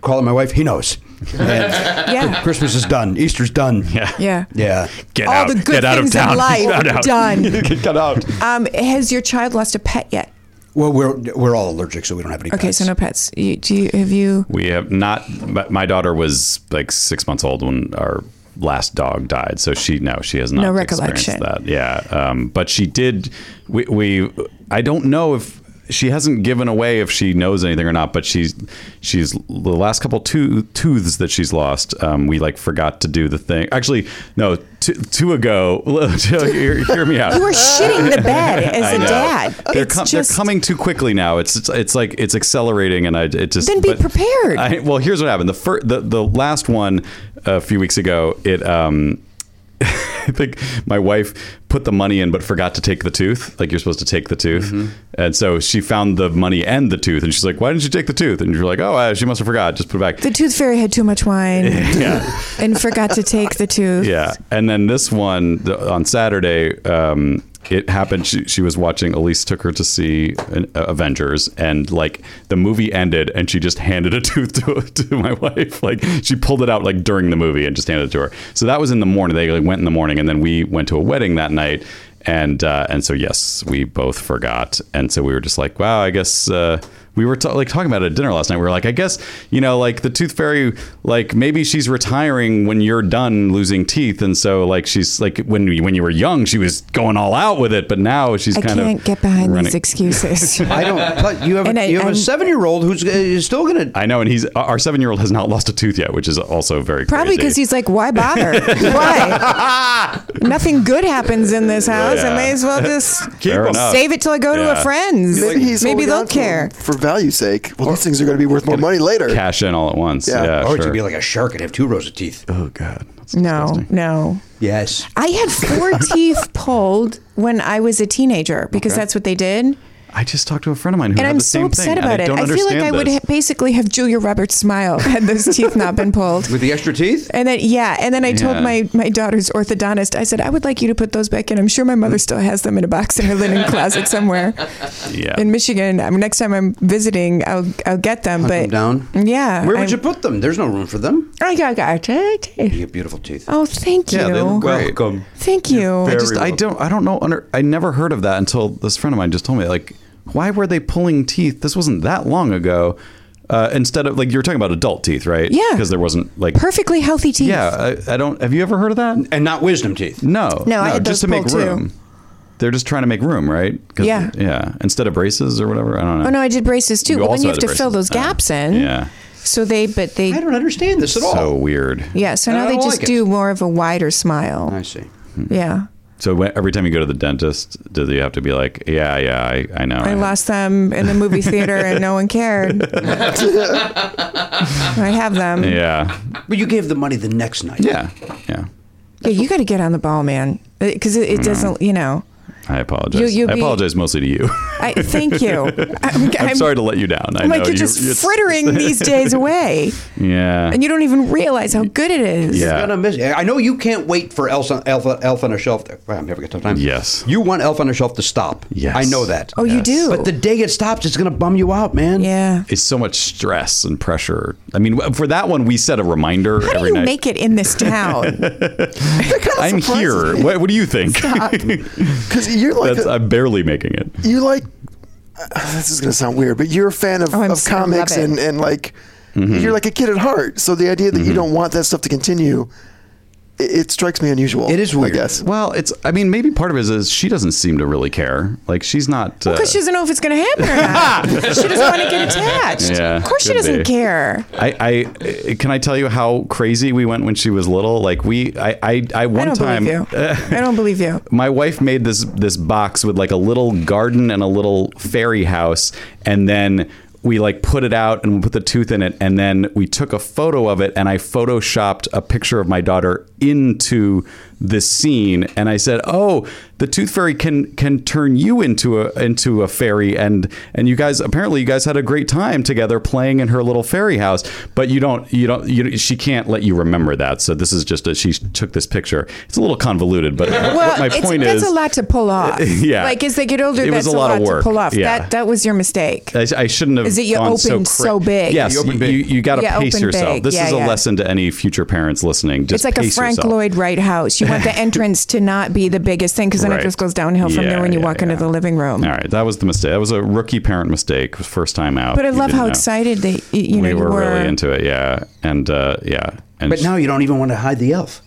Speaker 2: calling my wife. He knows. And
Speaker 9: Yeah.
Speaker 2: Christmas is done. Easter's done. Yeah.
Speaker 9: Yeah.
Speaker 2: Yeah.
Speaker 1: Get
Speaker 9: All
Speaker 1: out.
Speaker 9: the good
Speaker 1: Get out of
Speaker 9: things in
Speaker 1: town.
Speaker 9: life
Speaker 1: Get out.
Speaker 9: done.
Speaker 1: Get out.
Speaker 9: Um, has your child lost a pet yet?
Speaker 2: Well, we're we're all allergic, so we don't have any.
Speaker 9: Okay,
Speaker 2: pets.
Speaker 9: so no pets. You, do you have you?
Speaker 1: We have not. but My daughter was like six months old when our last dog died, so she no, she has not
Speaker 9: No
Speaker 1: experienced
Speaker 9: recollection.
Speaker 1: That yeah, um, but she did. We, we I don't know if she hasn't given away if she knows anything or not, but she's she's the last couple two tooths that she's lost. Um, we like forgot to do the thing. Actually, no. two, two ago. hear, hear me out.
Speaker 9: You were shitting the bed
Speaker 1: I
Speaker 9: as a
Speaker 1: know.
Speaker 9: dad.
Speaker 1: They're,
Speaker 9: it's
Speaker 1: com-
Speaker 9: just,
Speaker 1: they're coming too quickly now. It's, it's it's like it's accelerating, and I it just
Speaker 9: Then be
Speaker 1: but
Speaker 9: prepared.
Speaker 1: I, well, here's what happened. The fir- the the last one a few weeks ago. It um. I think my wife put the money in, but forgot to take the tooth. Like you're supposed to take the tooth, and so she found the money and the tooth, and she's like, "Why didn't you take the tooth?" And you're like, "Oh, uh, she must have forgot. Just put it back."
Speaker 9: The tooth fairy had too much wine
Speaker 1: yeah.
Speaker 9: and forgot to take the tooth.
Speaker 1: Yeah, and then this one the, on Saturday, um, it happened. She, she was watching. Elise took her to see an, uh, Avengers, and like the movie ended, and she just handed a tooth to, to my wife. Like she pulled it out like during the movie and just handed it to her. So that was in the morning. They like, went in the morning, and then we went to a wedding that night. And uh, and so yes, we both forgot, and so we were just like, wow, I guess. Uh, we were ta- like talking about it at dinner last night. We were like, I guess you know, like the tooth fairy, like maybe she's retiring when you're done losing teeth, and so like she's like when you- when you were young, she was going all out with it, but now she's
Speaker 9: I
Speaker 1: kind of
Speaker 9: can't get behind
Speaker 1: running-
Speaker 9: these excuses.
Speaker 2: I don't. But you have
Speaker 9: And I-
Speaker 2: a, you have a
Speaker 9: I'm-
Speaker 2: seven year old who's uh, still gonna.
Speaker 1: I know, and he's our seven year old has not lost a tooth yet, which is also very
Speaker 9: Probably because
Speaker 1: crazy.
Speaker 9: he's like, why bother? why? Nothing good happens in this house.
Speaker 1: Yeah.
Speaker 9: I may as well just
Speaker 1: Keep 'em.
Speaker 9: save it till I go to
Speaker 1: Yeah.
Speaker 9: a friend's.
Speaker 5: Maybe he's
Speaker 9: Maybe
Speaker 5: holding
Speaker 9: they'll
Speaker 5: on to 'em
Speaker 9: care.
Speaker 5: for value's sake. Well, these things are going to be worth more money later.
Speaker 1: cash in all at once. Yeah,
Speaker 5: Yeah.
Speaker 2: or
Speaker 1: sure.
Speaker 2: to be like a shark and have two rows of teeth.
Speaker 1: oh god, that's
Speaker 9: No,
Speaker 1: disgusting.
Speaker 9: no.
Speaker 2: Yes.
Speaker 9: I had four teeth pulled when I was a teenager because that's what they did.
Speaker 1: I just talked to a friend of mine who
Speaker 9: and
Speaker 1: had
Speaker 9: I'm
Speaker 1: the
Speaker 9: so
Speaker 1: same thing,
Speaker 9: upset
Speaker 1: and
Speaker 9: about
Speaker 1: I
Speaker 9: it.
Speaker 1: don't
Speaker 9: I feel
Speaker 1: understand
Speaker 9: like I would
Speaker 1: this.
Speaker 9: ha- basically have Julia Roberts smile had those teeth not been pulled.
Speaker 2: With the extra teeth.
Speaker 9: And then yeah, and then I
Speaker 1: Yeah.
Speaker 9: told my my daughter's orthodontist, I said I would like you to put those back in. I'm sure my mother still has them in a box in her linen closet somewhere
Speaker 1: yeah.
Speaker 9: in Michigan. I mean, next time I'm visiting, I'll I'll get them.
Speaker 2: Hunt
Speaker 9: but
Speaker 2: them down.
Speaker 9: yeah,
Speaker 2: Where would
Speaker 9: I'm-
Speaker 2: you put them? There's no room for them.
Speaker 9: I got, got
Speaker 2: You have beautiful teeth.
Speaker 9: Oh, thank you.
Speaker 1: Yeah, they look great.
Speaker 2: Welcome.
Speaker 9: Thank you.
Speaker 1: I just I don't I don't know under I never heard of that until this friend of mine just told me like why were they pulling teeth? This wasn't that long ago. Uh, instead of like you were talking about adult teeth, right?
Speaker 9: Yeah.
Speaker 1: because there wasn't like
Speaker 9: Perfectly healthy teeth.
Speaker 1: yeah. I, I don't. Have you ever heard of that?
Speaker 2: And not wisdom teeth.
Speaker 1: No,
Speaker 9: No, I had
Speaker 1: just
Speaker 9: those
Speaker 1: to make
Speaker 9: pulled, too.
Speaker 1: room. They're just trying to make room, right? 'Cause-
Speaker 9: Yeah.
Speaker 1: yeah. Instead of braces or whatever, I don't know.
Speaker 9: Oh no, I did braces too.
Speaker 1: You
Speaker 9: but then
Speaker 1: also
Speaker 9: you
Speaker 1: had
Speaker 9: have
Speaker 1: the
Speaker 9: to fill
Speaker 1: braces.
Speaker 9: those gaps in.
Speaker 1: Yeah,
Speaker 9: So they, but they,
Speaker 2: I don't understand this at all.
Speaker 1: so weird.
Speaker 9: Oh. yeah. So
Speaker 2: I
Speaker 9: now they
Speaker 2: don't
Speaker 9: just
Speaker 2: like it.
Speaker 9: do more of a wider smile.
Speaker 2: I see.
Speaker 9: Yeah.
Speaker 1: So when, every time you go to the dentist, do you have to be like, yeah, yeah, I, I know.
Speaker 9: I
Speaker 1: had-
Speaker 9: lost them in the movie theater and no one cared. I have them. Yeah,
Speaker 1: Yeah,
Speaker 2: But you gave the money the next night.
Speaker 1: yeah, yeah.
Speaker 9: you got to get on the ball, man, because it,
Speaker 1: Mm.
Speaker 9: it doesn't. You know,
Speaker 1: I apologize.
Speaker 9: You- you'll
Speaker 1: I
Speaker 9: be-
Speaker 1: apologize mostly to you.
Speaker 9: I thank you. I'm,
Speaker 1: I'm, sorry to let you down. I
Speaker 9: I'm
Speaker 1: know
Speaker 9: like you're
Speaker 1: you-
Speaker 9: just
Speaker 1: it's-
Speaker 9: frittering these days away,
Speaker 1: Yeah.
Speaker 9: and you don't even realize how good it is.
Speaker 1: Yeah.
Speaker 2: You're gonna miss. I know you can't wait for Elf on, Elf, Elf on a Shelf. To, wow, I'm having a tough time.
Speaker 1: Yes.
Speaker 2: You want Elf on a Shelf to stop.
Speaker 1: Yes.
Speaker 2: I know that.
Speaker 9: Oh, you
Speaker 1: Yes.
Speaker 9: do.
Speaker 2: But the day it stops, it's gonna bum you out, man.
Speaker 9: yeah.
Speaker 1: it's so much stress and pressure. I mean, for that one, we set a reminder
Speaker 9: How do
Speaker 1: every
Speaker 9: you
Speaker 1: night.
Speaker 9: make it in this town?
Speaker 1: I'm here. What, what do you think?
Speaker 5: Because you're like
Speaker 1: That's,
Speaker 5: a-
Speaker 1: I'm barely making it.
Speaker 5: you like uh, this is going to sound weird, but you're a fan of,
Speaker 9: Oh, I'm
Speaker 5: of
Speaker 9: so- I love
Speaker 5: comics
Speaker 9: it.
Speaker 5: and, and like
Speaker 2: Mm-hmm.
Speaker 5: you're like a kid at heart. So the idea that you don't want that stuff to continue, it, it strikes me unusual.
Speaker 2: It is weird.
Speaker 5: I guess.
Speaker 1: Well, it's. I mean, maybe part of it is, is she doesn't seem to really care. Like she's not. uh,
Speaker 9: Because she doesn't know if it's going to happen or not. she doesn't want to get attached.
Speaker 1: Yeah,
Speaker 9: of course, she
Speaker 1: could
Speaker 9: doesn't
Speaker 1: be.
Speaker 9: care.
Speaker 1: uh, I, I can I tell you how crazy we went when she was little. Like we, I, I, I one
Speaker 9: I don't
Speaker 1: time. uh,
Speaker 9: believe you. I don't believe you.
Speaker 1: my wife made this this box with like a little garden and a little fairy house and then we like put it out and we put the tooth in it and then we took a photo of it and I photoshopped a picture of my daughter into the scene and I said, "Oh, the tooth fairy can can turn you into a into a fairy and and you guys apparently you guys had a great time together playing in her little fairy house, but you don't you don't you she can't let you remember that. So this is just a, she took this picture. It's a little convoluted, but what-
Speaker 9: Well,
Speaker 1: what my
Speaker 9: it's,
Speaker 1: point
Speaker 9: that's
Speaker 1: is,
Speaker 9: a lot to pull off.
Speaker 1: Yeah.
Speaker 9: Like as they get older,
Speaker 1: It was
Speaker 9: that's
Speaker 1: a lot of work.
Speaker 9: to pull off.
Speaker 1: Yeah.
Speaker 9: That that was your mistake.
Speaker 1: I, I shouldn't have.
Speaker 9: Is that you
Speaker 1: gone so,
Speaker 9: opened
Speaker 1: cra-
Speaker 9: so big.
Speaker 1: Yes,
Speaker 9: You
Speaker 1: you,
Speaker 9: opened big.
Speaker 1: got to
Speaker 9: Yeah,
Speaker 1: pace
Speaker 9: open
Speaker 1: yourself.
Speaker 9: big.
Speaker 1: This
Speaker 9: Yeah,
Speaker 1: is a
Speaker 9: yeah.
Speaker 1: lesson to any future parents listening. Just
Speaker 9: it's like a
Speaker 1: pace
Speaker 9: Frank
Speaker 1: yourself.
Speaker 9: Lloyd Wright house. You want the entrance to not be the biggest thing because then
Speaker 1: Right.
Speaker 9: it just goes downhill from
Speaker 1: Yeah,
Speaker 9: there when you
Speaker 1: yeah,
Speaker 9: walk into
Speaker 1: yeah.
Speaker 9: the living room.
Speaker 1: All right, that was the mistake. That was a rookie parent mistake. First time out.
Speaker 9: But I
Speaker 1: You
Speaker 9: love
Speaker 1: didn't
Speaker 9: how
Speaker 1: know.
Speaker 9: excited they you- you know
Speaker 1: we
Speaker 9: you
Speaker 1: were,
Speaker 9: were.
Speaker 1: really into it. Yeah, and uh, yeah, and
Speaker 2: But now you don't even want to hide the elf.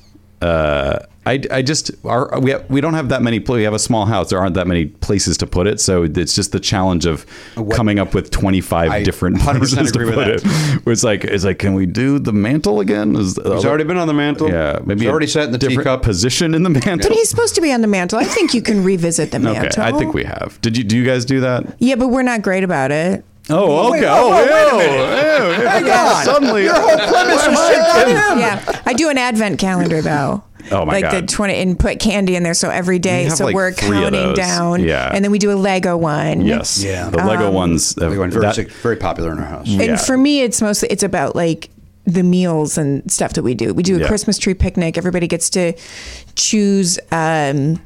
Speaker 1: I, I just our we have, we don't have that many. pla- We have a small house. There aren't that many places to put it, so it's just the challenge of coming up with twenty
Speaker 6: I
Speaker 1: five different
Speaker 6: 100%
Speaker 1: places to
Speaker 6: agree with
Speaker 1: put
Speaker 6: that.
Speaker 1: it. Where it's like it's like, can we do the mantle again? Is
Speaker 2: He's already been on the mantle.
Speaker 1: Yeah, maybe
Speaker 2: He's
Speaker 1: a
Speaker 2: already sat in the
Speaker 1: different
Speaker 2: teacup.
Speaker 1: position in the mantle.
Speaker 9: But he's supposed to be on the mantle. I think you can revisit the
Speaker 1: Okay,
Speaker 9: mantle.
Speaker 1: I think we have. Did you do you guys do that?
Speaker 9: Yeah, but we're not great about it.
Speaker 1: Oh, okay. oh, ew, ew, ew. Suddenly, your whole premise was
Speaker 9: Yeah, I do an advent calendar though.
Speaker 1: Oh, my
Speaker 9: like
Speaker 1: God.
Speaker 9: the twenty and put candy in there so every day
Speaker 1: We have,
Speaker 9: so
Speaker 1: like,
Speaker 9: we're
Speaker 1: three of
Speaker 9: counting
Speaker 1: those.
Speaker 9: down
Speaker 1: Yeah.
Speaker 9: and then we do a Lego one.
Speaker 1: Yes.
Speaker 2: Yeah.
Speaker 1: The Lego ones. have-
Speaker 2: They went very,
Speaker 1: that-
Speaker 2: sick- very popular in our house.
Speaker 9: And
Speaker 1: Yeah.
Speaker 9: for me it's mostly it's about like the meals and stuff that we do. We do a
Speaker 1: Yeah.
Speaker 9: Christmas tree picnic. Everybody gets to choose um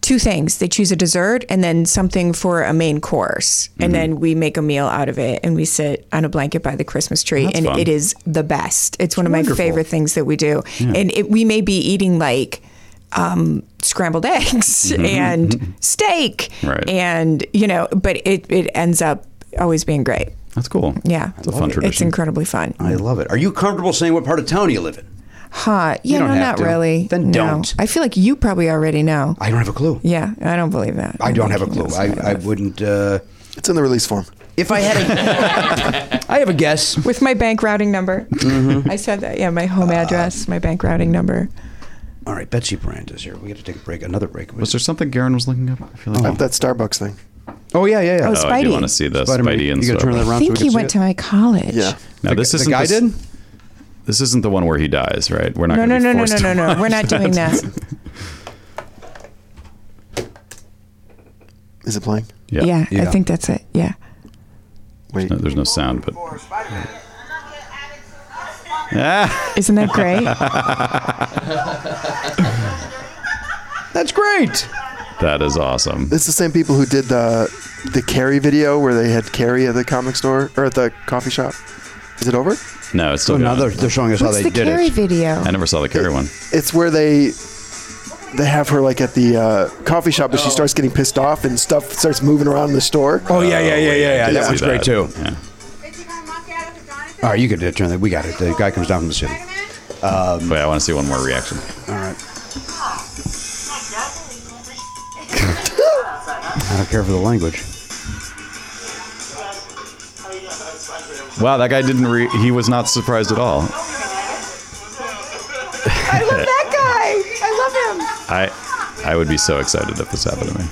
Speaker 9: two things. They choose a dessert and then something for a main course.
Speaker 1: Mm-hmm.
Speaker 9: And then we make a meal out of it and we sit on a blanket by the Christmas tree and
Speaker 1: fun.
Speaker 9: it is the best. It's one of my favorite things that we do. And it, we may be eating like um, scrambled eggs and steak
Speaker 1: Mm-hmm. Right.
Speaker 9: and you know, but it it ends up always being great.
Speaker 1: That's cool.
Speaker 9: Yeah.
Speaker 1: It's a fun
Speaker 9: It's
Speaker 1: tradition.
Speaker 9: incredibly fun.
Speaker 2: I love it. Are you comfortable saying what part of town you live in?
Speaker 9: Huh. Yeah,
Speaker 2: don't
Speaker 9: no,
Speaker 2: have
Speaker 9: not
Speaker 2: to.
Speaker 9: really.
Speaker 2: Then
Speaker 9: No.
Speaker 2: don't.
Speaker 9: I feel like you probably already know.
Speaker 2: I don't have a clue.
Speaker 9: Yeah, I don't believe that.
Speaker 2: I don't have a
Speaker 9: think you
Speaker 2: clue.
Speaker 9: know
Speaker 2: I,
Speaker 9: something
Speaker 2: I
Speaker 9: about it.
Speaker 2: wouldn't. Uh,
Speaker 5: It's in the release form.
Speaker 2: if I had a, I have a guess.
Speaker 9: With my bank routing number.
Speaker 2: Mm-hmm.
Speaker 9: I said that. Yeah, my
Speaker 2: Uh,
Speaker 9: home address, my bank routing number.
Speaker 2: All right, Betsy Brand is here. We got to take a break. Another break.
Speaker 1: Was there something Garen was looking up? I feel like
Speaker 5: I have that Starbucks thing.
Speaker 2: Oh yeah, yeah, yeah.
Speaker 9: Oh,
Speaker 1: oh, I do
Speaker 9: Spidey.
Speaker 1: want to see the
Speaker 2: Spider-Man.
Speaker 1: Spidey and
Speaker 2: You gotta turn that
Speaker 1: stuff.
Speaker 2: around.
Speaker 9: I
Speaker 2: so we
Speaker 9: think
Speaker 2: can
Speaker 9: he
Speaker 2: see
Speaker 9: went
Speaker 2: it.
Speaker 9: to my college.
Speaker 5: Yeah.
Speaker 1: Now
Speaker 2: The-
Speaker 1: this
Speaker 2: the
Speaker 1: isn't
Speaker 2: guy
Speaker 1: this-
Speaker 2: did?
Speaker 1: This isn't the one where he dies, right? We're not.
Speaker 9: No,
Speaker 1: gonna
Speaker 9: no,
Speaker 1: be
Speaker 9: no, no,
Speaker 1: forced
Speaker 9: no,
Speaker 1: to
Speaker 9: no, no. We're not doing that.
Speaker 5: Is it playing?
Speaker 1: Yeah.
Speaker 9: Yeah, I
Speaker 2: Yeah.
Speaker 9: think that's it. Yeah.
Speaker 5: Wait.
Speaker 1: No, there's no sound, but. Ah,
Speaker 9: Isn't that great?
Speaker 2: That's great.
Speaker 1: that is awesome.
Speaker 5: It's the same people who did the the Carrie video where they had Carrie at the comic store or at the coffee shop. Is it over?
Speaker 1: No, it's
Speaker 2: So
Speaker 1: still
Speaker 2: now
Speaker 1: going.
Speaker 2: they're, they're showing us
Speaker 9: What's
Speaker 2: how they
Speaker 9: the
Speaker 2: did
Speaker 9: Carrie
Speaker 2: it.
Speaker 9: video?
Speaker 1: I never saw the Carrie one.
Speaker 5: It's where they they have her like at the uh, coffee shop, but she starts getting pissed off and stuff starts moving around the store.
Speaker 2: Oh yeah, yeah, yeah, yeah, yeah.
Speaker 1: I did
Speaker 2: That
Speaker 1: see
Speaker 2: one's great too.
Speaker 1: Yeah.
Speaker 2: All right, you can turn that. We got it. The guy comes down from the city.
Speaker 1: Wait, I want to see one more reaction.
Speaker 2: All right. I don't care for the language.
Speaker 1: Wow, that guy didn't. Re- he was not surprised at all.
Speaker 9: I love that guy. I love him.
Speaker 1: I, I would be so excited if this happened to me.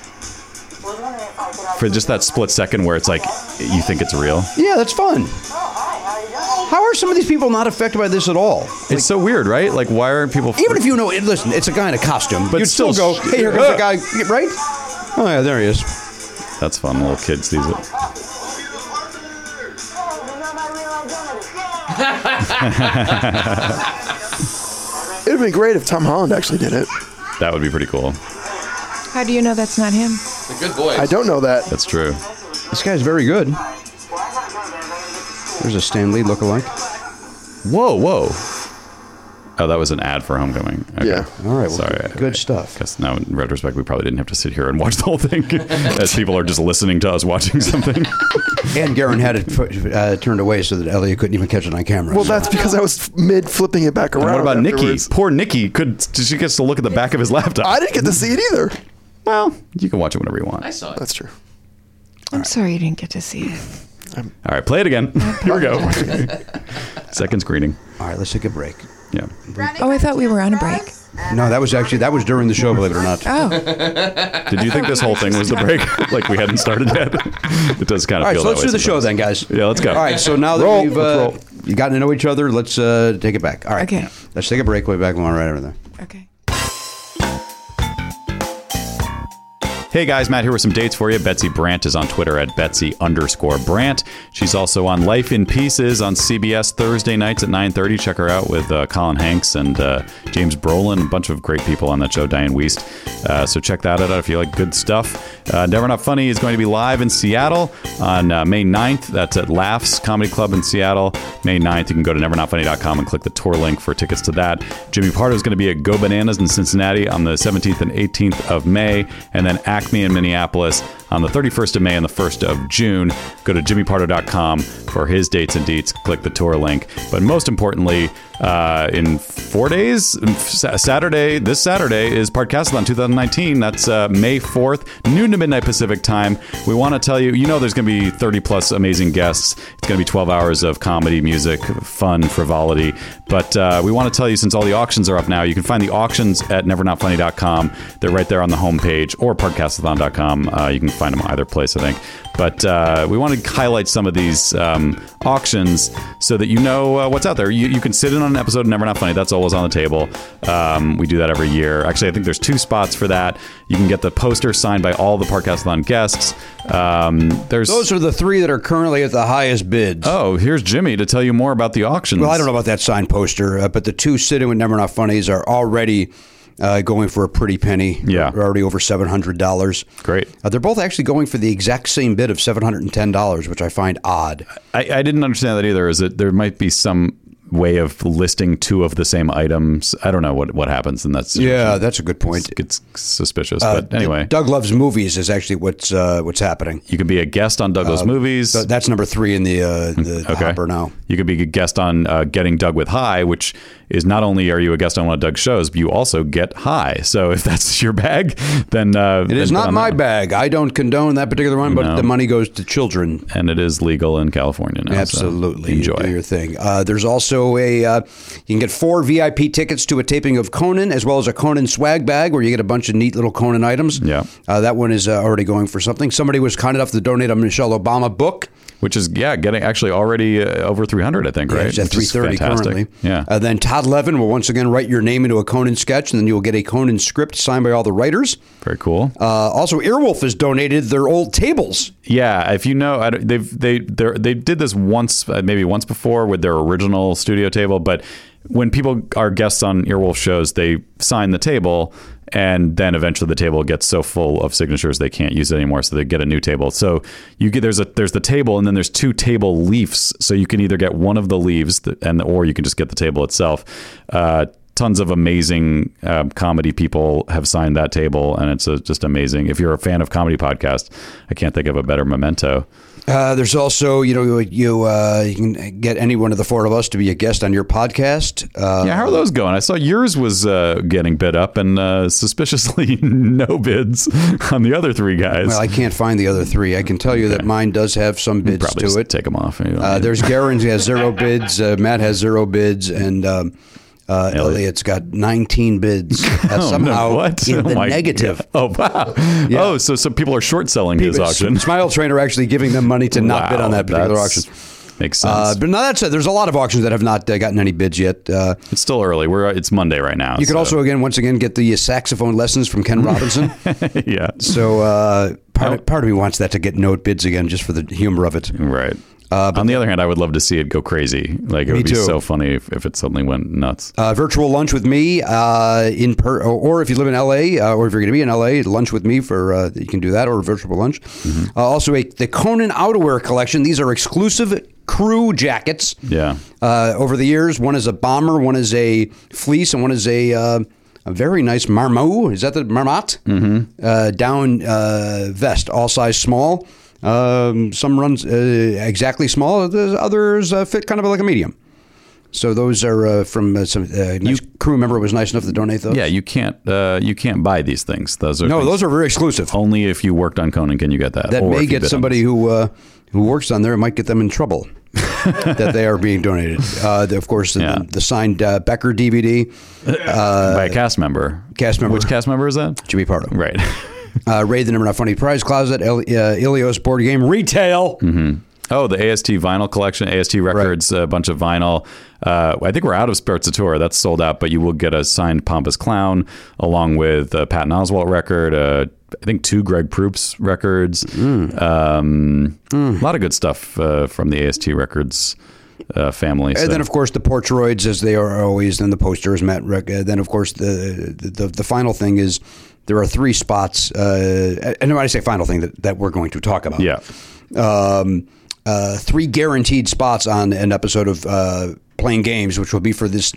Speaker 1: For just that split second where it's like, you think it's real.
Speaker 2: Yeah, that's fun. How are some of these people not affected by this at all?
Speaker 1: It's so weird, right? Like, why aren't people?
Speaker 2: Even if you know, and listen, it's a guy in a costume, but
Speaker 1: But
Speaker 2: you'd still,
Speaker 1: still
Speaker 2: go,
Speaker 1: sh-
Speaker 2: "Hey, here comes
Speaker 1: Uh.
Speaker 2: a guy!" Right? Oh yeah, there he is.
Speaker 1: That's fun. Little kid sees it.
Speaker 5: It'd have been great if Tom Holland actually did it.
Speaker 1: That would be pretty cool.
Speaker 9: How do you know that's not him?
Speaker 6: It's a good voice.
Speaker 5: I don't know that.
Speaker 1: That's true.
Speaker 2: This guy's very good. There's a Stan Lee look-alike.
Speaker 1: Whoa, whoa. Oh, that was an ad for Homecoming. Okay.
Speaker 5: Yeah.
Speaker 2: All right, well,
Speaker 1: Sorry.
Speaker 2: good, good stuff.
Speaker 1: Guess now, in retrospect, we probably didn't have to sit here and watch the whole thing, as people are just listening to us watching something.
Speaker 2: And Garen had it fu- uh, turned away so that Elliot couldn't even catch it on camera.
Speaker 5: Well, that's because I was mid flipping it back around.
Speaker 1: what about Nikki?
Speaker 5: afterwards.
Speaker 1: Poor Nikki. Could she gets to look at the back of his laptop?
Speaker 5: I didn't get to see it either.
Speaker 1: well, you can watch it whenever you want.
Speaker 6: I saw it.
Speaker 5: That's true.
Speaker 9: I'm sorry you didn't get to see it.
Speaker 1: All right, play it again. Here we go. Second screening.
Speaker 2: all right. Let's take a break.
Speaker 1: Yeah.
Speaker 9: Oh, I thought we were on a break.
Speaker 2: No, that was actually that was during the show, believe it or not. All
Speaker 9: Oh,
Speaker 1: Did you think this whole thing was the break? like we hadn't started yet. it does kind of
Speaker 2: right,
Speaker 1: feel that
Speaker 2: so let's
Speaker 1: way
Speaker 2: do the show
Speaker 1: sometimes.
Speaker 2: then, guys.
Speaker 1: Yeah, let's go.
Speaker 2: All right, so now that
Speaker 1: Roll.
Speaker 2: we've uh,
Speaker 1: Let's
Speaker 2: gotten to know each other, let's uh, take it back. All right,
Speaker 9: Okay.
Speaker 2: let's take a break. Way back, we'll run right over there.
Speaker 9: okay.
Speaker 1: Hey guys, Matt here with some dates for you. Betsy Brandt is on Twitter at Betsy underscore Brandt. She's also on Life in Pieces on CBS Thursday nights at 9.30. Check her out with uh, Colin Hanks and uh, James Brolin, a bunch of great people on that show, Diane Wiest. Uh, so check that out if you like good stuff. Uh, Never Not Funny is going to be live in Seattle on uh, May 9th. That's at Laughs Comedy Club in Seattle. May 9th, you can go to nevernotfunny.com and click the tour link for tickets to that. Jimmy Pardo is going to be at Go Bananas in Cincinnati on the 17th and 18th of May, and then Acme in Minneapolis on the 31st of May and the 1st of June. Go to jimmypardo.com for his dates and deets. Click the tour link. But most importantly, uh, in four days, Sa- Saturday, this Saturday is Podcastathon 2019. That's uh, May 4th, noon to midnight Pacific time. We want to tell you, you know, there's going to be 30 plus amazing guests. It's going to be 12 hours of comedy, music, fun, frivolity. But uh, we want to tell you, since all the auctions are up now, you can find the auctions at nevernotfunny.com. They're right there on the homepage or podcastathon.com. Uh, you can find them either place, I think. But uh, we want to highlight some of these um, auctions so that you know uh, what's out there. You, you can sit in on an episode of Never Not Funny. That's always on the table. Um, we do that every year. Actually, I think there's two spots for that. You can get the poster signed by all the Podcastathon guests. Um, there's
Speaker 2: Those are the three that are currently at the highest bids.
Speaker 1: Oh, here's Jimmy to tell you more about the auctions.
Speaker 2: Well, I don't know about that sign poster, uh, but the two sitting with Never Not Funnies are already uh, going for a pretty penny.
Speaker 1: Yeah.
Speaker 2: They're already over $700.
Speaker 1: Great.
Speaker 2: Uh, they're both actually going for the exact same bid of $710, which I find odd.
Speaker 1: I, I didn't understand that either. Is that there might be some way of listing two of the same items? I don't know what, what happens in that situation.
Speaker 2: Yeah, that's a good point.
Speaker 1: It's suspicious. but
Speaker 2: D-
Speaker 1: anyway,
Speaker 2: Doug Loves Movies is actually what's uh, what's happening.
Speaker 1: you can be a guest on Douglas Movies.
Speaker 2: So that's number three in the, uh, the the Uh, hopper now.
Speaker 1: You could be a guest on uh, Getting Doug with High, which is not only are you a guest on one of Doug's shows, but you also get high. So if that's your bag, then uh,
Speaker 2: It is not my bag. I don't condone that particular one, but
Speaker 1: No.
Speaker 2: the money goes to children.
Speaker 1: and it is legal in California now. so
Speaker 2: Absolutely, You do
Speaker 1: enjoy.
Speaker 2: your thing. Uh, there's also a uh, you can get four VIP tickets to a taping of Conan, as well as a Conan swag bag where you get a bunch of neat little Conan items.
Speaker 1: Yeah.
Speaker 2: uh, that one is uh, already going for something. Somebody was kind enough to donate a Michelle Obama book.
Speaker 1: Which is yeah, getting actually already uh, over three hundred, I think, right?
Speaker 2: It's at
Speaker 1: Which is
Speaker 2: 3:30
Speaker 1: fantastic.
Speaker 2: currently.
Speaker 1: Yeah,
Speaker 2: Uh, then Todd Levin will once again write your name into a Conan sketch, and then you will get a Conan script signed by all the writers.
Speaker 1: very cool.
Speaker 2: Uh, also, Earwolf has donated their old tables.
Speaker 1: Yeah, if you know, I don't- they've they they're- they did this once, uh, maybe once before with their original studio table. But when people are guests on Earwolf shows, they sign the table, and then eventually the table gets so full of signatures they can't use it anymore, so they get a new table. So you get there's a there's the table, and then there's two table leaves, so you can either get one of the leaves, th- and or you can just get the table itself. Uh, tons of amazing um, comedy people have signed that table and it's uh just amazing if you're a fan of comedy podcast i can't think of a better memento
Speaker 2: Uh, there's also, you know, you uh, you can get any one of the four of us to be a guest on your podcast. Uh,
Speaker 1: yeah how are those going i saw yours was uh, getting bid up and uh, suspiciously no bids on the other three guys
Speaker 2: Well, I can't find the other three. I can tell you that mine does have some bids
Speaker 1: probably
Speaker 2: to
Speaker 1: just
Speaker 2: it.
Speaker 1: take them off You know,
Speaker 2: Uh, there's Garin who has zero bids. Uh, Matt has zero bids, and um, uh,
Speaker 1: Elliot.
Speaker 2: Elliot's got 19 bids. That's
Speaker 1: Oh, no,
Speaker 2: somehow
Speaker 1: what?
Speaker 2: in
Speaker 1: Oh
Speaker 2: the
Speaker 1: my
Speaker 2: negative.
Speaker 1: God. Oh wow! Oh, so some people are short selling his auction.
Speaker 2: Smile Train are actually giving them money to not bid on
Speaker 1: Wow,
Speaker 2: that particular
Speaker 1: that's-
Speaker 2: auction.
Speaker 1: Makes sense.
Speaker 2: Uh, but no, that's it. There's a lot of auctions that have not uh, gotten any bids yet. Uh,
Speaker 1: it's still early. We're it's Monday right now.
Speaker 2: you can
Speaker 1: so-
Speaker 2: also again, once again, get the saxophone lessons from Ken Robinson.
Speaker 1: yeah
Speaker 2: so uh, part, part of me wants that to get no bids again, just for the humor of it.
Speaker 1: Right.
Speaker 2: Uh,
Speaker 1: On the other hand, I would love to see it go crazy. Like it would be
Speaker 2: too.
Speaker 1: so funny if, if it suddenly went nuts.
Speaker 2: Uh, virtual lunch with me uh, in per, or if you live in LA, uh, or if you're going to be in LA, lunch with me for uh, you can do that or virtual lunch. Uh, also, a, the Conan outerwear collection. These are exclusive crew jackets.
Speaker 1: Yeah.
Speaker 2: Uh, over the years, one is a bomber, one is a fleece, and one is a. Uh, a very nice marmot. Is that the marmot? Mm-hmm. Uh, down uh, vest, all size small. Um, some runs uh, exactly small. There's others uh, fit kind of like a medium. So those are uh, from uh, some uh, nice crew member was nice enough to donate those.
Speaker 1: yeah, you can't uh, you can't buy these things. Those are
Speaker 2: no,
Speaker 1: things-
Speaker 2: those are very exclusive.
Speaker 1: only if you worked on Conan can you get that.
Speaker 2: That
Speaker 1: or if
Speaker 2: may
Speaker 1: you
Speaker 2: get
Speaker 1: bid on
Speaker 2: somebody who uh, who works on there. It might get them in trouble that they are being donated. Uh, the- of course, the,
Speaker 1: Yeah.
Speaker 2: the signed uh, Becker DVD,
Speaker 1: it. by a cast member.
Speaker 2: cast member
Speaker 1: Which cast member is that?
Speaker 2: Jimmy Pardo,
Speaker 1: Right.
Speaker 2: Uh, Raid the number not funny prize closet, El, uh, Ilios board game retail.
Speaker 1: oh, the AST vinyl collection, AST records, a bunch of vinyl. Uh, I think we're out of Spiritatura. That's sold out, but you will get a signed Pompous Clown along with a Patton Oswalt record. Uh, I think two Greg Proops records.
Speaker 2: Mm.
Speaker 1: Um, A lot of good stuff uh, from the AST records uh, family. so-
Speaker 2: And then, of course, the Portroids, as they are always, and the posters, Matt Rick. Uh, then, of course, the, the the final thing is there are three spots. Uh, and when I say final thing, that, that we're going to talk about.
Speaker 1: Yeah.
Speaker 2: Um, uh, three guaranteed spots on an episode of uh, Playing Games, which will be for this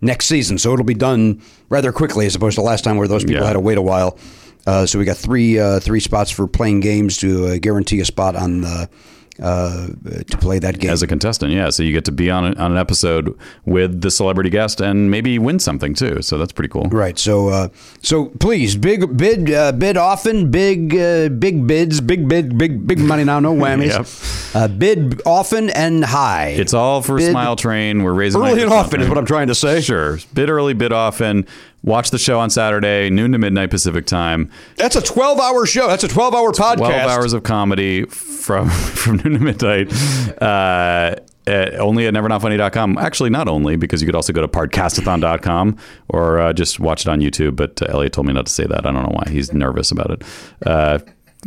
Speaker 2: next season. So it'll be done rather quickly as opposed to last time where those people
Speaker 1: Yeah.
Speaker 2: had to wait a while. Uh, so we got three uh, three spots for playing games to uh, guarantee a spot on the uh, to play that game.
Speaker 1: as a contestant. Yeah, so you get to be on, a, on an episode with the celebrity guest and maybe win something too. So that's pretty cool.
Speaker 2: Right. So, uh, so please, big bid, uh, bid often, big, uh, big bids, big bid, big, big money now, no whammies.
Speaker 1: Yep.
Speaker 2: uh, bid often and high.
Speaker 1: It's all for
Speaker 2: Bid-
Speaker 1: Smile Train. We're raising
Speaker 2: Early
Speaker 1: money
Speaker 2: and
Speaker 1: for
Speaker 2: often is
Speaker 1: something.
Speaker 2: what I'm trying to say.
Speaker 1: Sure, bid early, bid often. Watch the show on Saturday, noon to midnight Pacific time.
Speaker 2: that's a 12 hour show. That's a 12 hour podcast.
Speaker 1: Twelve hours of comedy from from noon to midnight. Uh, at, only at nevernotfunny.com. Actually, not only because you could also go to podcastathon.com or uh, just watch it on YouTube. But uh, Elliot told me not to say that. I don't know why. He's nervous about it. Uh,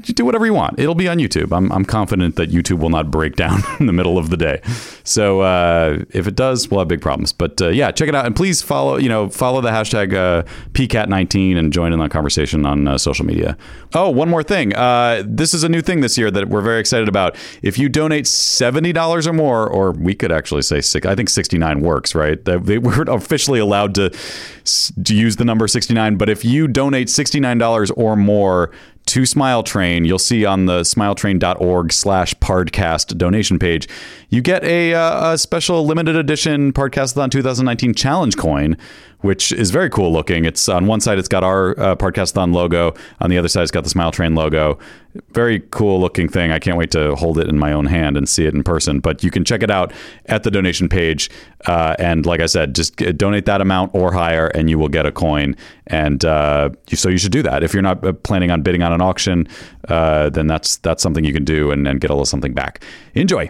Speaker 1: you do whatever you want. It'll be on YouTube. I'm, I'm confident that YouTube will not break down in the middle of the day. So uh, if it does, we'll have big problems. But uh, yeah, check it out and please follow. You know, follow the hashtag uh, PCAT19 and join in that conversation on uh, social media. Oh, one more thing. Uh, this is a new thing this year that we're very excited about. If you donate seventy dollars or more, or we could actually say six. I think sixty nine works, right? They, they weren't officially allowed to s- to use the number sixty nine, but if you donate sixty nine dollars or more to Smile Train. You'll see on the smiletrain.org slash podcast donation page, you get a, uh, a special limited edition Podcastathon 2019 challenge coin, which is very cool looking. It's on one side, it's got our uh, Podcastathon logo. On the other side, it's got the Smile Train logo. Very cool looking thing. I can't wait to hold it in my own hand and see it in person. But you can check it out at the donation page. Uh, and like I said, just g- donate that amount or higher, and you will get a coin. And uh, you- so you should do that. If you're not uh, planning on bidding on an auction, uh, then that's that's something you can do and, and get a little something back. Enjoy.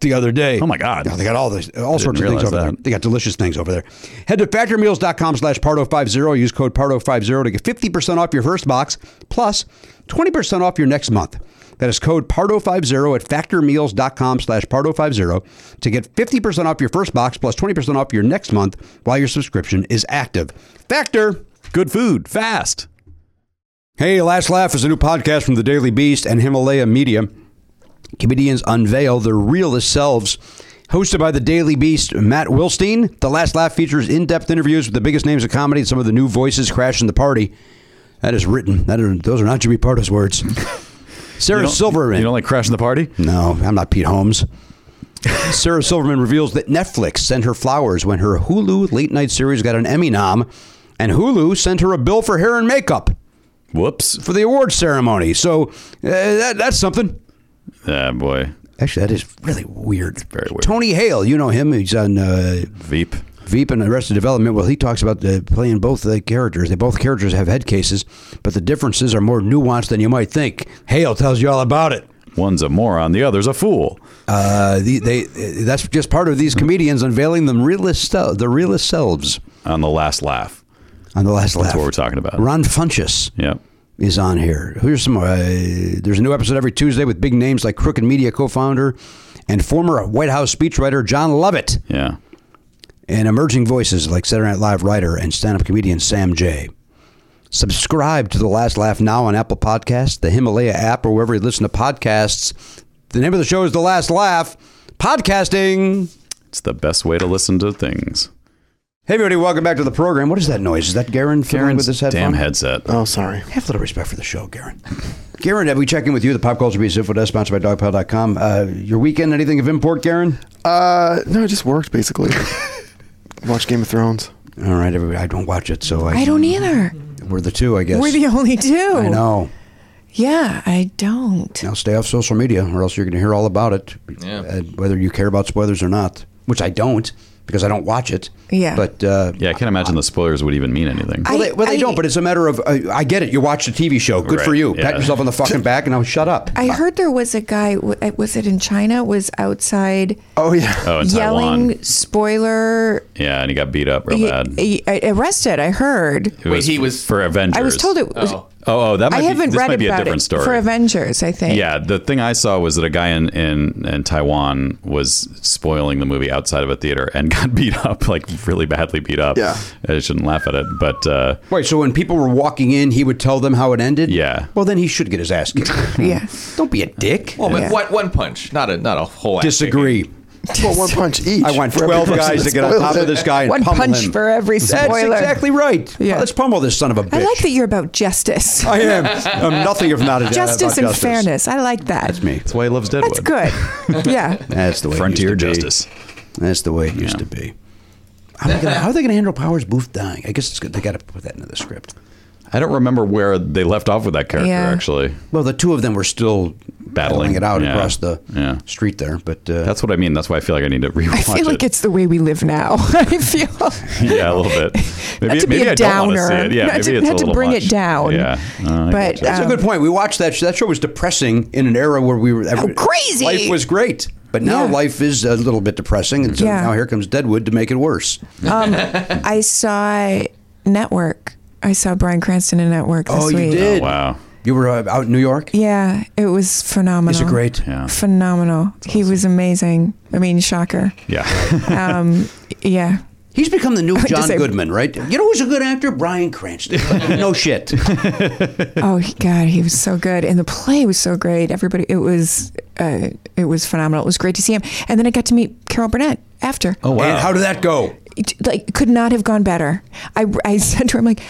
Speaker 2: the other day.
Speaker 1: Mm. Oh, my God.
Speaker 2: Yeah, they got all this all sorts of
Speaker 1: didn't
Speaker 2: things
Speaker 1: realize
Speaker 2: over there.
Speaker 1: that.
Speaker 2: They got delicious things over there. Head to factormeals.com slash pardo50. oh. Use code pardo50 to get 50% off your first box plus 20% off your next month. That is code pardo50 at factormeals.com slash pardo50 to get 50% off your first box plus 20% off your next month while your subscription is active. Factor!
Speaker 1: Good food, fast.
Speaker 2: Hey, Last Laugh is a new podcast from the Daily Beast and Himalaya Media. Comedians unveil their realest selves. Hosted by the Daily Beast, Matt Wilstein, The Last Laugh features in depth interviews with the biggest names of comedy and some of the new voices crashing the party. That is written. That are, those are not Jimmy Pardo's words. Sarah
Speaker 1: You don't-
Speaker 2: Silverman.
Speaker 1: You don't like crashing the party?
Speaker 2: No, I'm not Pete Holmes. Sarah Silverman reveals that Netflix sent her flowers when her Hulu late night series got an Emmy nom, and Hulu sent her a bill for hair and makeup
Speaker 1: Whoops.
Speaker 2: for the award ceremony. So uh, that, that's something.
Speaker 1: Ah, boy.
Speaker 2: Actually, that is really weird.
Speaker 1: very weird.
Speaker 2: Tony Hale, you know him. He's on uh,
Speaker 1: Veep.
Speaker 2: Veep and Arrested Development. Well, he talks about uh, playing both the characters. They both characters have head cases, but the differences are more nuanced than you might think. Hale tells you all about it.
Speaker 1: One's a moron, the other's a fool.
Speaker 2: Uh, the, they uh, that's just part of these comedians unveiling them realist sel- the realist selves
Speaker 1: On the last laugh.
Speaker 2: on the last laugh.
Speaker 1: That's what we're talking about.
Speaker 2: Ron Funches.
Speaker 1: Yep.
Speaker 2: is on here. Here's some. Uh, there's a new episode every Tuesday with big names like Crooked Media co-founder and former White House speechwriter John Lovett,
Speaker 1: Yeah.
Speaker 2: and emerging voices like Saturday Night Live writer and stand-up comedian Sam Jay. Subscribe to The Last Laugh now on Apple Podcasts, the Himalaya app, or wherever you listen to podcasts. The name of the show is The Last Laugh Podcasting.
Speaker 1: It's the best way to listen to things.
Speaker 2: Hey, everybody, welcome back to the program. What is that noise? Is that Garen fiddling with this headphone?
Speaker 1: damn headset.
Speaker 5: Oh, sorry.
Speaker 2: Have a little respect for the show, Garen. Garen, have we check in with you? The Pop Culture Beast Info Desk, sponsored by DogPile.com. Uh, your weekend, anything of import, Garen?
Speaker 5: Uh, no, I just worked basically. Watch Game of Thrones.
Speaker 2: All right, everybody. I don't watch it, so I,
Speaker 9: I don't either.
Speaker 2: We're the two, I guess.
Speaker 9: We're the only two.
Speaker 2: I know.
Speaker 9: Yeah, I don't.
Speaker 2: Now stay off social media, or else you're going to hear all about it, uh, whether you care about spoilers or not. Which I don't, because I don't watch it.
Speaker 9: Yeah.
Speaker 2: But uh,
Speaker 1: Yeah, I can't imagine the spoilers would even mean anything.
Speaker 9: I-
Speaker 2: Well, they, well, they
Speaker 9: I-
Speaker 2: don't. But it's a matter of uh, I get it. You watch the TV show. Good for
Speaker 1: Right,
Speaker 2: you. Pat
Speaker 1: yeah.
Speaker 2: yourself on the fucking back, and I'll shut up.
Speaker 1: Uh,
Speaker 9: I heard there was a guy. w- uh, Was it in China? Was outside
Speaker 5: Oh yeah.
Speaker 1: oh, in
Speaker 9: yelling
Speaker 1: Taiwan.
Speaker 9: spoiler.
Speaker 1: Yeah, and he got beat up real
Speaker 9: y-
Speaker 1: bad.
Speaker 9: y- arrested. I heard.
Speaker 1: It
Speaker 6: Wait, he was-
Speaker 1: for Avengers.
Speaker 9: I was told it was.
Speaker 1: Oh, oh, that might
Speaker 9: I
Speaker 1: be,
Speaker 9: haven't
Speaker 1: this
Speaker 9: read
Speaker 1: might be a
Speaker 9: about
Speaker 1: different
Speaker 9: it
Speaker 1: story.
Speaker 9: for Avengers. I think.
Speaker 1: Yeah, the thing I saw was that a guy in, in, in Taiwan was spoiling the movie outside of a theater and got beat up, like really badly beat up.
Speaker 5: Yeah.
Speaker 1: I shouldn't laugh at it, but uh,
Speaker 2: Wait, so when people were walking in, he would tell them how it ended?
Speaker 1: Yeah.
Speaker 2: Well, then he should get his ass kicked.
Speaker 9: Yeah.
Speaker 1: Mm.
Speaker 2: Don't be a dick.
Speaker 6: Well, Oh, but
Speaker 9: Yeah.
Speaker 6: what one punch? Not a not a whole. ass
Speaker 2: Disagree.
Speaker 5: Well, one punch each.
Speaker 2: I want
Speaker 5: for every
Speaker 2: 12
Speaker 5: person
Speaker 2: guys to
Speaker 5: that
Speaker 2: get on
Speaker 5: spoils
Speaker 2: top of
Speaker 5: it.
Speaker 2: this guy and
Speaker 9: One
Speaker 2: pummel
Speaker 9: punch
Speaker 2: him.
Speaker 9: for every
Speaker 2: That's
Speaker 9: spoiler.
Speaker 2: exactly right.
Speaker 9: Yeah.
Speaker 2: Let's pummel this son of a bitch.
Speaker 9: I like that you're about
Speaker 1: Oh,
Speaker 9: justice.
Speaker 2: I am. I'm nothing if not a
Speaker 9: justice and fairness. I like that.
Speaker 2: That's me.
Speaker 1: that's why he loves Deadwood.
Speaker 9: That's good. yeah.
Speaker 2: That's the way
Speaker 1: Frontier
Speaker 2: it used to
Speaker 1: justice.
Speaker 2: Be. That's the way it used to be. How are, they gonna, how are they going to handle Powers Booth dying? I guess it's good. they got to put that into the script.
Speaker 1: I don't remember where they left off with that character,
Speaker 9: Yeah.
Speaker 1: actually.
Speaker 2: Well, the two of them were still
Speaker 1: Battling.
Speaker 2: it out
Speaker 1: Yeah.
Speaker 2: across the
Speaker 1: Yeah.
Speaker 2: street there, but uh,
Speaker 1: That's what I mean. That's why I feel like I need to rewatch
Speaker 9: I feel like
Speaker 1: it.
Speaker 9: it's the way we live now. I feel.
Speaker 1: yeah, a little bit. Maybe,
Speaker 9: not
Speaker 1: maybe
Speaker 9: to be a
Speaker 1: I don't
Speaker 9: downer.
Speaker 1: want to see it. Yeah,
Speaker 9: not
Speaker 1: maybe
Speaker 9: to,
Speaker 1: it's
Speaker 9: not
Speaker 1: a
Speaker 9: to
Speaker 1: little
Speaker 9: bring
Speaker 1: much.
Speaker 9: it down.
Speaker 1: Yeah, No, I
Speaker 9: but
Speaker 1: gotcha.
Speaker 2: That's a good point. We watched that. That show was depressing in an era where we were every-
Speaker 9: Oh, crazy!
Speaker 2: Life was great, but now
Speaker 9: Yeah.
Speaker 2: life is a little bit depressing, and so
Speaker 9: Yeah.
Speaker 2: now here comes Deadwood to make it worse.
Speaker 9: um, I saw Network. I saw Brian Cranston in Network this
Speaker 2: Oh, you
Speaker 9: week.
Speaker 2: did?
Speaker 1: Oh, wow.
Speaker 2: You were uh, out in New York.
Speaker 9: Yeah, it was phenomenal.
Speaker 2: Is it great?
Speaker 1: Yeah.
Speaker 9: Phenomenal. He was amazing. I mean, shocker.
Speaker 1: Yeah.
Speaker 9: Um, yeah.
Speaker 2: He's become the new
Speaker 9: to
Speaker 2: John
Speaker 9: say-
Speaker 2: Goodman, right? You know who's a good actor? Brian Cranston. no shit.
Speaker 9: Oh he- God, he was so good, and the play was so great. Everybody, it was, uh, it was phenomenal. It was great to see him, and then I got to meet Carol Burnett after.
Speaker 1: Oh, wow.
Speaker 2: And how did that go?
Speaker 9: it, like could not have gone better. I, I said to her, I'm like,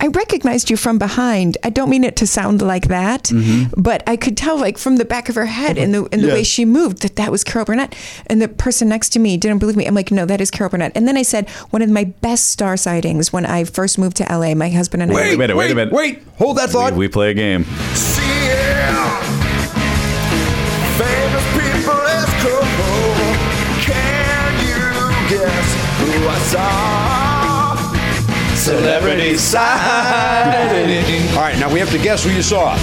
Speaker 9: I recognized you from behind. I don't mean it to sound like that,
Speaker 1: Mm-hmm.
Speaker 9: but I could tell, like from the back of her head and the and the way
Speaker 5: Yes.
Speaker 9: she moved, that that was Carol Burnett. And the person next to me didn't believe me. I'm like, no, that is Carol Burnett. And then I said one of my best star sightings when I first moved to LA. My husband and I.
Speaker 1: Wait a minute, wait a minute.
Speaker 2: Wait, hold that thought.
Speaker 1: We, we play a game.
Speaker 3: Famous people as cool. Can you guess who I saw?
Speaker 1: Celebrity
Speaker 2: All right, now we have to guess who you saw.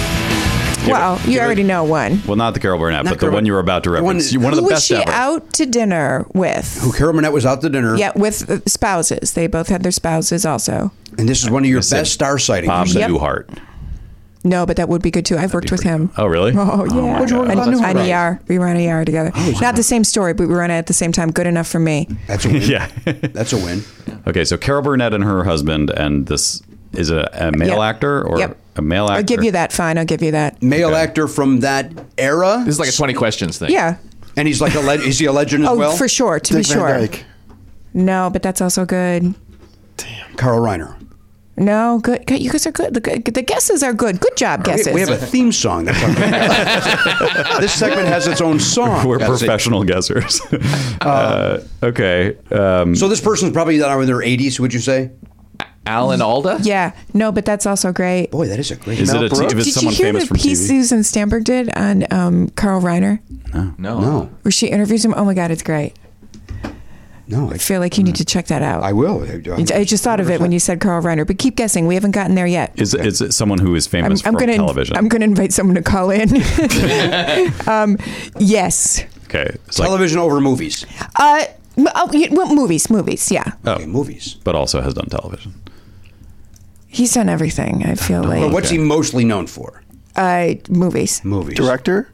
Speaker 9: Well, you already know one.
Speaker 1: Well, not the Carol Burnett,
Speaker 2: Not
Speaker 1: but the
Speaker 2: Carol-
Speaker 1: one you were about to
Speaker 2: one-
Speaker 1: reference. One, of the
Speaker 9: Who was
Speaker 1: best
Speaker 9: she
Speaker 1: ever.
Speaker 9: out to dinner with?
Speaker 2: Who Carol Burnett was out to dinner.
Speaker 9: Yeah, with uh, spouses. They both had their spouses also.
Speaker 2: And this is one of your best star sightings.
Speaker 1: Bob
Speaker 9: Yep.
Speaker 1: Newhart.
Speaker 9: No, but that would be good too. I've worked with him.
Speaker 1: Oh, really?
Speaker 9: Oh yeah,
Speaker 2: What'd you work
Speaker 9: on,
Speaker 2: with on
Speaker 9: on
Speaker 2: Newhart?
Speaker 9: ER. We were on ER together. Not the same story, but we were on it at the same time. Good enough for me.
Speaker 2: That's a win.
Speaker 1: Yeah.
Speaker 2: That's a win.
Speaker 1: okay, so Carol Burnett and her husband, and this is a, a male
Speaker 9: Yep.
Speaker 1: actor or
Speaker 9: Yep.
Speaker 1: a male actor.
Speaker 9: I'll give you that. Fine, I'll give you that.
Speaker 2: Male actor from that era.
Speaker 6: This is like a 20 questions thing.
Speaker 9: Yeah.
Speaker 2: And he's like a leg is he a legend as
Speaker 9: Oh,
Speaker 2: well?
Speaker 9: for sure. To
Speaker 5: Dick
Speaker 9: be sure.
Speaker 5: Van Dyke.
Speaker 9: No, but that's also good.
Speaker 2: Carl Reiner.
Speaker 9: No, good. good. You guys are good. The, good- the guesses are good. Good job,
Speaker 2: We-
Speaker 9: guesses.
Speaker 2: We have a theme song. That's this segment has its own song.
Speaker 1: We're
Speaker 2: That's it.
Speaker 1: professional guessers. uh, okay. Um,
Speaker 2: So this person's probably that are in their 80s, would you say?
Speaker 6: Alan Alda?
Speaker 9: yeah. No, but that's also great.
Speaker 2: Boy, that is a great.
Speaker 1: is
Speaker 5: Mel
Speaker 1: it a t-
Speaker 5: Brooks?
Speaker 1: if it's
Speaker 9: Did you
Speaker 1: someone
Speaker 9: hear
Speaker 1: famous
Speaker 9: the
Speaker 1: from
Speaker 9: piece
Speaker 1: TV?
Speaker 9: Susan Stamberg did on um, Carl Reiner,
Speaker 6: No.
Speaker 2: no,
Speaker 9: where she interviews him? Oh my God, it's great.
Speaker 2: no. I,
Speaker 9: I feel like you need to check that out.
Speaker 2: I will. I, I-
Speaker 9: I just thought of it when you said Carl Reiner, but keep guessing. We haven't gotten there yet.
Speaker 1: Is, is it someone who is
Speaker 9: I'm,
Speaker 1: famous
Speaker 9: I'm
Speaker 1: from
Speaker 9: gonna
Speaker 1: television?
Speaker 9: I'm gonna invite someone to call in. um, yes.
Speaker 1: okay. It's like,
Speaker 2: television over movies.
Speaker 9: Uh, m- oh, y- well, movies, movies. Yeah,
Speaker 1: Oh.
Speaker 2: Okay, movies.
Speaker 1: but also has done television.
Speaker 9: he's done everything. I feel
Speaker 2: But
Speaker 9: like
Speaker 2: what's he mostly known for?
Speaker 9: uh, movies.
Speaker 2: Movies.
Speaker 5: Director?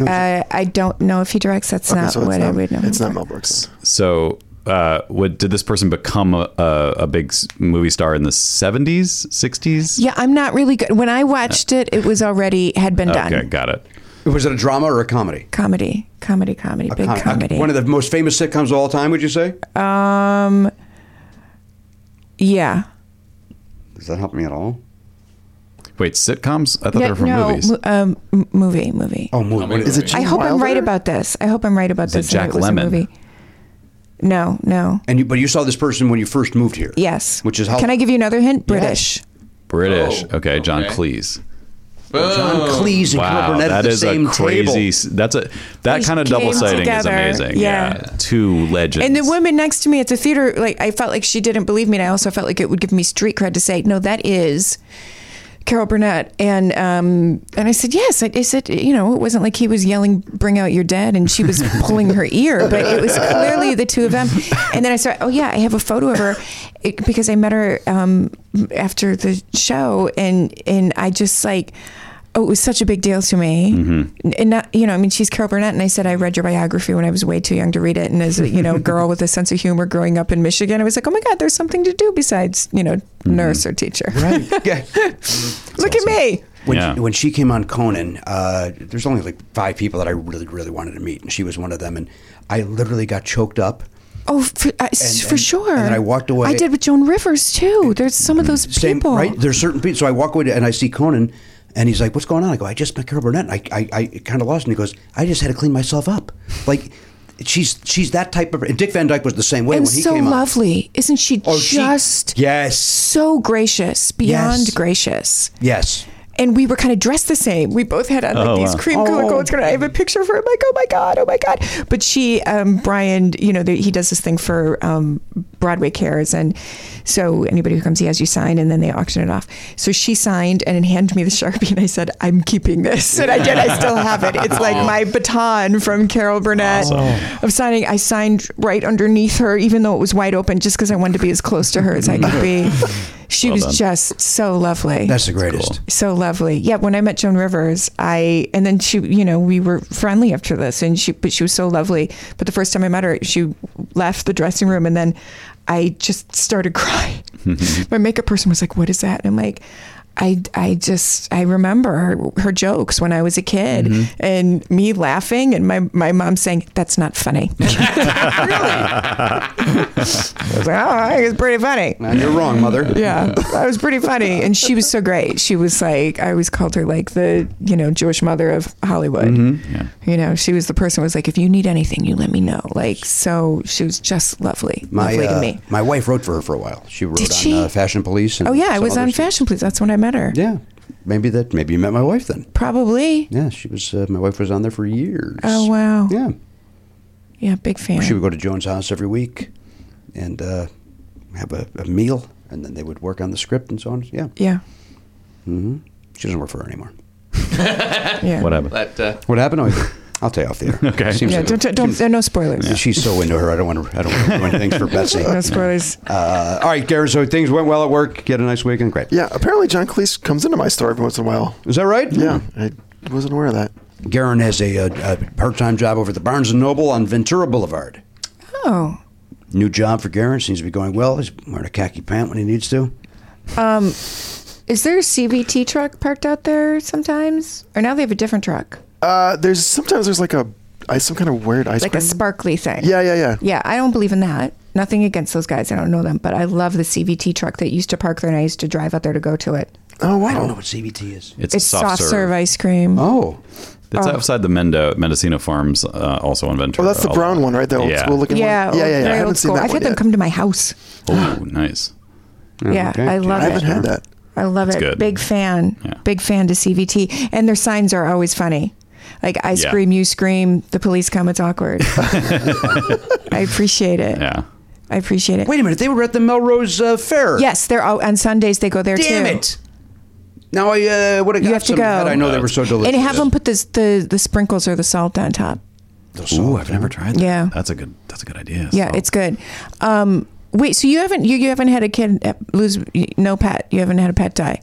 Speaker 9: Uh, I don't know if he directs. That's
Speaker 5: Okay,
Speaker 9: not
Speaker 5: so it's
Speaker 9: what I
Speaker 5: not,
Speaker 9: would know.
Speaker 5: It's not Mel Brooks.
Speaker 1: So, uh, what did this person become a, a, a big s- movie star in the 70s, 60s?
Speaker 9: Yeah, I'm not really good. When I watched it, it was already had been done.
Speaker 1: Okay, got it.
Speaker 2: Was it a drama or a comedy?
Speaker 9: Comedy, comedy, comedy, big
Speaker 2: Com-
Speaker 9: comedy.
Speaker 2: One of the most famous sitcoms of all time, would you say?
Speaker 9: um, yeah.
Speaker 2: Does that help me at all?
Speaker 1: Wait, sitcoms? I thought they
Speaker 9: Yeah,
Speaker 1: were from
Speaker 9: no,
Speaker 1: movies.
Speaker 9: mo- um, m- movie, movie.
Speaker 2: Oh, movie.
Speaker 5: Is it
Speaker 9: I
Speaker 5: Gene
Speaker 9: hope I'm right
Speaker 5: Wilder?
Speaker 9: about this. I hope I'm right about
Speaker 1: it
Speaker 9: this. and
Speaker 1: Jack
Speaker 9: it was a
Speaker 1: Lemmon?
Speaker 9: movie. No, no.
Speaker 2: And you, but you saw this person when you first moved here.
Speaker 9: Yes.
Speaker 2: Which is how.
Speaker 9: Can I give you another hint? British.
Speaker 1: British.
Speaker 6: Oh,
Speaker 1: okay, John
Speaker 6: okay.
Speaker 1: Cleese.
Speaker 2: John Cleese and Carol
Speaker 1: Wow,
Speaker 2: Burnett
Speaker 1: that
Speaker 2: at the
Speaker 1: is a
Speaker 2: same
Speaker 1: crazy.
Speaker 2: table.
Speaker 1: s- That's a that
Speaker 9: They
Speaker 1: kind of
Speaker 9: came
Speaker 1: double sighting is
Speaker 9: together.
Speaker 1: amazing.
Speaker 9: Yeah.
Speaker 1: Yeah. two legends.
Speaker 9: And the woman next to me at the theater, like I felt like she didn't believe me, and I also felt like it would give me street cred to say, "No, that is Carol Burnett." And um, and I said, "Yes." I, I said, "You know, it wasn't like he was yelling, bring out your dead,' and she was pulling her ear, but it was clearly the two of them." And then I said, "Oh yeah, I have a photo of her it, because I met her um, after the show, and and I just like." Oh, it was such a big deal to me. N- And not, you know, I mean, she's Carol Burnett, and I said I read your biography when I was way too young to read it. And as a you know, girl with a sense of humor growing up in Michigan, I was like, oh my God, there's something to do besides you know, nurse or teacher.
Speaker 2: Yeah.
Speaker 9: Look at me.
Speaker 2: When,
Speaker 1: Yeah.
Speaker 2: she, when she came on Conan, uh, there's only like five people that I really, really wanted to meet, and she was one of them. And I literally got choked up.
Speaker 9: Oh, for, I s
Speaker 2: And-
Speaker 9: for
Speaker 2: and-
Speaker 9: sure.
Speaker 2: and then I walked away.
Speaker 9: I did with Joan Rivers too. There's some of those
Speaker 2: Same,
Speaker 9: people.
Speaker 2: right? There's certain people. So I walk away to- and I see Conan, and he's like, "What's going on?" I go, "I just met Carol Burnett." And I, I, I kind of lost, and he goes, "I just had to clean myself up." Like, she's she's that type of. And Dick Van Dyke was the same way
Speaker 9: And
Speaker 2: when he
Speaker 9: so
Speaker 2: came on.
Speaker 9: lovely, isn't she?
Speaker 2: Oh, she-
Speaker 9: just
Speaker 2: Yes,
Speaker 9: so gracious, beyond
Speaker 2: Yes.
Speaker 9: gracious.
Speaker 2: yes.
Speaker 9: and we were kind of dressed the same. We both had on like
Speaker 1: Oh,
Speaker 9: these
Speaker 1: wow.
Speaker 9: cream colored coats. I have a picture of her. I'm like, oh my god, oh my god. But she, um, Brian, you know, the, he does this thing for um, Broadway Cares, and so anybody who comes, he has you sign, and then they auction it off. So she signed and handed me the sharpie, and I said, I'm keeping this, and I did. I still have it. It's like my baton from Carol Burnett of signing. I signed right underneath her, even though it was wide open, just because I wanted to be as close to her as I could be. She was just so lovely
Speaker 2: That's the greatest.
Speaker 9: so lovely. Yeah, when I met Joan Rivers, I and then she, you know, we were friendly after this, and she, but she was so lovely. But the first time I met her, she left the dressing room, and then I just started crying. My makeup person was like, "What is that?" And I'm like. I, I just I remember her, her jokes when I was a kid and me laughing and my, my mom saying that's not funny. really? I was like, oh, I think it's pretty funny.
Speaker 2: You're wrong, mother.
Speaker 9: Yeah, I was pretty funny, and she was so great. She was like, I always called her like the you know Jewish mother of Hollywood.
Speaker 2: Mm-hmm.
Speaker 9: You know, she was the person who was like, if you need anything, you let me know. Like, so she was just lovely,
Speaker 2: My
Speaker 9: lovely
Speaker 2: uh,
Speaker 9: to me.
Speaker 2: my wife wrote for her for a while. She wrote
Speaker 9: Did
Speaker 2: on
Speaker 9: she?
Speaker 2: Uh, Fashion Police. And
Speaker 9: Oh yeah, I
Speaker 2: some
Speaker 9: was
Speaker 2: other
Speaker 9: on
Speaker 2: stuff.
Speaker 9: Fashion Police. That's when I met her.
Speaker 2: Yeah, maybe that. Maybe you met my wife then.
Speaker 9: Probably.
Speaker 2: Yeah, she was. Uh, my wife was on there for years.
Speaker 9: Oh wow. Yeah,
Speaker 2: Yeah,
Speaker 9: big fan.
Speaker 2: she would go to Joan's house every week, and uh, have a, a meal, and then they would work on the script and so on. Yeah,
Speaker 9: yeah,
Speaker 2: she doesn't work for her anymore.
Speaker 9: yeah.
Speaker 1: What happened?
Speaker 6: But uh,
Speaker 2: What happened? Oh, I'll tell you off the air.
Speaker 1: Okay.
Speaker 2: Seems
Speaker 9: Yeah,
Speaker 2: like-
Speaker 9: don't don't. There are no spoilers.
Speaker 2: She's so into her. I don't want to. I don't want to ruin things for Betsy.
Speaker 9: No spoilers.
Speaker 2: Uh, all right, Garrett. So things went well at work. You had a nice weekend. Great.
Speaker 5: Yeah, apparently John Cleese comes into my store every once in a while.
Speaker 2: Is that right?
Speaker 5: Yeah, I wasn't aware of that.
Speaker 2: Garen has a, uh a part-time job over at the Barnes and Noble on Ventura Boulevard.
Speaker 9: Oh,
Speaker 2: New job for Garen seems to be going well. He's wearing a khaki pant when he needs to.
Speaker 9: is there a CVT truck parked out there sometimes? Or now they have a different truck,
Speaker 5: Uh, there's sometimes there's like a I some kind of weird ice
Speaker 9: like a
Speaker 5: cream.
Speaker 9: sparkly thing.
Speaker 5: yeah, yeah, yeah.
Speaker 9: Yeah, I don't believe in that. Nothing against those guys. I don't know them, but I love the CVT truck that used to park there, and I used to drive out there to go to it.
Speaker 5: Oh wow.
Speaker 2: I don't know what CBT is.
Speaker 1: It's,
Speaker 9: It's soft, serve. ice cream.
Speaker 2: Oh,
Speaker 1: It's outside the Mendo, Mendocino Farms, uh, also on Ventura.
Speaker 5: Oh, that's the
Speaker 1: All-
Speaker 5: brown one, right? The old
Speaker 1: Yeah.
Speaker 5: school looking
Speaker 9: Yeah,
Speaker 5: one. Yeah, yeah, yeah. I
Speaker 9: very
Speaker 5: haven't
Speaker 9: old
Speaker 5: seen
Speaker 9: school.
Speaker 5: that
Speaker 9: I've
Speaker 5: one
Speaker 9: had them
Speaker 5: yet.
Speaker 9: come to my house.
Speaker 1: Oh, nice.
Speaker 9: yeah,
Speaker 2: Oh, okay.
Speaker 9: I love
Speaker 5: I haven't
Speaker 9: it.
Speaker 5: had that.
Speaker 9: I love it.
Speaker 1: good.
Speaker 9: Big fan.
Speaker 1: Yeah.
Speaker 9: Big fan to CVT, and their signs are always funny. Like I
Speaker 1: Yeah.
Speaker 9: scream, you scream, the police come, it's awkward. I appreciate it.
Speaker 1: Yeah.
Speaker 9: I appreciate it.
Speaker 2: wait a minute. They were at the Melrose uh, Fair.
Speaker 9: Yes, they're all, on Sundays. They go there
Speaker 2: Damn
Speaker 9: too.
Speaker 2: it. Now I uh, would have
Speaker 9: You
Speaker 2: got
Speaker 9: have to
Speaker 2: some
Speaker 9: go.
Speaker 2: had I know they were so delicious.
Speaker 9: And have them put this, the the sprinkles or the salt on top.
Speaker 1: Ooh, I've never tried that.
Speaker 9: Yeah.
Speaker 1: That's a good. That's a good idea.
Speaker 9: Yeah,
Speaker 1: So-
Speaker 9: it's good. Um, wait, so you haven't you, you haven't had a kid uh, lose no pet? You haven't had a pet die?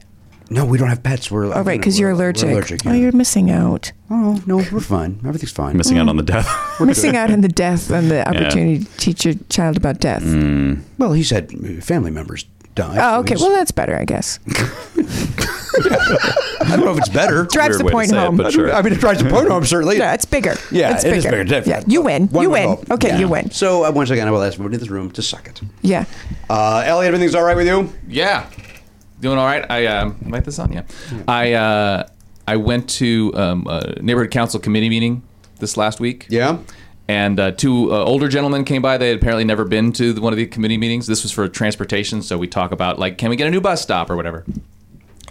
Speaker 2: No, we don't have pets. We're
Speaker 9: Oh, right, because you're allergic.
Speaker 2: We're allergic.
Speaker 9: Oh,
Speaker 2: yeah.
Speaker 9: you're missing out.
Speaker 2: oh no, we're fine. Everything's fine.
Speaker 1: missing
Speaker 9: mm.
Speaker 1: out on the death.
Speaker 9: missing out on the death and the opportunity to teach your child about death.
Speaker 2: Mm. Well, he's had uh, family members die.
Speaker 9: Oh,
Speaker 2: so
Speaker 9: okay.
Speaker 2: he's-
Speaker 9: Well, that's better, I guess.
Speaker 2: I don't know if it's better.
Speaker 9: Drives
Speaker 1: Weird
Speaker 9: the
Speaker 1: way to
Speaker 9: point
Speaker 1: say it,
Speaker 9: home.
Speaker 1: but sure.
Speaker 2: I mean, it tries to point home certainly.
Speaker 9: yeah, it's bigger.
Speaker 2: Yeah,
Speaker 9: it's
Speaker 2: it
Speaker 9: bigger.
Speaker 2: is bigger. Def-
Speaker 9: Yeah, you win.
Speaker 2: One
Speaker 9: you
Speaker 2: would
Speaker 9: win.
Speaker 2: hope.
Speaker 9: Okay,
Speaker 2: Yeah.
Speaker 9: you win.
Speaker 2: So uh, once again, I will ask everybody in this room to suck it.
Speaker 9: Yeah.
Speaker 2: Uh, Ellie, everything's all right with you?
Speaker 6: yeah, doing all right. I um, write this on. Yeah, I uh, I went to um, a neighborhood council committee meeting this last week.
Speaker 2: Yeah.
Speaker 6: And uh, two uh, older gentlemen came by. They had apparently never been to the, one of the committee meetings. This was for transportation, so we talk about like, can we get a new bus stop or whatever.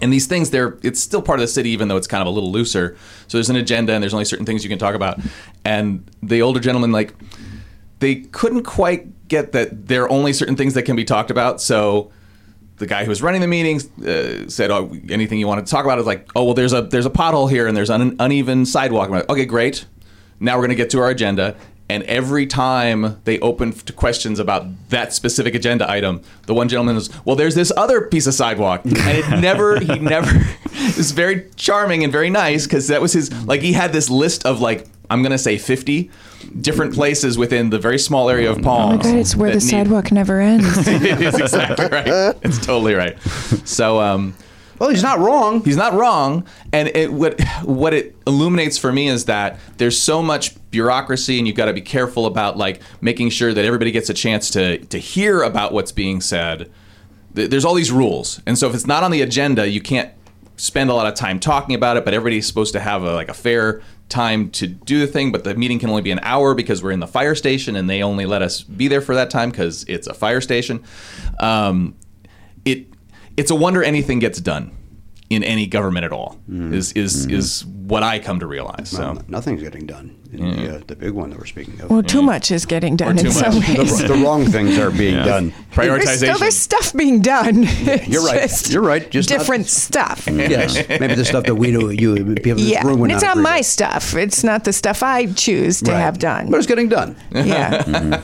Speaker 6: And these things, they're it's still part of the city, even though it's kind of a little looser. So there's an agenda, and there's only certain things you can talk about. And the older gentleman, like, they couldn't quite get that there are only certain things that can be talked about. So the guy who was running the meetings uh, said, "Oh, anything you want to talk about?" Is like, "Oh, well, there's a there's a pothole here and there's an uneven sidewalk." I'm like, "Okay, great. Now we're going to get to our agenda." And every time they open f- to questions about that specific agenda item, the one gentleman was, "Well, there's this other piece of sidewalk," and it never he never it was very charming and very nice because that was his like he had this list of like I'm going to say 50 different places within the very small area of Palms.
Speaker 9: Oh my God, it's where
Speaker 6: that
Speaker 9: the
Speaker 6: need-
Speaker 9: sidewalk never ends.
Speaker 6: it is exactly right. It's totally right. So um,
Speaker 2: Well, he's not wrong.
Speaker 6: he's not wrong, and it what what it illuminates for me is that there's so much bureaucracy, and you've got to be careful about like making sure that everybody gets a chance to to hear about what's being said. Th- There's all these rules, and so if it's not on the agenda, you can't spend a lot of time talking about it. But everybody's supposed to have a, like a fair time to do the thing. But the meeting can only be an hour because we're in the fire station, and they only let us be there for that time because it's a fire station. Um, it it's a wonder anything gets done in any government at all
Speaker 2: Mm-hmm.
Speaker 6: is is is what I come to realize. So
Speaker 2: Nothing's getting done in
Speaker 1: Mm-hmm.
Speaker 2: the, uh, the big one that we're speaking of.
Speaker 9: well, too much is getting done
Speaker 6: too
Speaker 9: in some
Speaker 6: much.
Speaker 2: the,
Speaker 9: ways.
Speaker 2: the wrong things are being done.
Speaker 9: There's still
Speaker 6: prioritization.
Speaker 9: there's stuff being done.
Speaker 2: You're right. You're right, just not-
Speaker 9: different stuff.
Speaker 2: Yes, maybe the stuff that we do, you people in this
Speaker 9: Yeah,
Speaker 2: room would
Speaker 9: and it's
Speaker 2: not agree
Speaker 9: not my
Speaker 2: with.
Speaker 9: stuff. It's not the stuff I choose to
Speaker 2: Right.
Speaker 9: have done.
Speaker 2: but it's getting done.
Speaker 9: Yeah.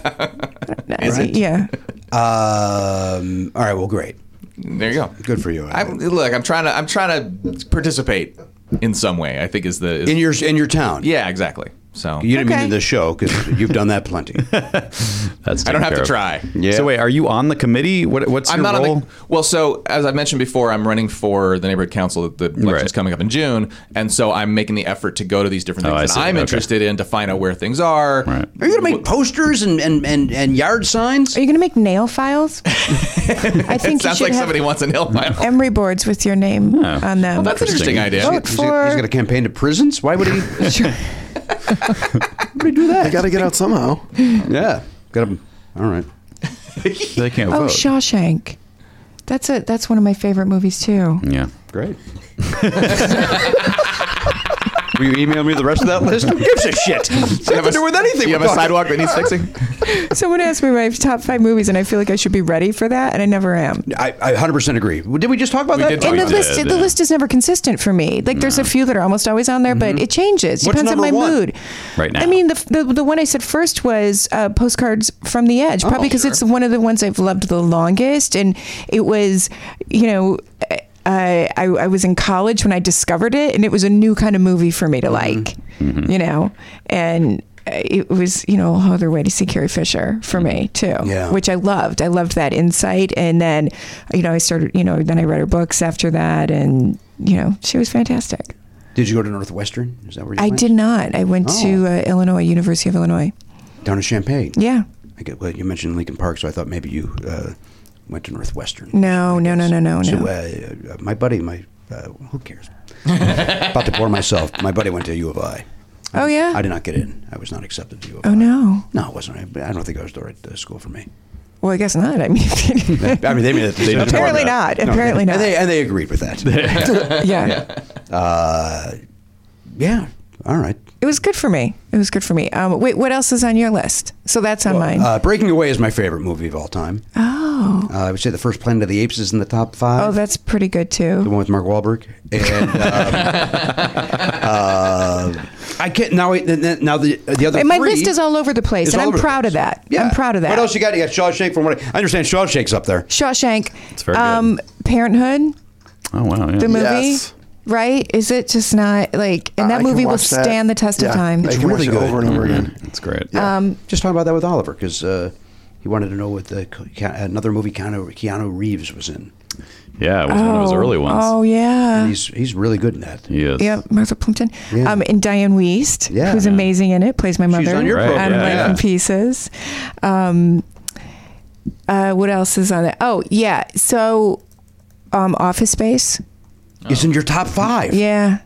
Speaker 9: Yeah.
Speaker 2: Um, all right, well, great,
Speaker 6: there you go.
Speaker 2: good for you. Ellie.
Speaker 6: I'm, look, I'm trying to I'm trying to participate in some way. I think is the is,
Speaker 2: in your in your town,
Speaker 6: yeah exactly. So
Speaker 2: You didn't mean
Speaker 9: Okay.
Speaker 2: in the show because you've done that plenty.
Speaker 1: That's
Speaker 6: I don't
Speaker 1: taken
Speaker 6: have
Speaker 1: care
Speaker 6: to
Speaker 1: of.
Speaker 6: try.
Speaker 2: Yeah.
Speaker 1: So wait, are you on the committee? What, what's
Speaker 6: I'm
Speaker 1: your
Speaker 6: not
Speaker 1: role?
Speaker 6: on the, well. So as I mentioned before, I'm running for the neighborhood council. The election's
Speaker 1: Right.
Speaker 6: coming up in June, and so I'm making the effort to go to these different
Speaker 1: Oh,
Speaker 6: things
Speaker 1: I
Speaker 6: that
Speaker 1: see.
Speaker 6: I'm
Speaker 1: Okay.
Speaker 6: interested in to find out where things are.
Speaker 1: Right.
Speaker 2: Are you going to make posters and, and, and, and yard signs?
Speaker 9: Are you going to make nail files? I
Speaker 6: It
Speaker 9: think you
Speaker 6: sounds
Speaker 9: should
Speaker 6: like
Speaker 9: have
Speaker 6: somebody wants a nail
Speaker 1: Mm-hmm.
Speaker 6: file.
Speaker 9: emery boards with your name on them.
Speaker 6: That's an interesting idea.
Speaker 9: Vote
Speaker 2: He's gonna- he's
Speaker 9: for
Speaker 2: going to campaign to prisons? Why would he?
Speaker 5: I got to get out somehow.
Speaker 2: yeah. Got him. All right.
Speaker 1: They can't
Speaker 9: oh
Speaker 1: vote.
Speaker 9: Shawshank. That's a that's one of my favorite movies too.
Speaker 1: yeah.
Speaker 2: Great. Will you email me the rest of that list? Who gives a shit? It's nothing to do with anything.
Speaker 6: Do you
Speaker 2: we're
Speaker 6: have a
Speaker 2: talking.
Speaker 6: sidewalk that needs fixing?
Speaker 9: Someone asked me my top five movies, and I feel like I should be ready for that, and I never am.
Speaker 2: I, I 100% agree. Did we just talk about that?
Speaker 6: did talk
Speaker 9: And the
Speaker 6: about
Speaker 9: list,
Speaker 1: did,
Speaker 9: the
Speaker 1: yeah.
Speaker 9: list is never consistent for me. Like, there's a few that are almost always on there, but it changes.
Speaker 2: What's
Speaker 9: Depends on my
Speaker 2: number one?
Speaker 9: mood.
Speaker 1: Right now.
Speaker 9: I mean, the, the the one I said first was uh, postcards from the edge,
Speaker 2: Oh,
Speaker 9: probably because it's one of the ones I've loved the longest, and it was, you know. uh, I, I I was in college when I discovered it, and it was a new kind of movie for me to
Speaker 2: Mm-hmm.
Speaker 9: like, you know, and uh, it was you know a whole other way to see Carrie Fisher for me too,
Speaker 2: Mm-hmm. Yeah.
Speaker 9: which I loved. I loved that insight, and then you know I started you know then I read her books after that, and you know she was fantastic.
Speaker 2: Did you go to Northwestern? Is that where you
Speaker 9: I
Speaker 2: went?
Speaker 9: did not. I went to
Speaker 2: Oh.
Speaker 9: uh, Illinois University of Illinois.
Speaker 2: Down in Champaign.
Speaker 9: Yeah.
Speaker 2: I get, well, you mentioned Lincoln Park, so I thought maybe you uh, went to Northwestern.
Speaker 9: No,
Speaker 2: I
Speaker 9: no, no,
Speaker 2: guess.
Speaker 9: no, no,
Speaker 2: So,
Speaker 9: no.
Speaker 2: uh, uh, my buddy, my uh, who cares? About to bore myself. My buddy went to U of I.
Speaker 9: Oh yeah.
Speaker 2: I did not get in. I was not accepted to U of I.
Speaker 9: oh no.
Speaker 2: No, it wasn't. I, I don't think I was the right uh, school for me.
Speaker 9: Well, I guess not. I mean,
Speaker 2: I mean, they made it.
Speaker 1: didn't
Speaker 9: apparently
Speaker 1: want
Speaker 9: not. Apparently not.
Speaker 2: And they, and they agreed with that.
Speaker 9: yeah.
Speaker 2: yeah. All right.
Speaker 9: It was good for me. It was good for me. Um, wait, what else is on your list? So that's on mine.
Speaker 2: Uh, Breaking Away is my favorite movie of all time.
Speaker 9: oh.
Speaker 2: Uh, I would say the first Planet of the Apes is in the top five.
Speaker 9: Oh, that's pretty good
Speaker 2: the
Speaker 9: too.
Speaker 2: one with Mark Wahlberg. And um, uh, I can't now. it- Now the the other
Speaker 9: And my
Speaker 2: three-
Speaker 9: list is all over the place,
Speaker 2: It's
Speaker 9: and
Speaker 2: all
Speaker 9: I'm
Speaker 2: over the
Speaker 9: proud of
Speaker 2: place.
Speaker 9: that. I'm proud of that.
Speaker 2: What else you got? You got Shawshank from what I, I understand. Shawshank's up there.
Speaker 9: Shawshank.
Speaker 1: It's very good.
Speaker 9: Um, Parenthood,
Speaker 1: Oh wow. Yeah.
Speaker 9: the movie.
Speaker 5: Yes.
Speaker 9: Right? Is it just not like? And
Speaker 5: I
Speaker 9: that
Speaker 5: can
Speaker 9: movie will
Speaker 5: watch that.
Speaker 9: stand the test
Speaker 5: Yeah,
Speaker 9: of time.
Speaker 5: I can
Speaker 2: really
Speaker 5: watch it
Speaker 2: good.
Speaker 5: over and over again.
Speaker 1: That's great.
Speaker 9: Um,
Speaker 2: Just talking about that with Oliver because uh, he wanted to know what the Ke- another movie Keanu, Keanu Reeves was in.
Speaker 1: yeah, it was one of his
Speaker 9: oh,
Speaker 1: early ones.
Speaker 9: Oh yeah.
Speaker 2: He's he's really good in that.
Speaker 1: He is.
Speaker 9: Yep, Martha Plimpton.
Speaker 2: Yeah.
Speaker 9: Um, and Diane Weist,
Speaker 2: Yeah.
Speaker 9: who's amazing in it, plays my mother
Speaker 2: on your
Speaker 1: Right,
Speaker 9: on
Speaker 1: yeah,
Speaker 9: Life
Speaker 1: yeah.
Speaker 9: in Pieces. Um, uh, what else is on it? Oh, yeah. So, um, Office Space.
Speaker 2: He's in your top five.
Speaker 9: Yeah.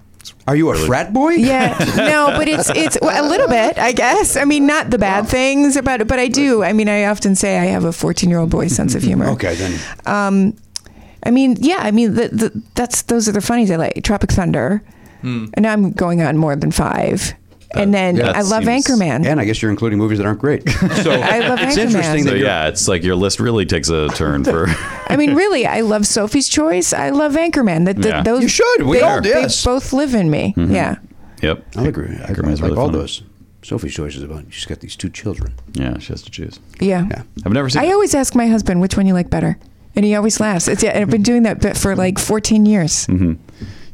Speaker 2: Are you a frat boy?
Speaker 9: Yeah, no, but it's it's well, a little bit, I guess. I mean, not the bad things about it, but I do. I mean, I often say I have a 14 year old boy's sense of humor.
Speaker 2: Okay then.
Speaker 9: Um, I mean, yeah, I mean, the, the, that's those are the funnies I like. Tropic Thunder, and now I'm going on more than five. and then
Speaker 1: yeah,
Speaker 9: I
Speaker 1: Hmm. that
Speaker 9: love
Speaker 1: seems-
Speaker 9: Anchorman.
Speaker 2: And I guess you're including movies that aren't great. So
Speaker 9: I love
Speaker 2: it's
Speaker 9: Anchorman.
Speaker 2: interesting
Speaker 1: So
Speaker 2: that you're-
Speaker 1: yeah, it's like your list really takes a turn for.
Speaker 9: I mean, really, I love Sophie's Choice. I love Anchorman. That, that
Speaker 1: Yeah. Mm-hmm.
Speaker 9: those
Speaker 2: You should. We
Speaker 9: they,
Speaker 2: all
Speaker 9: they
Speaker 2: did.
Speaker 9: both live in me. Yeah.
Speaker 1: yep.
Speaker 2: I'll agree. I, I like
Speaker 1: Anchorman's really
Speaker 2: all
Speaker 1: funny.
Speaker 2: those. Sophie's Choice is about she's got these two children.
Speaker 1: Yeah, she has to choose.
Speaker 9: yeah,
Speaker 2: Yeah.
Speaker 1: I've never seen.
Speaker 9: I
Speaker 1: it.
Speaker 9: always ask my husband which one you like better, and he always laughs. It's, yeah, and
Speaker 1: Mm-hmm.
Speaker 9: I've been doing that bit for like 14 years.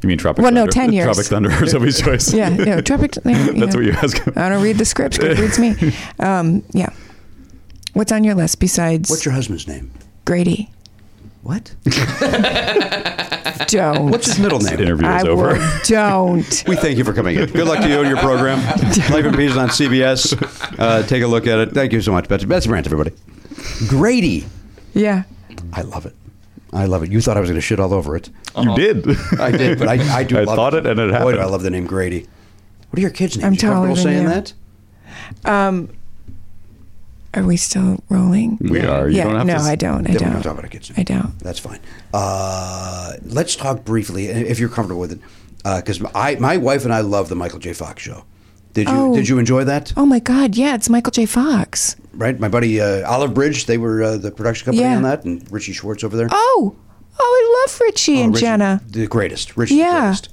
Speaker 1: You mean Tropic?
Speaker 9: Well, no,
Speaker 1: Thunder.
Speaker 9: 10 years.
Speaker 1: Tropic Thunder or Sophie's Choice.
Speaker 9: Yeah, no, Tropic.
Speaker 1: That's what you ask.
Speaker 9: I don't read the script. It reads me. Um, yeah. What's on your list besides
Speaker 2: What's your husband's name?
Speaker 9: Grady?
Speaker 2: What?
Speaker 9: Don't.
Speaker 2: What's his middle
Speaker 1: This
Speaker 2: name?
Speaker 1: interview
Speaker 9: I
Speaker 1: is over.
Speaker 9: will don't.
Speaker 2: We thank you for coming in. Good luck to you and your program. Life in Pieces on CBS. Uh, take a look at it. Thank you so much, Betsy. Betsy Brandt, everybody. Grady.
Speaker 9: Yeah.
Speaker 2: I love it. I love it. You thought I was going to shit all over it.
Speaker 1: You did.
Speaker 2: Uh-huh. I did, but I, I do
Speaker 1: I
Speaker 2: love
Speaker 1: thought it and it
Speaker 2: Boy, do I
Speaker 1: happened.
Speaker 2: love the name Grady. What are your kids' names?
Speaker 9: I'm
Speaker 2: You comfortable
Speaker 9: taller than
Speaker 2: saying
Speaker 9: you.
Speaker 2: that?
Speaker 9: Um, are we still rolling?
Speaker 1: we are. You
Speaker 9: yeah.
Speaker 1: don't have
Speaker 9: no,
Speaker 1: to.
Speaker 9: I don't. I
Speaker 2: Then we
Speaker 9: don't.
Speaker 2: don't talk about our kids.
Speaker 9: I don't.
Speaker 2: That's fine. Uh, let's talk briefly, if you're comfortable with it, because I, my wife and I love the Michael J. Fox show. Did you
Speaker 9: Oh.
Speaker 2: Did you enjoy that?
Speaker 9: Oh my God! Yeah, it's Michael J. Fox.
Speaker 2: Right, my buddy uh, Olive Bridge. They were uh, the production company
Speaker 9: Yeah.
Speaker 2: on that, and Richie Schwartz over there.
Speaker 9: Oh, oh, I love Richie and
Speaker 2: Richie,
Speaker 9: Jenna.
Speaker 2: the greatest. Richie,
Speaker 9: Yeah.
Speaker 2: the greatest.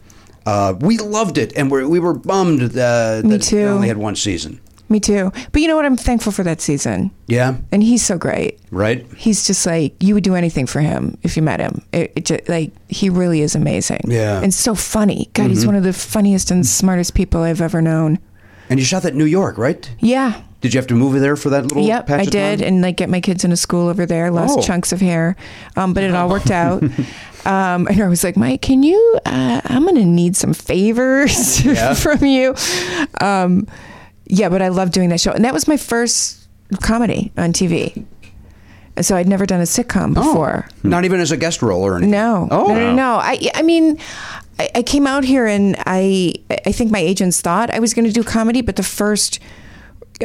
Speaker 2: Uh, we loved it, and we're, we were bummed uh, that
Speaker 9: Me
Speaker 2: it
Speaker 9: too.
Speaker 2: only had one season.
Speaker 9: Me too. But you know what? I'm thankful for that season.
Speaker 2: Yeah,
Speaker 9: And he's so great.
Speaker 2: right.
Speaker 9: He's just like you would do anything for him if you met him. It, it just, like he really is amazing.
Speaker 2: Yeah.
Speaker 1: Mm-hmm.
Speaker 9: And so funny. God, he's one of the funniest and smartest people I've ever known.
Speaker 2: And you shot that in New York, right?
Speaker 9: Yeah.
Speaker 2: Did you have to move there for that little?
Speaker 9: Yep,
Speaker 2: patch
Speaker 9: I
Speaker 2: of time?
Speaker 9: did, and like get my kids into school over there. Lost
Speaker 2: Oh.
Speaker 9: chunks of hair, um, but it all worked out. um, and I was like, Mike, can you? Uh, I'm gonna need some favors from you. Um, yeah, but I loved doing that show, and that was my first comedy on TV. And So I'd never done a sitcom
Speaker 2: Oh.
Speaker 9: before.
Speaker 2: Not even as a guest role or anything.
Speaker 9: No.
Speaker 2: Oh.
Speaker 9: no, no, no. I, I mean, I, I came out here and I, I think my agents thought I was going to do comedy, but the first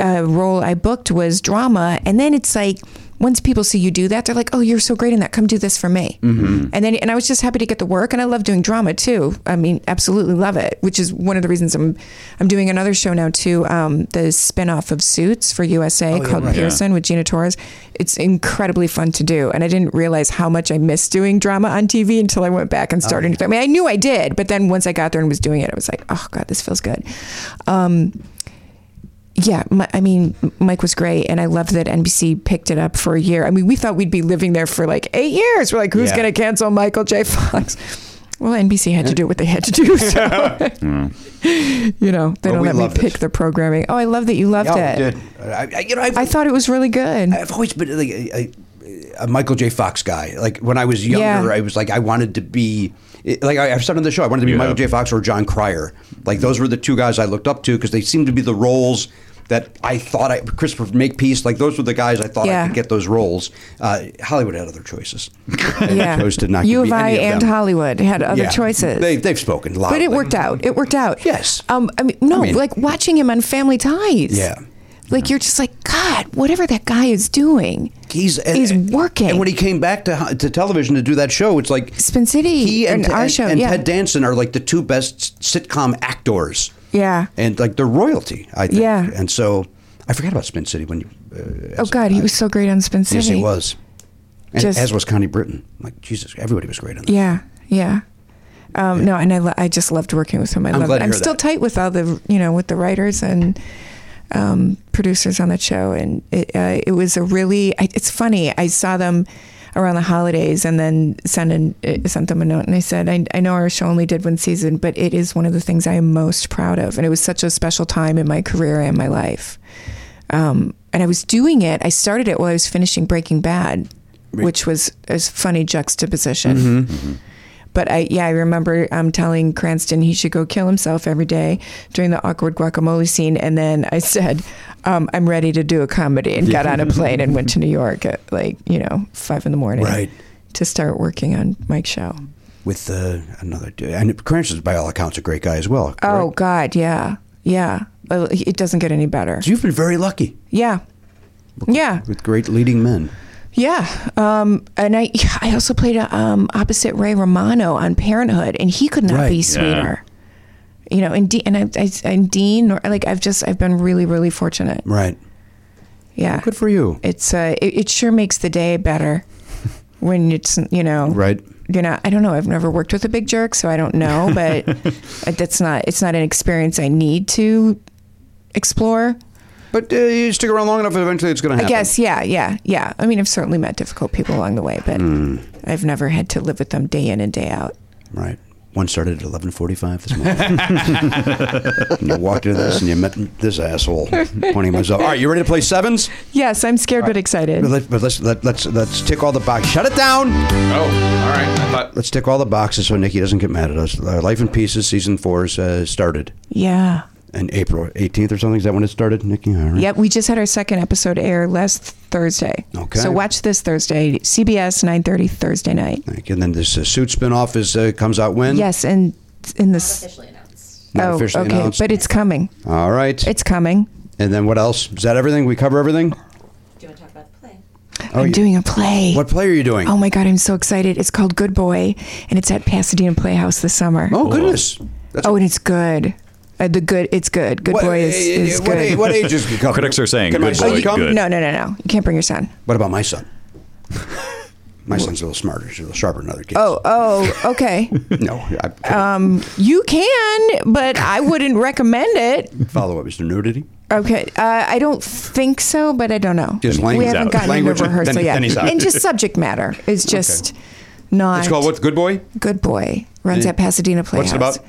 Speaker 9: uh, role I booked was drama, and then it's like. Once people see you do that, they're like, "Oh, you're so great in that. Come do this for me." And then, and I was just happy to get the work, and I love doing drama too. I mean, absolutely love it, which is one of the reasons I'm, I'm doing another show now too. Um, the spinoff of Suits for USA called Pearson with Gina Torres. It's incredibly fun to do, and I didn't realize how much I missed doing drama on TV until I went back and started. I mean, I knew I did, but then once I got there and was doing it, I was like, "Oh God, this feels good." Um, yeah, my, I mean, Mike was great, and I love that NBC picked it up for a year. I mean, we thought we'd be living there for like eight years. We're like, who's
Speaker 2: Yeah.
Speaker 9: going to cancel Michael J. Fox? Well, NBC had to do what they had to do. So, you know, they
Speaker 2: Well, we
Speaker 9: don't let me
Speaker 2: loved it.
Speaker 9: pick their programming. Oh, I love that you loved
Speaker 2: Yeah,
Speaker 9: it.
Speaker 2: we did. I, I, you know, I've,
Speaker 9: I thought it was really good.
Speaker 2: I've always been like a, a, a Michael J. Fox guy. Like when I was younger,
Speaker 9: Yeah.
Speaker 2: I was like, I wanted to be. it- Like I- I've said on the show, I wanted to be
Speaker 1: Yeah.
Speaker 2: Michael J. Fox or John Cryer. Like those were the two guys I looked up to because they seemed to be the roles that I thought I Christopher Makepeace. Like those were the guys I thought I
Speaker 9: Yeah.
Speaker 2: could get those roles. Uh, Hollywood had other choices. They
Speaker 9: yeah,
Speaker 2: chose to not
Speaker 9: U
Speaker 2: give
Speaker 9: of
Speaker 2: me
Speaker 9: I
Speaker 2: any of
Speaker 9: and
Speaker 2: them.
Speaker 9: Hollywood had other
Speaker 2: Yeah.
Speaker 9: choices.
Speaker 2: They, they've spoken loudly.
Speaker 9: But it worked out. It worked out.
Speaker 2: Yes.
Speaker 9: Um. I mean, no.
Speaker 2: I mean-
Speaker 9: like watching him on Family Ties.
Speaker 2: Yeah.
Speaker 9: Like you're just like God. Whatever that guy is doing,
Speaker 2: He's and-
Speaker 9: is working.
Speaker 2: And when he came back to to television to do that show, it's like
Speaker 9: Spin City
Speaker 2: He and,
Speaker 9: and our
Speaker 2: and-
Speaker 9: show,
Speaker 2: and
Speaker 9: yeah.
Speaker 2: Ted Danson are like the two best sitcom actors.
Speaker 9: Yeah.
Speaker 2: and like they're royalty, I think.
Speaker 9: Yeah.
Speaker 2: and so I forgot about Spin City when you. Uh,
Speaker 9: Oh God, he was so great on Spin City.
Speaker 2: yes, he was. And
Speaker 9: Just-
Speaker 2: as was Connie Britton. Like Jesus, everybody was great on that.
Speaker 9: Yeah, yeah. Um, No, and I, lo- I just loved working with him. I
Speaker 2: I'm
Speaker 9: love
Speaker 2: glad
Speaker 9: it.
Speaker 2: to
Speaker 9: I'm
Speaker 2: hear
Speaker 9: still
Speaker 2: that.
Speaker 9: tight with all the you know with the writers and um, producers on that show, and it uh, it was a really. I, it's funny. I saw them around the holidays, and then sent an, uh, sent them a note, and I said, I, "I know our show only did one season, but it is one of the things I am most proud of, and it was such a special time in my career and my life." um, and I was doing it. I started it while I was finishing Breaking Bad, which was a funny juxtaposition.
Speaker 2: Mm-hmm.
Speaker 9: But I, yeah, I remember um, telling Cranston he should go kill himself every day during the awkward guacamole scene, and then I said, um, "I'm ready to do a comedy," and got on a plane and went to New York at like you know five in the morning
Speaker 2: Right.
Speaker 9: to start working on Mike's show.
Speaker 2: With uh, another dude, and Cranston's by all accounts a great guy as well.
Speaker 9: Oh
Speaker 2: correct?
Speaker 9: God, yeah, yeah. Well, It doesn't get any better.
Speaker 2: So you've been very lucky
Speaker 9: Yeah, yeah.
Speaker 2: with great leading men.
Speaker 9: Yeah, um, and I I also played um, opposite Ray Romano on Parenthood, and he could not
Speaker 2: Right.
Speaker 9: be sweeter. You know, and, De- and I, I and Dean, or- like I've just I've been really really fortunate.
Speaker 2: Right.
Speaker 9: Yeah,
Speaker 2: Good for you.
Speaker 9: It's uh, it, it sure makes the day better when it's you know
Speaker 2: Right.
Speaker 9: You know, I don't know. I've never worked with a big jerk, so I don't know. But that's not it's not an experience I need to explore.
Speaker 2: But uh, you stick around long enough, eventually it's going to
Speaker 9: I
Speaker 2: happen.
Speaker 9: guess, yeah, yeah, yeah. I mean, I've certainly met difficult people along the way, but
Speaker 2: Hmm.
Speaker 9: I've never had to live with them day in and day out.
Speaker 2: Right. One started at eleven forty-five this morning. and you walked into this, and you met this asshole pointing at myself. All right, you ready to play sevens?
Speaker 9: Yes, I'm scared but excited.
Speaker 2: But, let, but let's let, let's let's tick all the boxes. Shut it down.
Speaker 6: Oh, all right. I thought
Speaker 2: Let's tick all the boxes so Nikki doesn't get mad at us. Uh, Life in Pieces season four is uh, started
Speaker 9: Yeah.
Speaker 2: in April eighteenth or something. Is that when it started, Nikki? All right.
Speaker 9: Yep, we just had our second episode air last Thursday.
Speaker 2: Okay.
Speaker 9: So watch this Thursday, CBS 9:30 Thursday night.
Speaker 2: Thank you. And then this uh, suit spinoff is uh, comes out when?
Speaker 9: Yes, and in this
Speaker 10: officially announced.
Speaker 2: Not
Speaker 9: Oh,
Speaker 2: officially
Speaker 9: okay,
Speaker 2: announced.
Speaker 9: but it's coming.
Speaker 2: all right.
Speaker 9: It's coming.
Speaker 2: and then what else? Is that everything? We cover everything.
Speaker 10: Do you want to talk about the play?
Speaker 2: Oh,
Speaker 9: I'm
Speaker 2: you-
Speaker 9: doing a play.
Speaker 2: What play are you doing?
Speaker 9: Oh my god, I'm so excited. It's called Good Boy and it's at Pasadena Playhouse this summer.
Speaker 2: Oh, goodness. That's
Speaker 9: Oh, and it's good. Uh, the good, it's good. Good
Speaker 2: What-
Speaker 9: boy is,
Speaker 2: eh, eh,
Speaker 9: is
Speaker 2: what,
Speaker 9: good.
Speaker 2: a- what age is Gecko?
Speaker 1: Critics are saying
Speaker 2: Can my
Speaker 1: good
Speaker 2: son
Speaker 1: boy,
Speaker 2: come?
Speaker 1: good.
Speaker 9: Oh, No, no, no, no. You can't bring your son.
Speaker 2: What about my son? My son's a little smarter. He's a little sharper than other kids.
Speaker 9: Oh, Uh, oh, okay.
Speaker 2: no! I
Speaker 9: you can, but I wouldn't recommend it.
Speaker 2: follow up is there nudity.
Speaker 9: Okay, uh, I don't think so, but I don't know.
Speaker 2: Just
Speaker 9: we
Speaker 2: language
Speaker 9: haven't
Speaker 2: out.
Speaker 9: gotten
Speaker 2: Language,
Speaker 9: into rehearsal
Speaker 2: then-
Speaker 9: yet,
Speaker 2: then he's out.
Speaker 9: and just subject matter is just not.
Speaker 2: It's called what's Good Boy.
Speaker 9: Good Boy runs
Speaker 2: Yeah.
Speaker 9: at Pasadena Playhouse.
Speaker 2: What's it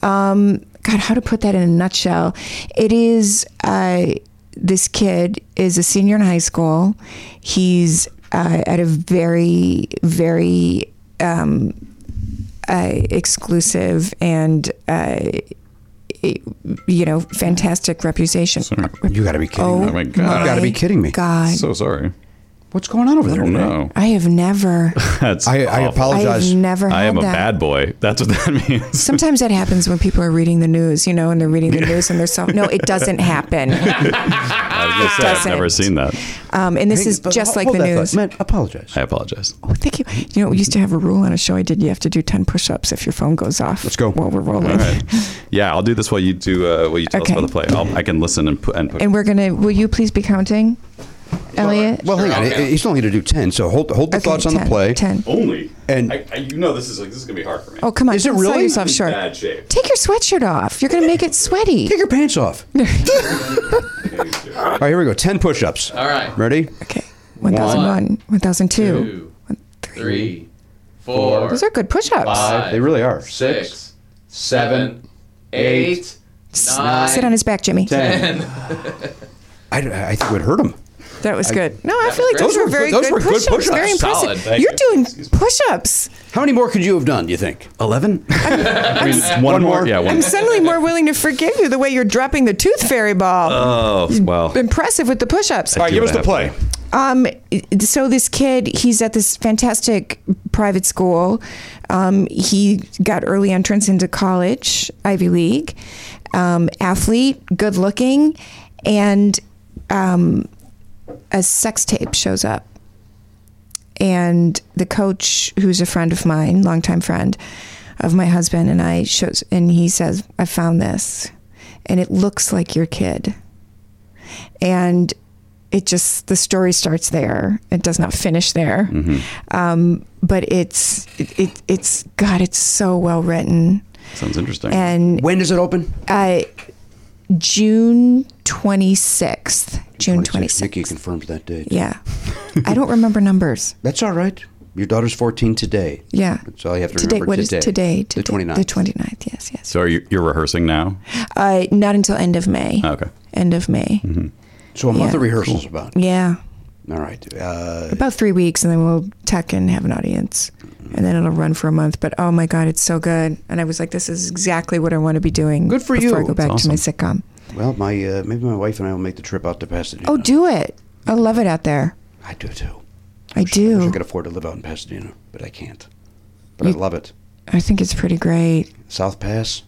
Speaker 2: about?
Speaker 9: Um, God, how to put that in a nutshell? It is uh, this kid is a senior in high school. He's uh, at a very, very um, uh, exclusive and. Uh, you know, fantastic reputation.
Speaker 2: You got to be kidding
Speaker 9: Oh,
Speaker 2: me.
Speaker 1: Oh my God.
Speaker 2: You got to be kidding me.
Speaker 9: God,
Speaker 1: So sorry.
Speaker 2: What's going on over
Speaker 1: I
Speaker 2: there?
Speaker 1: don't know.
Speaker 9: I have never,
Speaker 1: That's
Speaker 2: I, I
Speaker 1: awful.
Speaker 2: apologize.
Speaker 9: I've never.
Speaker 1: I
Speaker 9: had
Speaker 1: am a
Speaker 9: that.
Speaker 1: bad boy. That's what that means.
Speaker 9: Sometimes that happens when people are reading the news, you know, and they're reading the news and they're so no, it doesn't happen.
Speaker 1: I was gonna say, I've never
Speaker 9: doesn't.
Speaker 1: seen that.
Speaker 9: Um, and this is
Speaker 2: But
Speaker 9: just
Speaker 2: hold-
Speaker 9: like
Speaker 2: hold
Speaker 9: the
Speaker 2: that thought.
Speaker 9: news.
Speaker 2: Man, apologize.
Speaker 1: I apologize.
Speaker 9: Oh, thank you. You know, we used to have a rule on a show I did. You have to do ten push-ups if your phone goes off.
Speaker 2: Let's go.
Speaker 9: While we're rolling,
Speaker 1: All right. Yeah, I'll do this while you do uh, while you tell
Speaker 9: Okay.
Speaker 1: us about the play. I'll, I can listen and put and put.
Speaker 9: and we're gonna. Will you please be counting, Elliot?
Speaker 2: Well, hang on. He's only going to do 10, so hold, hold the
Speaker 9: Okay,
Speaker 2: thoughts on
Speaker 9: 10,
Speaker 2: the play.
Speaker 9: Ten.
Speaker 1: only.
Speaker 2: And-
Speaker 1: I, I, you know this is like this is gonna be hard for me.
Speaker 9: Oh come on!
Speaker 2: Is it
Speaker 9: don't sell
Speaker 2: really?
Speaker 9: yourself short.
Speaker 1: Bad shape.
Speaker 9: Take your sweatshirt off. You're gonna make it sweaty.
Speaker 2: Take your pants off. All right, here we go. 10 push ups. All
Speaker 6: right.
Speaker 2: Ready?
Speaker 9: Okay. One thousand one. One thousand two. One three.
Speaker 6: three, four,
Speaker 9: Those are good push-ups.
Speaker 2: They really are.
Speaker 6: six, seven, eight, nine,
Speaker 9: Sit on his back, Jimmy.
Speaker 2: I, I think it would hurt him.
Speaker 9: That was good. No, I feel like
Speaker 6: great.
Speaker 9: those,
Speaker 2: Those
Speaker 9: were
Speaker 2: were
Speaker 9: very
Speaker 2: good- those
Speaker 9: good
Speaker 2: were good
Speaker 9: push-ups.
Speaker 2: push-ups.
Speaker 9: Very impressive.
Speaker 6: Solid. Thank
Speaker 9: You're
Speaker 1: you.
Speaker 9: doing push-ups.
Speaker 2: How many more could you have done, do you think? 11?
Speaker 1: one,
Speaker 2: one
Speaker 1: more.
Speaker 2: more?
Speaker 1: Yeah. One.
Speaker 9: I'm suddenly more willing to forgive you the way you're dropping the tooth fairy ball.
Speaker 6: Uh,
Speaker 1: oh well.
Speaker 9: impressive with the push-ups.
Speaker 1: right, give us the play.
Speaker 9: Um, so this kid, he's at this fantastic private school. Um, he got early entrance into college, Ivy League. Um, athlete, good looking, and um, a sex tape shows up. And the coach, who's a friend of mine, longtime friend of my husband and I, shows, and he says, "I found this, and it looks like your kid." and it just the story starts there. It does not finish there,
Speaker 2: Mm-hmm.
Speaker 9: um, but it's it, it it's God, it's so well written.
Speaker 1: Sounds interesting.
Speaker 9: And
Speaker 2: When does it open?
Speaker 9: uh, June twenty sixth, June twenty
Speaker 2: Nikki
Speaker 9: sixth.
Speaker 2: confirms that date.
Speaker 9: Yeah, I don't remember numbers.
Speaker 2: That's all right. Your daughter's 14 today.
Speaker 9: Yeah.
Speaker 2: That's all you have to
Speaker 9: Today,
Speaker 2: remember
Speaker 9: what is
Speaker 2: today.
Speaker 9: today?
Speaker 2: The
Speaker 9: Today-
Speaker 2: 29th.
Speaker 9: The 29th, yes, yes.
Speaker 1: so are you, you're rehearsing now? Oh,
Speaker 9: Uh, not until end of May.
Speaker 1: Okay.
Speaker 9: End of May.
Speaker 2: Mm-hmm. So a month
Speaker 9: Yeah.
Speaker 2: of rehearsals about.
Speaker 9: Yeah.
Speaker 2: All right. Uh,
Speaker 9: about three weeks, and then we'll tuck and have an audience, and then it'll run for a month. But oh my god, it's so good! And I was like, this is exactly what I want to be doing.
Speaker 2: Good for
Speaker 9: before I
Speaker 2: you.
Speaker 9: go back
Speaker 1: That's
Speaker 9: to my sitcom.
Speaker 2: well, my uh, maybe my wife and I will make the trip out to Pasadena.
Speaker 9: Oh, do it! I love it out there.
Speaker 2: I do too.
Speaker 9: I
Speaker 2: I wish I
Speaker 9: do.
Speaker 2: could afford to live out in Pasadena, but I can't. But I love it.
Speaker 9: I think it's pretty great.
Speaker 2: South Pass.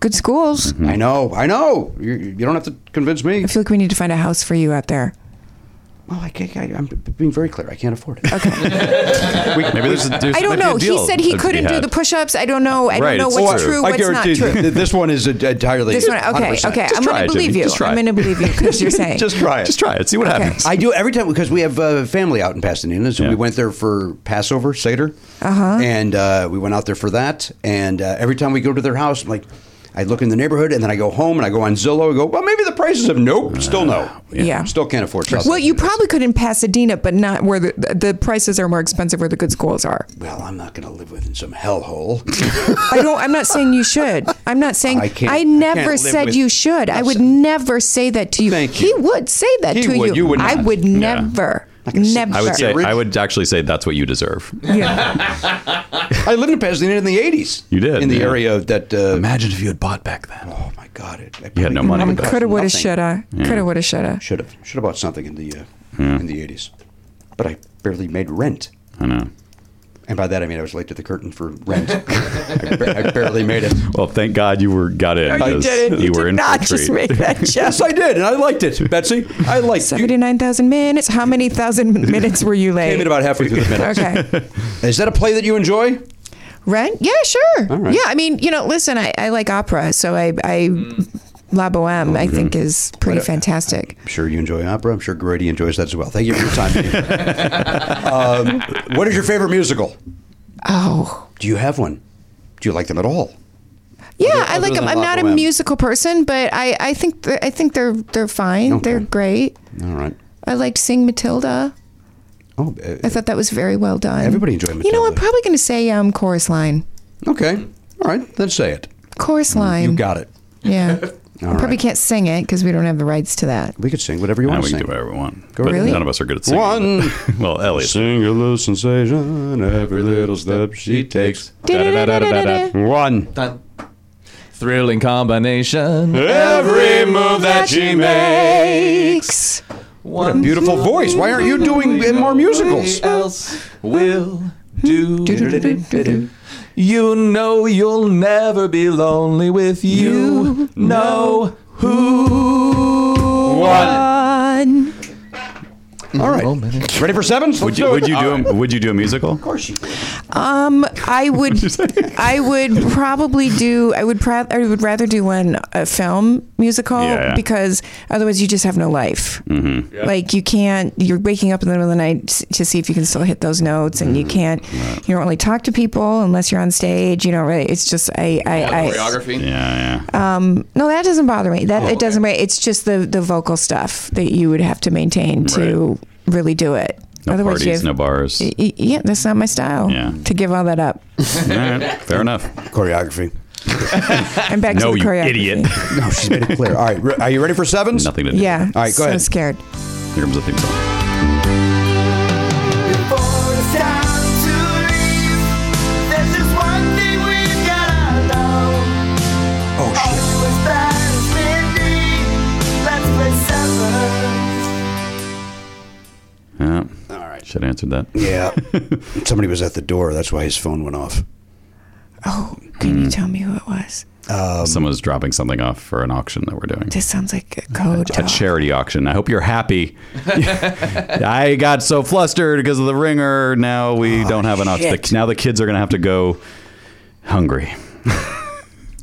Speaker 9: Good schools.
Speaker 1: Mm-hmm.
Speaker 2: I know. I know. You, you don't have to convince me.
Speaker 9: I feel like we need to find a house for you out there.
Speaker 2: Well, I can't, I, I'm being very clear. I can't afford it. Okay.
Speaker 1: Maybe there's, a, there's
Speaker 9: I don't
Speaker 1: maybe a
Speaker 9: know. He
Speaker 1: deal
Speaker 9: said he
Speaker 1: to be
Speaker 9: couldn't do
Speaker 1: had.
Speaker 9: the push-ups. I don't know. I
Speaker 1: Right,
Speaker 9: don't
Speaker 1: it's
Speaker 9: know what's
Speaker 1: true.
Speaker 9: true,
Speaker 2: Oh, I
Speaker 9: what's not
Speaker 2: guarantee
Speaker 9: true.
Speaker 2: you, th- this one is en- entirely.
Speaker 9: This one, okay,
Speaker 2: 100%.
Speaker 9: okay.
Speaker 1: try it,
Speaker 9: I'm going to
Speaker 1: Jimmy.
Speaker 9: believe you.
Speaker 1: Just try
Speaker 9: I'm
Speaker 1: it.
Speaker 9: going to believe you because you're saying.
Speaker 2: Just try it.
Speaker 1: Just try it. See what
Speaker 9: Okay.
Speaker 1: happens.
Speaker 2: I do it every time because we have uh, family out in Pasadena, so
Speaker 1: Yeah.
Speaker 2: we went there for Passover Seder, uh-huh. and uh, we went out there for that. And uh, every time we go to their house, I'm like, I look in the neighborhood, and then I go home and I go on Zillow and go, well, maybe the prices have nope,
Speaker 1: Uh,
Speaker 2: still no,
Speaker 9: yeah. Yeah.
Speaker 2: still can't afford. South
Speaker 9: well,
Speaker 2: Pasadena.
Speaker 9: you probably could in Pasadena, but not where the, the prices are more expensive, where the good schools are.
Speaker 2: Well, I'm not going to live within some hellhole.
Speaker 9: I don't. I'm not saying you should. I'm not saying.
Speaker 2: I
Speaker 9: I,
Speaker 2: can't- I can't
Speaker 9: never
Speaker 2: live
Speaker 9: said
Speaker 2: with-
Speaker 9: you should. I would
Speaker 2: Listen.
Speaker 9: never say that to you.
Speaker 2: Thank
Speaker 9: He
Speaker 2: you.
Speaker 9: would say that
Speaker 2: He
Speaker 9: to
Speaker 2: would.
Speaker 9: you.
Speaker 2: You would
Speaker 9: I
Speaker 2: not.
Speaker 9: would never. Never.
Speaker 1: I would say
Speaker 2: Rich-
Speaker 1: I would actually say that's what you deserve.
Speaker 9: Yeah.
Speaker 2: I lived in Pasadena in the '80s.
Speaker 1: You did,
Speaker 2: in the
Speaker 1: yeah.
Speaker 2: area that. Uh,
Speaker 1: Imagine if you had bought back then.
Speaker 2: oh my God! It,
Speaker 1: You had no
Speaker 2: Oh
Speaker 1: money to buy.
Speaker 9: Um, Coulda, woulda, shoulda. Coulda, woulda, shoulda.
Speaker 2: Should have. Should have bought something in the uh, in the '80s, but I barely made rent.
Speaker 1: I know.
Speaker 2: And by that I mean I was late to the curtain for rent. I, ba- I barely made it.
Speaker 1: Well, thank God you were got in.
Speaker 9: You
Speaker 1: 'cause
Speaker 9: didn't. You,
Speaker 1: were
Speaker 9: did
Speaker 1: in for
Speaker 9: not
Speaker 1: a
Speaker 9: just
Speaker 1: treat.
Speaker 9: make that joke.
Speaker 2: Yes, I did, and I liked it, Betsy. I liked it. You
Speaker 9: Seventy-nine thousand minutes. How many thousand minutes were you late?
Speaker 2: came in about halfway through the minute.
Speaker 9: okay.
Speaker 2: Is that a play that you enjoy?
Speaker 9: Rent? Yeah, sure.
Speaker 2: right.
Speaker 9: Yeah, I mean, you know, listen, I, I like opera, so I, I La Boheme, I
Speaker 2: Mm-hmm.
Speaker 9: think, is pretty fantastic.
Speaker 2: I'm sure you enjoy opera. I'm sure Grady enjoys that as well. Thank you for your time. um, what is your favorite musical?
Speaker 9: Oh.
Speaker 2: Do you have one? Do you like them at all?
Speaker 9: Yeah,
Speaker 2: Other-
Speaker 9: I
Speaker 2: other
Speaker 9: like them.
Speaker 2: than
Speaker 9: I'm
Speaker 2: La
Speaker 9: not a
Speaker 2: Boheme.
Speaker 9: musical person, but I, I think th- I think they're they're fine.
Speaker 2: Okay.
Speaker 9: They're great.
Speaker 2: All right.
Speaker 9: I liked Sing Matilda.
Speaker 2: Oh, uh,
Speaker 9: I thought that was very well done.
Speaker 2: Everybody enjoyed
Speaker 9: You know, I'm
Speaker 2: Matilda.
Speaker 9: probably going to say um, chorus line.
Speaker 2: okay. All right. Then say it.
Speaker 9: course, lime.
Speaker 2: Mm, You got it.
Speaker 9: Yeah.
Speaker 2: All
Speaker 9: Probably
Speaker 2: right.
Speaker 9: can't sing it because we don't have the rights to that.
Speaker 2: We could sing whatever you
Speaker 1: Yeah,
Speaker 2: want
Speaker 1: we
Speaker 2: to
Speaker 1: can
Speaker 2: sing.
Speaker 1: do whatever we want.
Speaker 2: Go
Speaker 1: but
Speaker 9: ahead.
Speaker 1: none of us are good at singing.
Speaker 2: One.
Speaker 1: well, Elliot.
Speaker 2: Singular sensation, every little step she takes.
Speaker 9: Da-da-da-da-da-da.
Speaker 2: One.
Speaker 6: Dun. Thrilling combination.
Speaker 2: Every move that she
Speaker 9: makes.
Speaker 2: What a beautiful voice. Why aren't you doing more musicals?
Speaker 6: else will do.
Speaker 9: Do-do-do-do-do-do.
Speaker 6: You know you'll never be lonely with you. know who?
Speaker 9: One.
Speaker 2: All right. Ready for sevens?
Speaker 1: Would you would you do a, would you do a musical? Of course.
Speaker 9: Um, I would,
Speaker 1: you say?
Speaker 9: I would probably do. I would, pra- I would rather do one a film musical
Speaker 1: Yeah.
Speaker 9: because otherwise you just have no life. Mm-hmm. Like you can't. You're waking up in the middle of the night s- to see if you can still hit those notes, and you
Speaker 1: Mm-hmm.
Speaker 9: can't. You don't really talk to people unless you're on stage. You don't really. It's just I, I, I
Speaker 6: Choreography.
Speaker 1: Yeah, yeah.
Speaker 9: Um, no, that doesn't bother me.
Speaker 1: Oh,
Speaker 9: That it doesn't. ma- It's just the the vocal stuff that you would have to maintain to really do it.
Speaker 1: No
Speaker 9: Otherwise, you
Speaker 1: parties,
Speaker 9: have-
Speaker 1: no bars.
Speaker 9: Y- y- Yeah, that's not my style.
Speaker 1: Yeah.
Speaker 9: To give all that up.
Speaker 1: All right, fair enough.
Speaker 2: Choreography.
Speaker 9: And back
Speaker 1: No,
Speaker 9: to the
Speaker 1: you
Speaker 9: choreography.
Speaker 1: idiot.
Speaker 2: No, Oh, she's made it clear. All right. re- Are you ready for sevens?
Speaker 1: Nothing to do.
Speaker 9: Yeah.
Speaker 2: All right, go
Speaker 9: so
Speaker 2: ahead.
Speaker 9: scared.
Speaker 1: Here comes the theme song.
Speaker 3: Before it's time to leave, there's just one thing we've gotta know.
Speaker 5: Oh,
Speaker 3: Are
Speaker 5: shit.
Speaker 3: you as bad as Mindy? Let's play seven.
Speaker 1: Yeah.
Speaker 2: All right.
Speaker 1: Should have answered that.
Speaker 2: Yeah. Somebody was at the door. That's why his phone went off.
Speaker 9: Oh, can
Speaker 1: Mm.
Speaker 9: you tell me who it was?
Speaker 1: Someone's dropping something off for an auction that we're doing.
Speaker 9: This sounds like a code.
Speaker 1: A charity auction. I hope you're happy. I got so flustered because of the ringer. Now
Speaker 9: Oh,
Speaker 1: we don't have an auction.
Speaker 2: shit.
Speaker 1: The- Now the kids are going to have to go hungry.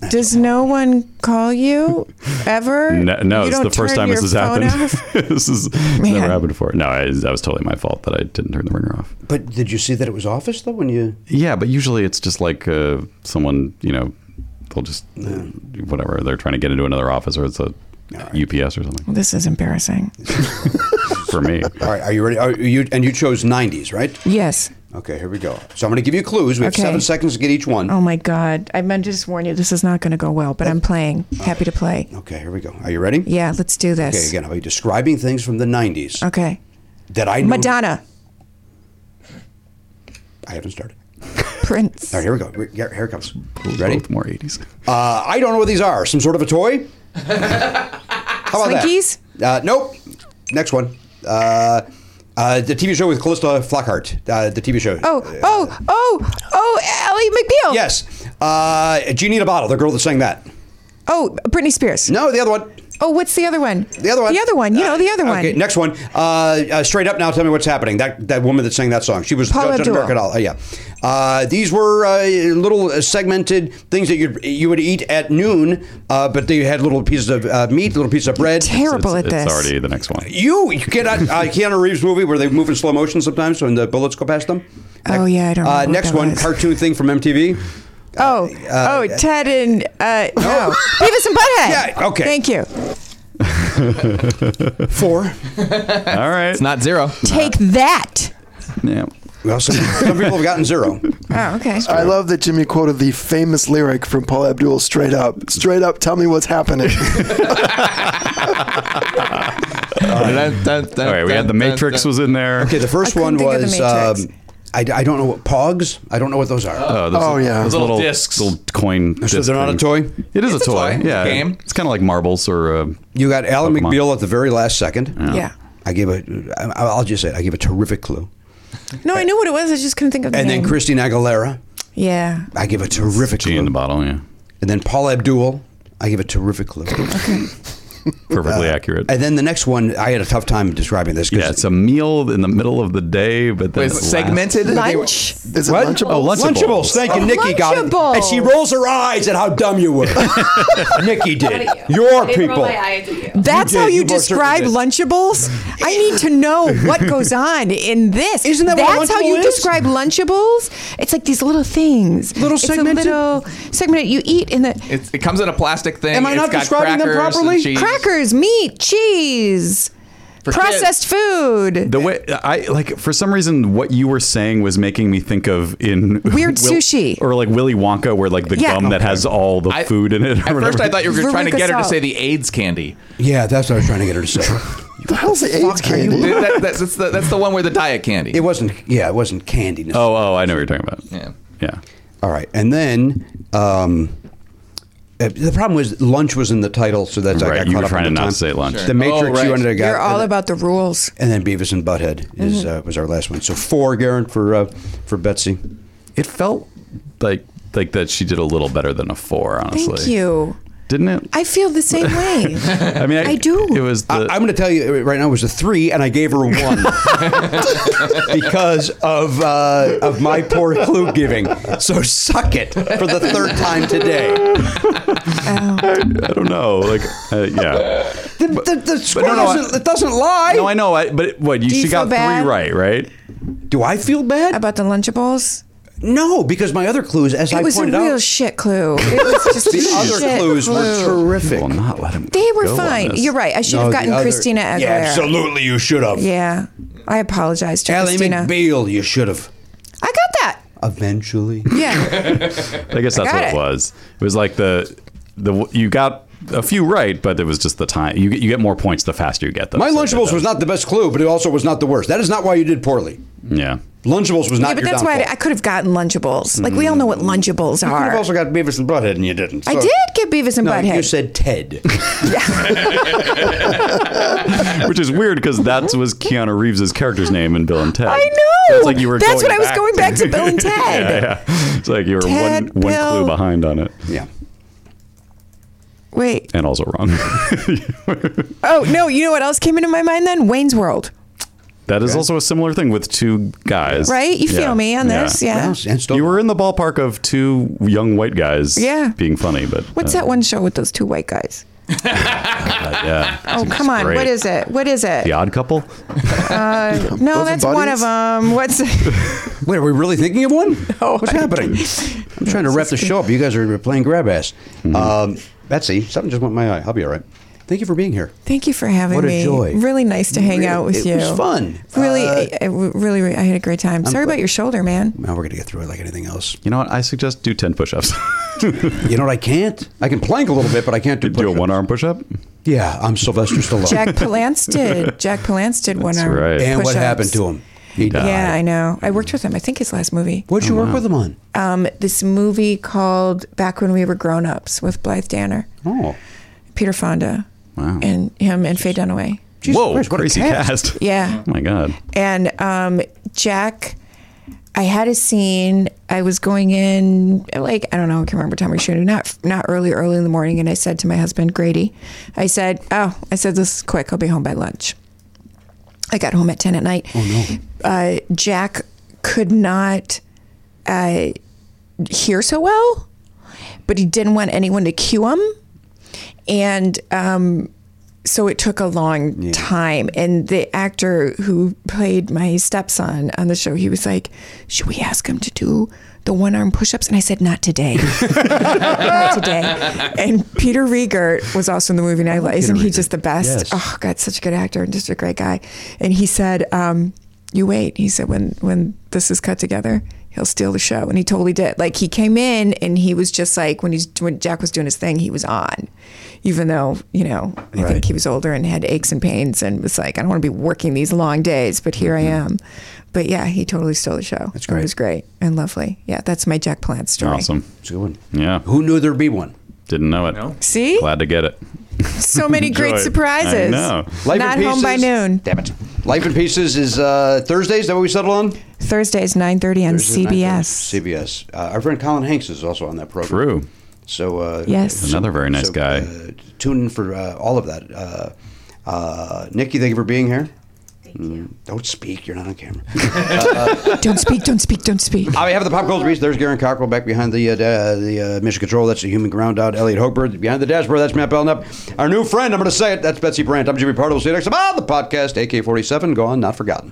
Speaker 9: Does no one call you ever?
Speaker 1: No, no
Speaker 9: You
Speaker 1: it's the
Speaker 9: don't
Speaker 1: first
Speaker 9: turn
Speaker 1: time this
Speaker 9: your
Speaker 1: has
Speaker 9: phone
Speaker 1: happened.
Speaker 9: off?
Speaker 1: this is it's
Speaker 9: Man.
Speaker 1: never happened before. No, I, that was totally my fault that I didn't turn the ringer off.
Speaker 2: But did you see that it was office though when you?
Speaker 1: Yeah, but usually it's just like uh, someone, you know, they'll just whatever they're trying to get into another office or it's a UPS or something.
Speaker 9: This is embarrassing.
Speaker 1: For me,
Speaker 2: All right. Are you ready? Are you and you chose '90s, right?
Speaker 9: Yes.
Speaker 2: Okay. Here we go. So I'm going to give you clues. We have
Speaker 9: Okay.
Speaker 2: seven seconds to get each one.
Speaker 9: Oh my God. I meant to just warn you, this is not going to go well, but I'm playing. Happy to play.
Speaker 2: Okay. Here we go. Are you ready?
Speaker 9: Yeah, let's do this.
Speaker 2: Okay. Again, I'll be describing things from the '90s
Speaker 9: Okay.
Speaker 2: that I know.
Speaker 9: Madonna.
Speaker 2: I haven't started.
Speaker 9: Prince.
Speaker 2: All right. Here we go. Here, here it comes. Ready?
Speaker 1: both more 80s.
Speaker 2: Uh, I don't know what these are. Some sort of a toy? How about
Speaker 9: Slinkies?
Speaker 2: that? Uh, nope. Next one. Uh, uh, the TV show with Callista Flockhart. Uh, the TV show.
Speaker 9: Oh, oh, oh, oh, Ellie McBeal.
Speaker 2: Yes. Uh, Genie in a Bottle, the girl that sang that.
Speaker 9: Oh, Britney Spears.
Speaker 2: No, the other one.
Speaker 9: Oh, what's the other one?
Speaker 2: The other one.
Speaker 9: The other one. You know, the other one.
Speaker 2: Okay, next one. Uh, uh, straight up now, tell me what's happening. That that woman that sang that song. She was
Speaker 9: Paula
Speaker 2: judge on
Speaker 9: Abdul.
Speaker 2: American Idol. Uh, yeah. Uh, these were uh, little uh, segmented things that you you would eat at noon, uh, but they had little pieces of uh, meat, little pieces of bread.
Speaker 9: Terrible
Speaker 1: it's,
Speaker 9: at this.
Speaker 1: it's already the next one.
Speaker 2: You, you cannot. Uh, Keanu Reeves movie where they move in slow motion sometimes when the bullets go past them.
Speaker 9: Oh, yeah, I don't remember
Speaker 2: Uh,
Speaker 9: what
Speaker 2: next
Speaker 9: that
Speaker 2: one,
Speaker 9: was.
Speaker 2: cartoon thing from MTV.
Speaker 9: oh, oh, Ted and uh, no, Beavis and Butthead.
Speaker 2: Yeah, okay.
Speaker 9: Thank you.
Speaker 2: Four.
Speaker 1: All right.
Speaker 6: It's not zero.
Speaker 9: Take
Speaker 2: Uh,
Speaker 9: that.
Speaker 1: Yeah.
Speaker 2: Well, some, some people have gotten zero.
Speaker 9: Oh, okay.
Speaker 2: uh,
Speaker 5: I love that Jimmy quoted the famous lyric from Paul Abdul straight up. Straight up, tell me what's happening.
Speaker 1: All right. We had the Matrix was in there.
Speaker 2: Okay, the first
Speaker 9: I
Speaker 2: one
Speaker 9: couldn't think of the
Speaker 2: was.
Speaker 9: Matrix.
Speaker 2: Um, I, I don't know what pogs. I don't know what those are.
Speaker 1: Oh, those,
Speaker 5: Oh, yeah.
Speaker 1: those
Speaker 6: Little
Speaker 1: little
Speaker 6: discs.
Speaker 1: little coin.
Speaker 2: so
Speaker 1: disc
Speaker 2: they're not a
Speaker 1: things.
Speaker 2: toy.
Speaker 1: It is a toy.
Speaker 6: toy.
Speaker 1: Yeah,
Speaker 6: Game.
Speaker 1: it's kind of like marbles or. Uh,
Speaker 2: You got Alan
Speaker 1: Pokemon.
Speaker 2: McBeal at the very last second.
Speaker 9: yeah.
Speaker 2: I gave a. I- I'll just say it. I gave a terrific clue.
Speaker 9: No, I knew what it was. I just couldn't think of the
Speaker 2: And then
Speaker 9: name.
Speaker 2: Christine Aguilera.
Speaker 9: Yeah.
Speaker 2: I give a terrific
Speaker 1: Genie
Speaker 2: clue.
Speaker 1: in the bottle. Yeah,
Speaker 2: And then Paul Abdul. I give a terrific clue.
Speaker 1: perfectly accurate.
Speaker 2: And then the next one, I had a tough time describing this. 'cause
Speaker 1: yeah, it's a meal in the middle of the day, but then
Speaker 6: Wait,
Speaker 1: it lasts.
Speaker 6: segmented?
Speaker 9: Lunch.
Speaker 5: Is it
Speaker 2: What?
Speaker 5: lunchable?
Speaker 1: Oh, lunch-
Speaker 2: Lunchables.
Speaker 1: Lunchables.
Speaker 2: Thank you, Nikki got it.
Speaker 9: Lunchables.
Speaker 2: And she rolls her eyes at how dumb you were. Nikki did. Your people.
Speaker 9: That's
Speaker 2: did.
Speaker 9: how
Speaker 2: You
Speaker 9: you
Speaker 2: most
Speaker 9: describe
Speaker 2: certainly
Speaker 9: Lunchables. I need to know what goes on in this.
Speaker 2: Isn't that what a
Speaker 9: That's how you
Speaker 2: Lunchable is?
Speaker 9: describe Lunchables? It's like these little things.
Speaker 2: Little
Speaker 9: it's
Speaker 2: segmented-
Speaker 9: A little segment you eat in the
Speaker 6: It, it comes in a plastic thing.
Speaker 2: Am I
Speaker 6: It's
Speaker 2: not
Speaker 6: got
Speaker 2: describing them
Speaker 6: crackers and
Speaker 2: properly?
Speaker 6: cheese.
Speaker 9: crackers, meat, cheese.
Speaker 6: for
Speaker 9: processed food.
Speaker 1: The way I like for some reason what you were saying was making me think of in
Speaker 9: Weird sushi.
Speaker 1: or like Willy Wonka where like the
Speaker 9: Yeah.
Speaker 1: gum that has all the
Speaker 6: I-
Speaker 1: food in it. or
Speaker 6: At first,
Speaker 1: whatever.
Speaker 6: I thought you were
Speaker 9: Veruca
Speaker 6: trying to get her to
Speaker 9: Salt.
Speaker 6: say the AIDS candy.
Speaker 2: Yeah, that's what I was trying to get her to say.
Speaker 5: the hell's the AIDS candy?
Speaker 6: That- that- that's, that's the, that's the one where the diet candy.
Speaker 2: It wasn't. Yeah, it wasn't candy. necessarily.
Speaker 1: oh, oh, I know what you're talking about.
Speaker 6: Yeah.
Speaker 1: Yeah.
Speaker 2: All right, and then um, uh, the problem was lunch was in the title, so that's I
Speaker 1: Right,
Speaker 2: got
Speaker 1: you
Speaker 2: caught
Speaker 1: were
Speaker 2: up
Speaker 1: trying
Speaker 2: on
Speaker 1: to
Speaker 2: the
Speaker 1: not
Speaker 2: time.
Speaker 1: say lunch.
Speaker 2: The Matrix
Speaker 6: right.
Speaker 2: you ended up got,
Speaker 9: You're all
Speaker 2: and-
Speaker 9: about Mm-hmm. the rules.
Speaker 2: and then Beavis and Butthead is uh, was our last one. So four, Garen, for uh, for Betsy.
Speaker 1: It felt like like that she did a little better than a four, honestly.
Speaker 9: Thank you.
Speaker 1: Didn't it?
Speaker 9: I feel the same way.
Speaker 1: I mean,
Speaker 9: I do.
Speaker 1: It was the,
Speaker 2: I, I'm going to tell you uh, right now it was a three, and I gave her a one because of uh, of my poor clue giving. So suck it for the third time today.
Speaker 9: Uh,
Speaker 1: I don't know. Like, uh, yeah.
Speaker 2: The, the, the score
Speaker 1: no, no, I-
Speaker 2: doesn't, it doesn't lie.
Speaker 1: No, I know. I, but it- what you,
Speaker 9: Do you
Speaker 1: she got
Speaker 9: feel bad?
Speaker 1: three right, right?
Speaker 2: Do I feel bad?
Speaker 9: about the Lunchables.
Speaker 2: No, because my other clues, as
Speaker 9: It
Speaker 2: I
Speaker 9: was a
Speaker 2: pointed
Speaker 9: real
Speaker 2: out,
Speaker 9: shit clue. It was just
Speaker 2: the
Speaker 9: a
Speaker 2: other
Speaker 9: shit
Speaker 2: clues were
Speaker 9: clue.
Speaker 2: terrific.
Speaker 1: Well, not let him.
Speaker 9: They were
Speaker 1: go on
Speaker 9: fine.
Speaker 1: this.
Speaker 9: You're right. I should
Speaker 2: No,
Speaker 9: have
Speaker 2: the
Speaker 9: gotten
Speaker 2: other-
Speaker 9: Christina Aguilera.
Speaker 2: Yeah, absolutely, you should have.
Speaker 9: Yeah. I apologize to
Speaker 2: Ally
Speaker 9: Christina.
Speaker 2: McBeal, you should have.
Speaker 9: I got that.
Speaker 2: Eventually,
Speaker 9: Yeah.
Speaker 1: I guess that's
Speaker 9: got
Speaker 1: what it.
Speaker 9: it.
Speaker 1: was. It was like the the you got a few right, but it was just the time. You get you get more points the faster you get them.
Speaker 2: my
Speaker 1: So
Speaker 2: Lunchables
Speaker 1: that-
Speaker 2: was not the best clue, but it also was not the worst. That is not why you did poorly.
Speaker 1: Yeah.
Speaker 2: Lunchables was not. Mm.
Speaker 9: yeah, but
Speaker 2: your
Speaker 9: that's why I,
Speaker 2: downfall.
Speaker 9: I could have gotten Lunchables. Like, we all know what Lunchables
Speaker 2: You could
Speaker 9: are.
Speaker 2: have also got Beavis and Butthead, and you didn't.
Speaker 9: I
Speaker 2: So-
Speaker 9: did get Beavis and
Speaker 2: No,
Speaker 9: Butthead.
Speaker 2: you said Ted.
Speaker 1: Which is weird because that was Keanu Reeves' character's name in Bill and Ted.
Speaker 9: I know.
Speaker 1: it's like you were.
Speaker 9: That's
Speaker 1: going
Speaker 9: what I was going back to Bill and Ted.
Speaker 1: yeah, yeah. It's like you were
Speaker 9: Ted,
Speaker 1: one one
Speaker 9: Bill.
Speaker 1: clue behind on it,
Speaker 2: yeah.
Speaker 9: Wait.
Speaker 1: and also wrong.
Speaker 9: Oh, no. You know what else came into my mind then? Wayne's World.
Speaker 1: that is also a similar thing with two guys,
Speaker 9: Right? You feel
Speaker 1: Yeah.
Speaker 9: me on this? Yeah.
Speaker 2: Well, and still-
Speaker 1: You were in the ballpark of two young white guys,
Speaker 9: Yeah.
Speaker 1: being funny, but
Speaker 9: What's
Speaker 1: uh,
Speaker 9: that one show with those two white guys?
Speaker 1: Yeah.
Speaker 9: Oh, come on. What is it? What is it?
Speaker 1: The Odd Couple?
Speaker 9: No,
Speaker 5: Both Buddies?
Speaker 9: that's one of them. What's
Speaker 2: Wait, are we really thinking of one? What's happening? I'm trying to wrap the show up. You guys are playing grab ass.
Speaker 9: Mm-hmm.
Speaker 2: Um, Betsy, something just went my eye. I'll be all right. Thank you for being here.
Speaker 9: Thank you for having
Speaker 2: What a
Speaker 9: me.
Speaker 2: joy.
Speaker 9: Really nice to hang
Speaker 2: Really-
Speaker 9: out with
Speaker 2: it
Speaker 9: you.
Speaker 2: was fun.
Speaker 9: Really,
Speaker 2: Uh,
Speaker 9: I- I really, really, I had a great time. Sorry
Speaker 2: glad-
Speaker 9: about your shoulder, man.
Speaker 2: Now we're going to get through it like anything else.
Speaker 1: You know what? I suggest do 10 push ups.
Speaker 2: You know what I can't? I can plank a little bit, but I can't do
Speaker 1: do a
Speaker 2: push-ups.
Speaker 1: one arm push up?
Speaker 2: Yeah, I'm Sylvester Stallone.
Speaker 9: Jack Palance did. Jack Palance did one arm.
Speaker 1: right.
Speaker 2: and what happened to him? He died.
Speaker 9: Yeah, I know. I worked with him. I think his last movie.
Speaker 2: What'd you
Speaker 1: Oh,
Speaker 2: work with him on?
Speaker 9: Um, this movie called Back When We Were Grown Ups with Blythe Danner,
Speaker 2: Oh,
Speaker 9: Peter Fonda,
Speaker 1: Wow.
Speaker 9: and him and Faye Dunaway.
Speaker 2: Jesus
Speaker 1: Whoa,
Speaker 2: Christ, what a
Speaker 1: crazy
Speaker 2: cast.
Speaker 1: cast.
Speaker 9: Yeah.
Speaker 1: Oh my God.
Speaker 9: And um, Jack, I had a scene. I was going in, like I don't know, I can't remember what time we were shooting. Not not early, early in the morning. And I said to my husband Grady, I said, "Oh, I said this is quick. I'll be home by lunch." I got home at ten at night. Oh no! Uh, Jack could not uh, hear so well, but he didn't want anyone to cue him, and um, so it took a long time. And the actor who played my stepson on the show, he was like, "Should we ask him to do?" The one arm push ups, and I said, Not today. Not today. And Peter Riegert was also in the movie, and I, isn't he just the best?
Speaker 2: Yes.
Speaker 9: Oh, God, such a good actor and just a great guy. And he said, um, "You wait." He said, "When when this is cut together, he'll steal the show." And he totally did. Like he came in and he was just like when he's when Jack was doing his thing, he was on, even though you know I
Speaker 2: Right.
Speaker 9: think he was older and had aches and pains and was like, "I don't want to be working these long days, but here I am." But yeah, he totally stole the show. That's
Speaker 2: great.
Speaker 9: It was great and lovely. Yeah, that's my Jack Plant story.
Speaker 1: Awesome.
Speaker 2: It's a good one.
Speaker 1: Yeah.
Speaker 2: Who knew there'd be one?
Speaker 1: Didn't know it.
Speaker 9: See,
Speaker 1: Glad to get it.
Speaker 9: so many great
Speaker 1: Enjoy.
Speaker 9: surprises.
Speaker 1: I know.
Speaker 2: Life
Speaker 9: Not
Speaker 2: in
Speaker 9: home by
Speaker 2: Pieces-
Speaker 9: noon.
Speaker 2: Damn it. Life in Pieces is uh, Thursday. Is that what we settled on?
Speaker 9: Thursdays, nine thirty on
Speaker 2: Thursday night,
Speaker 9: CBS.
Speaker 2: uh, CBS. Uh, our friend Colin Hanks is also on that program.
Speaker 1: True.
Speaker 2: So uh,
Speaker 9: Yes.
Speaker 1: Another very nice
Speaker 2: so,
Speaker 1: guy.
Speaker 2: Uh, tune in for uh, all of that. Uh, uh, Nikki, thank you for being here. Mm,
Speaker 10: Thank you.
Speaker 2: Don't speak. You're not on camera.
Speaker 9: Don't speak, don't speak, don't speak.
Speaker 2: I have the pop culture beast. There's Garen Cockrell back behind the uh, da- the uh, Mission Control. That's the Human Ground Out. Elliot Hochberg behind the dashboard. That's Matt Belknap. Our new friend. I'm going to say it. That's Betsy Brandt. I'm Jimmy Pardo. We'll see you next time on the podcast. AK47. Gone, not forgotten.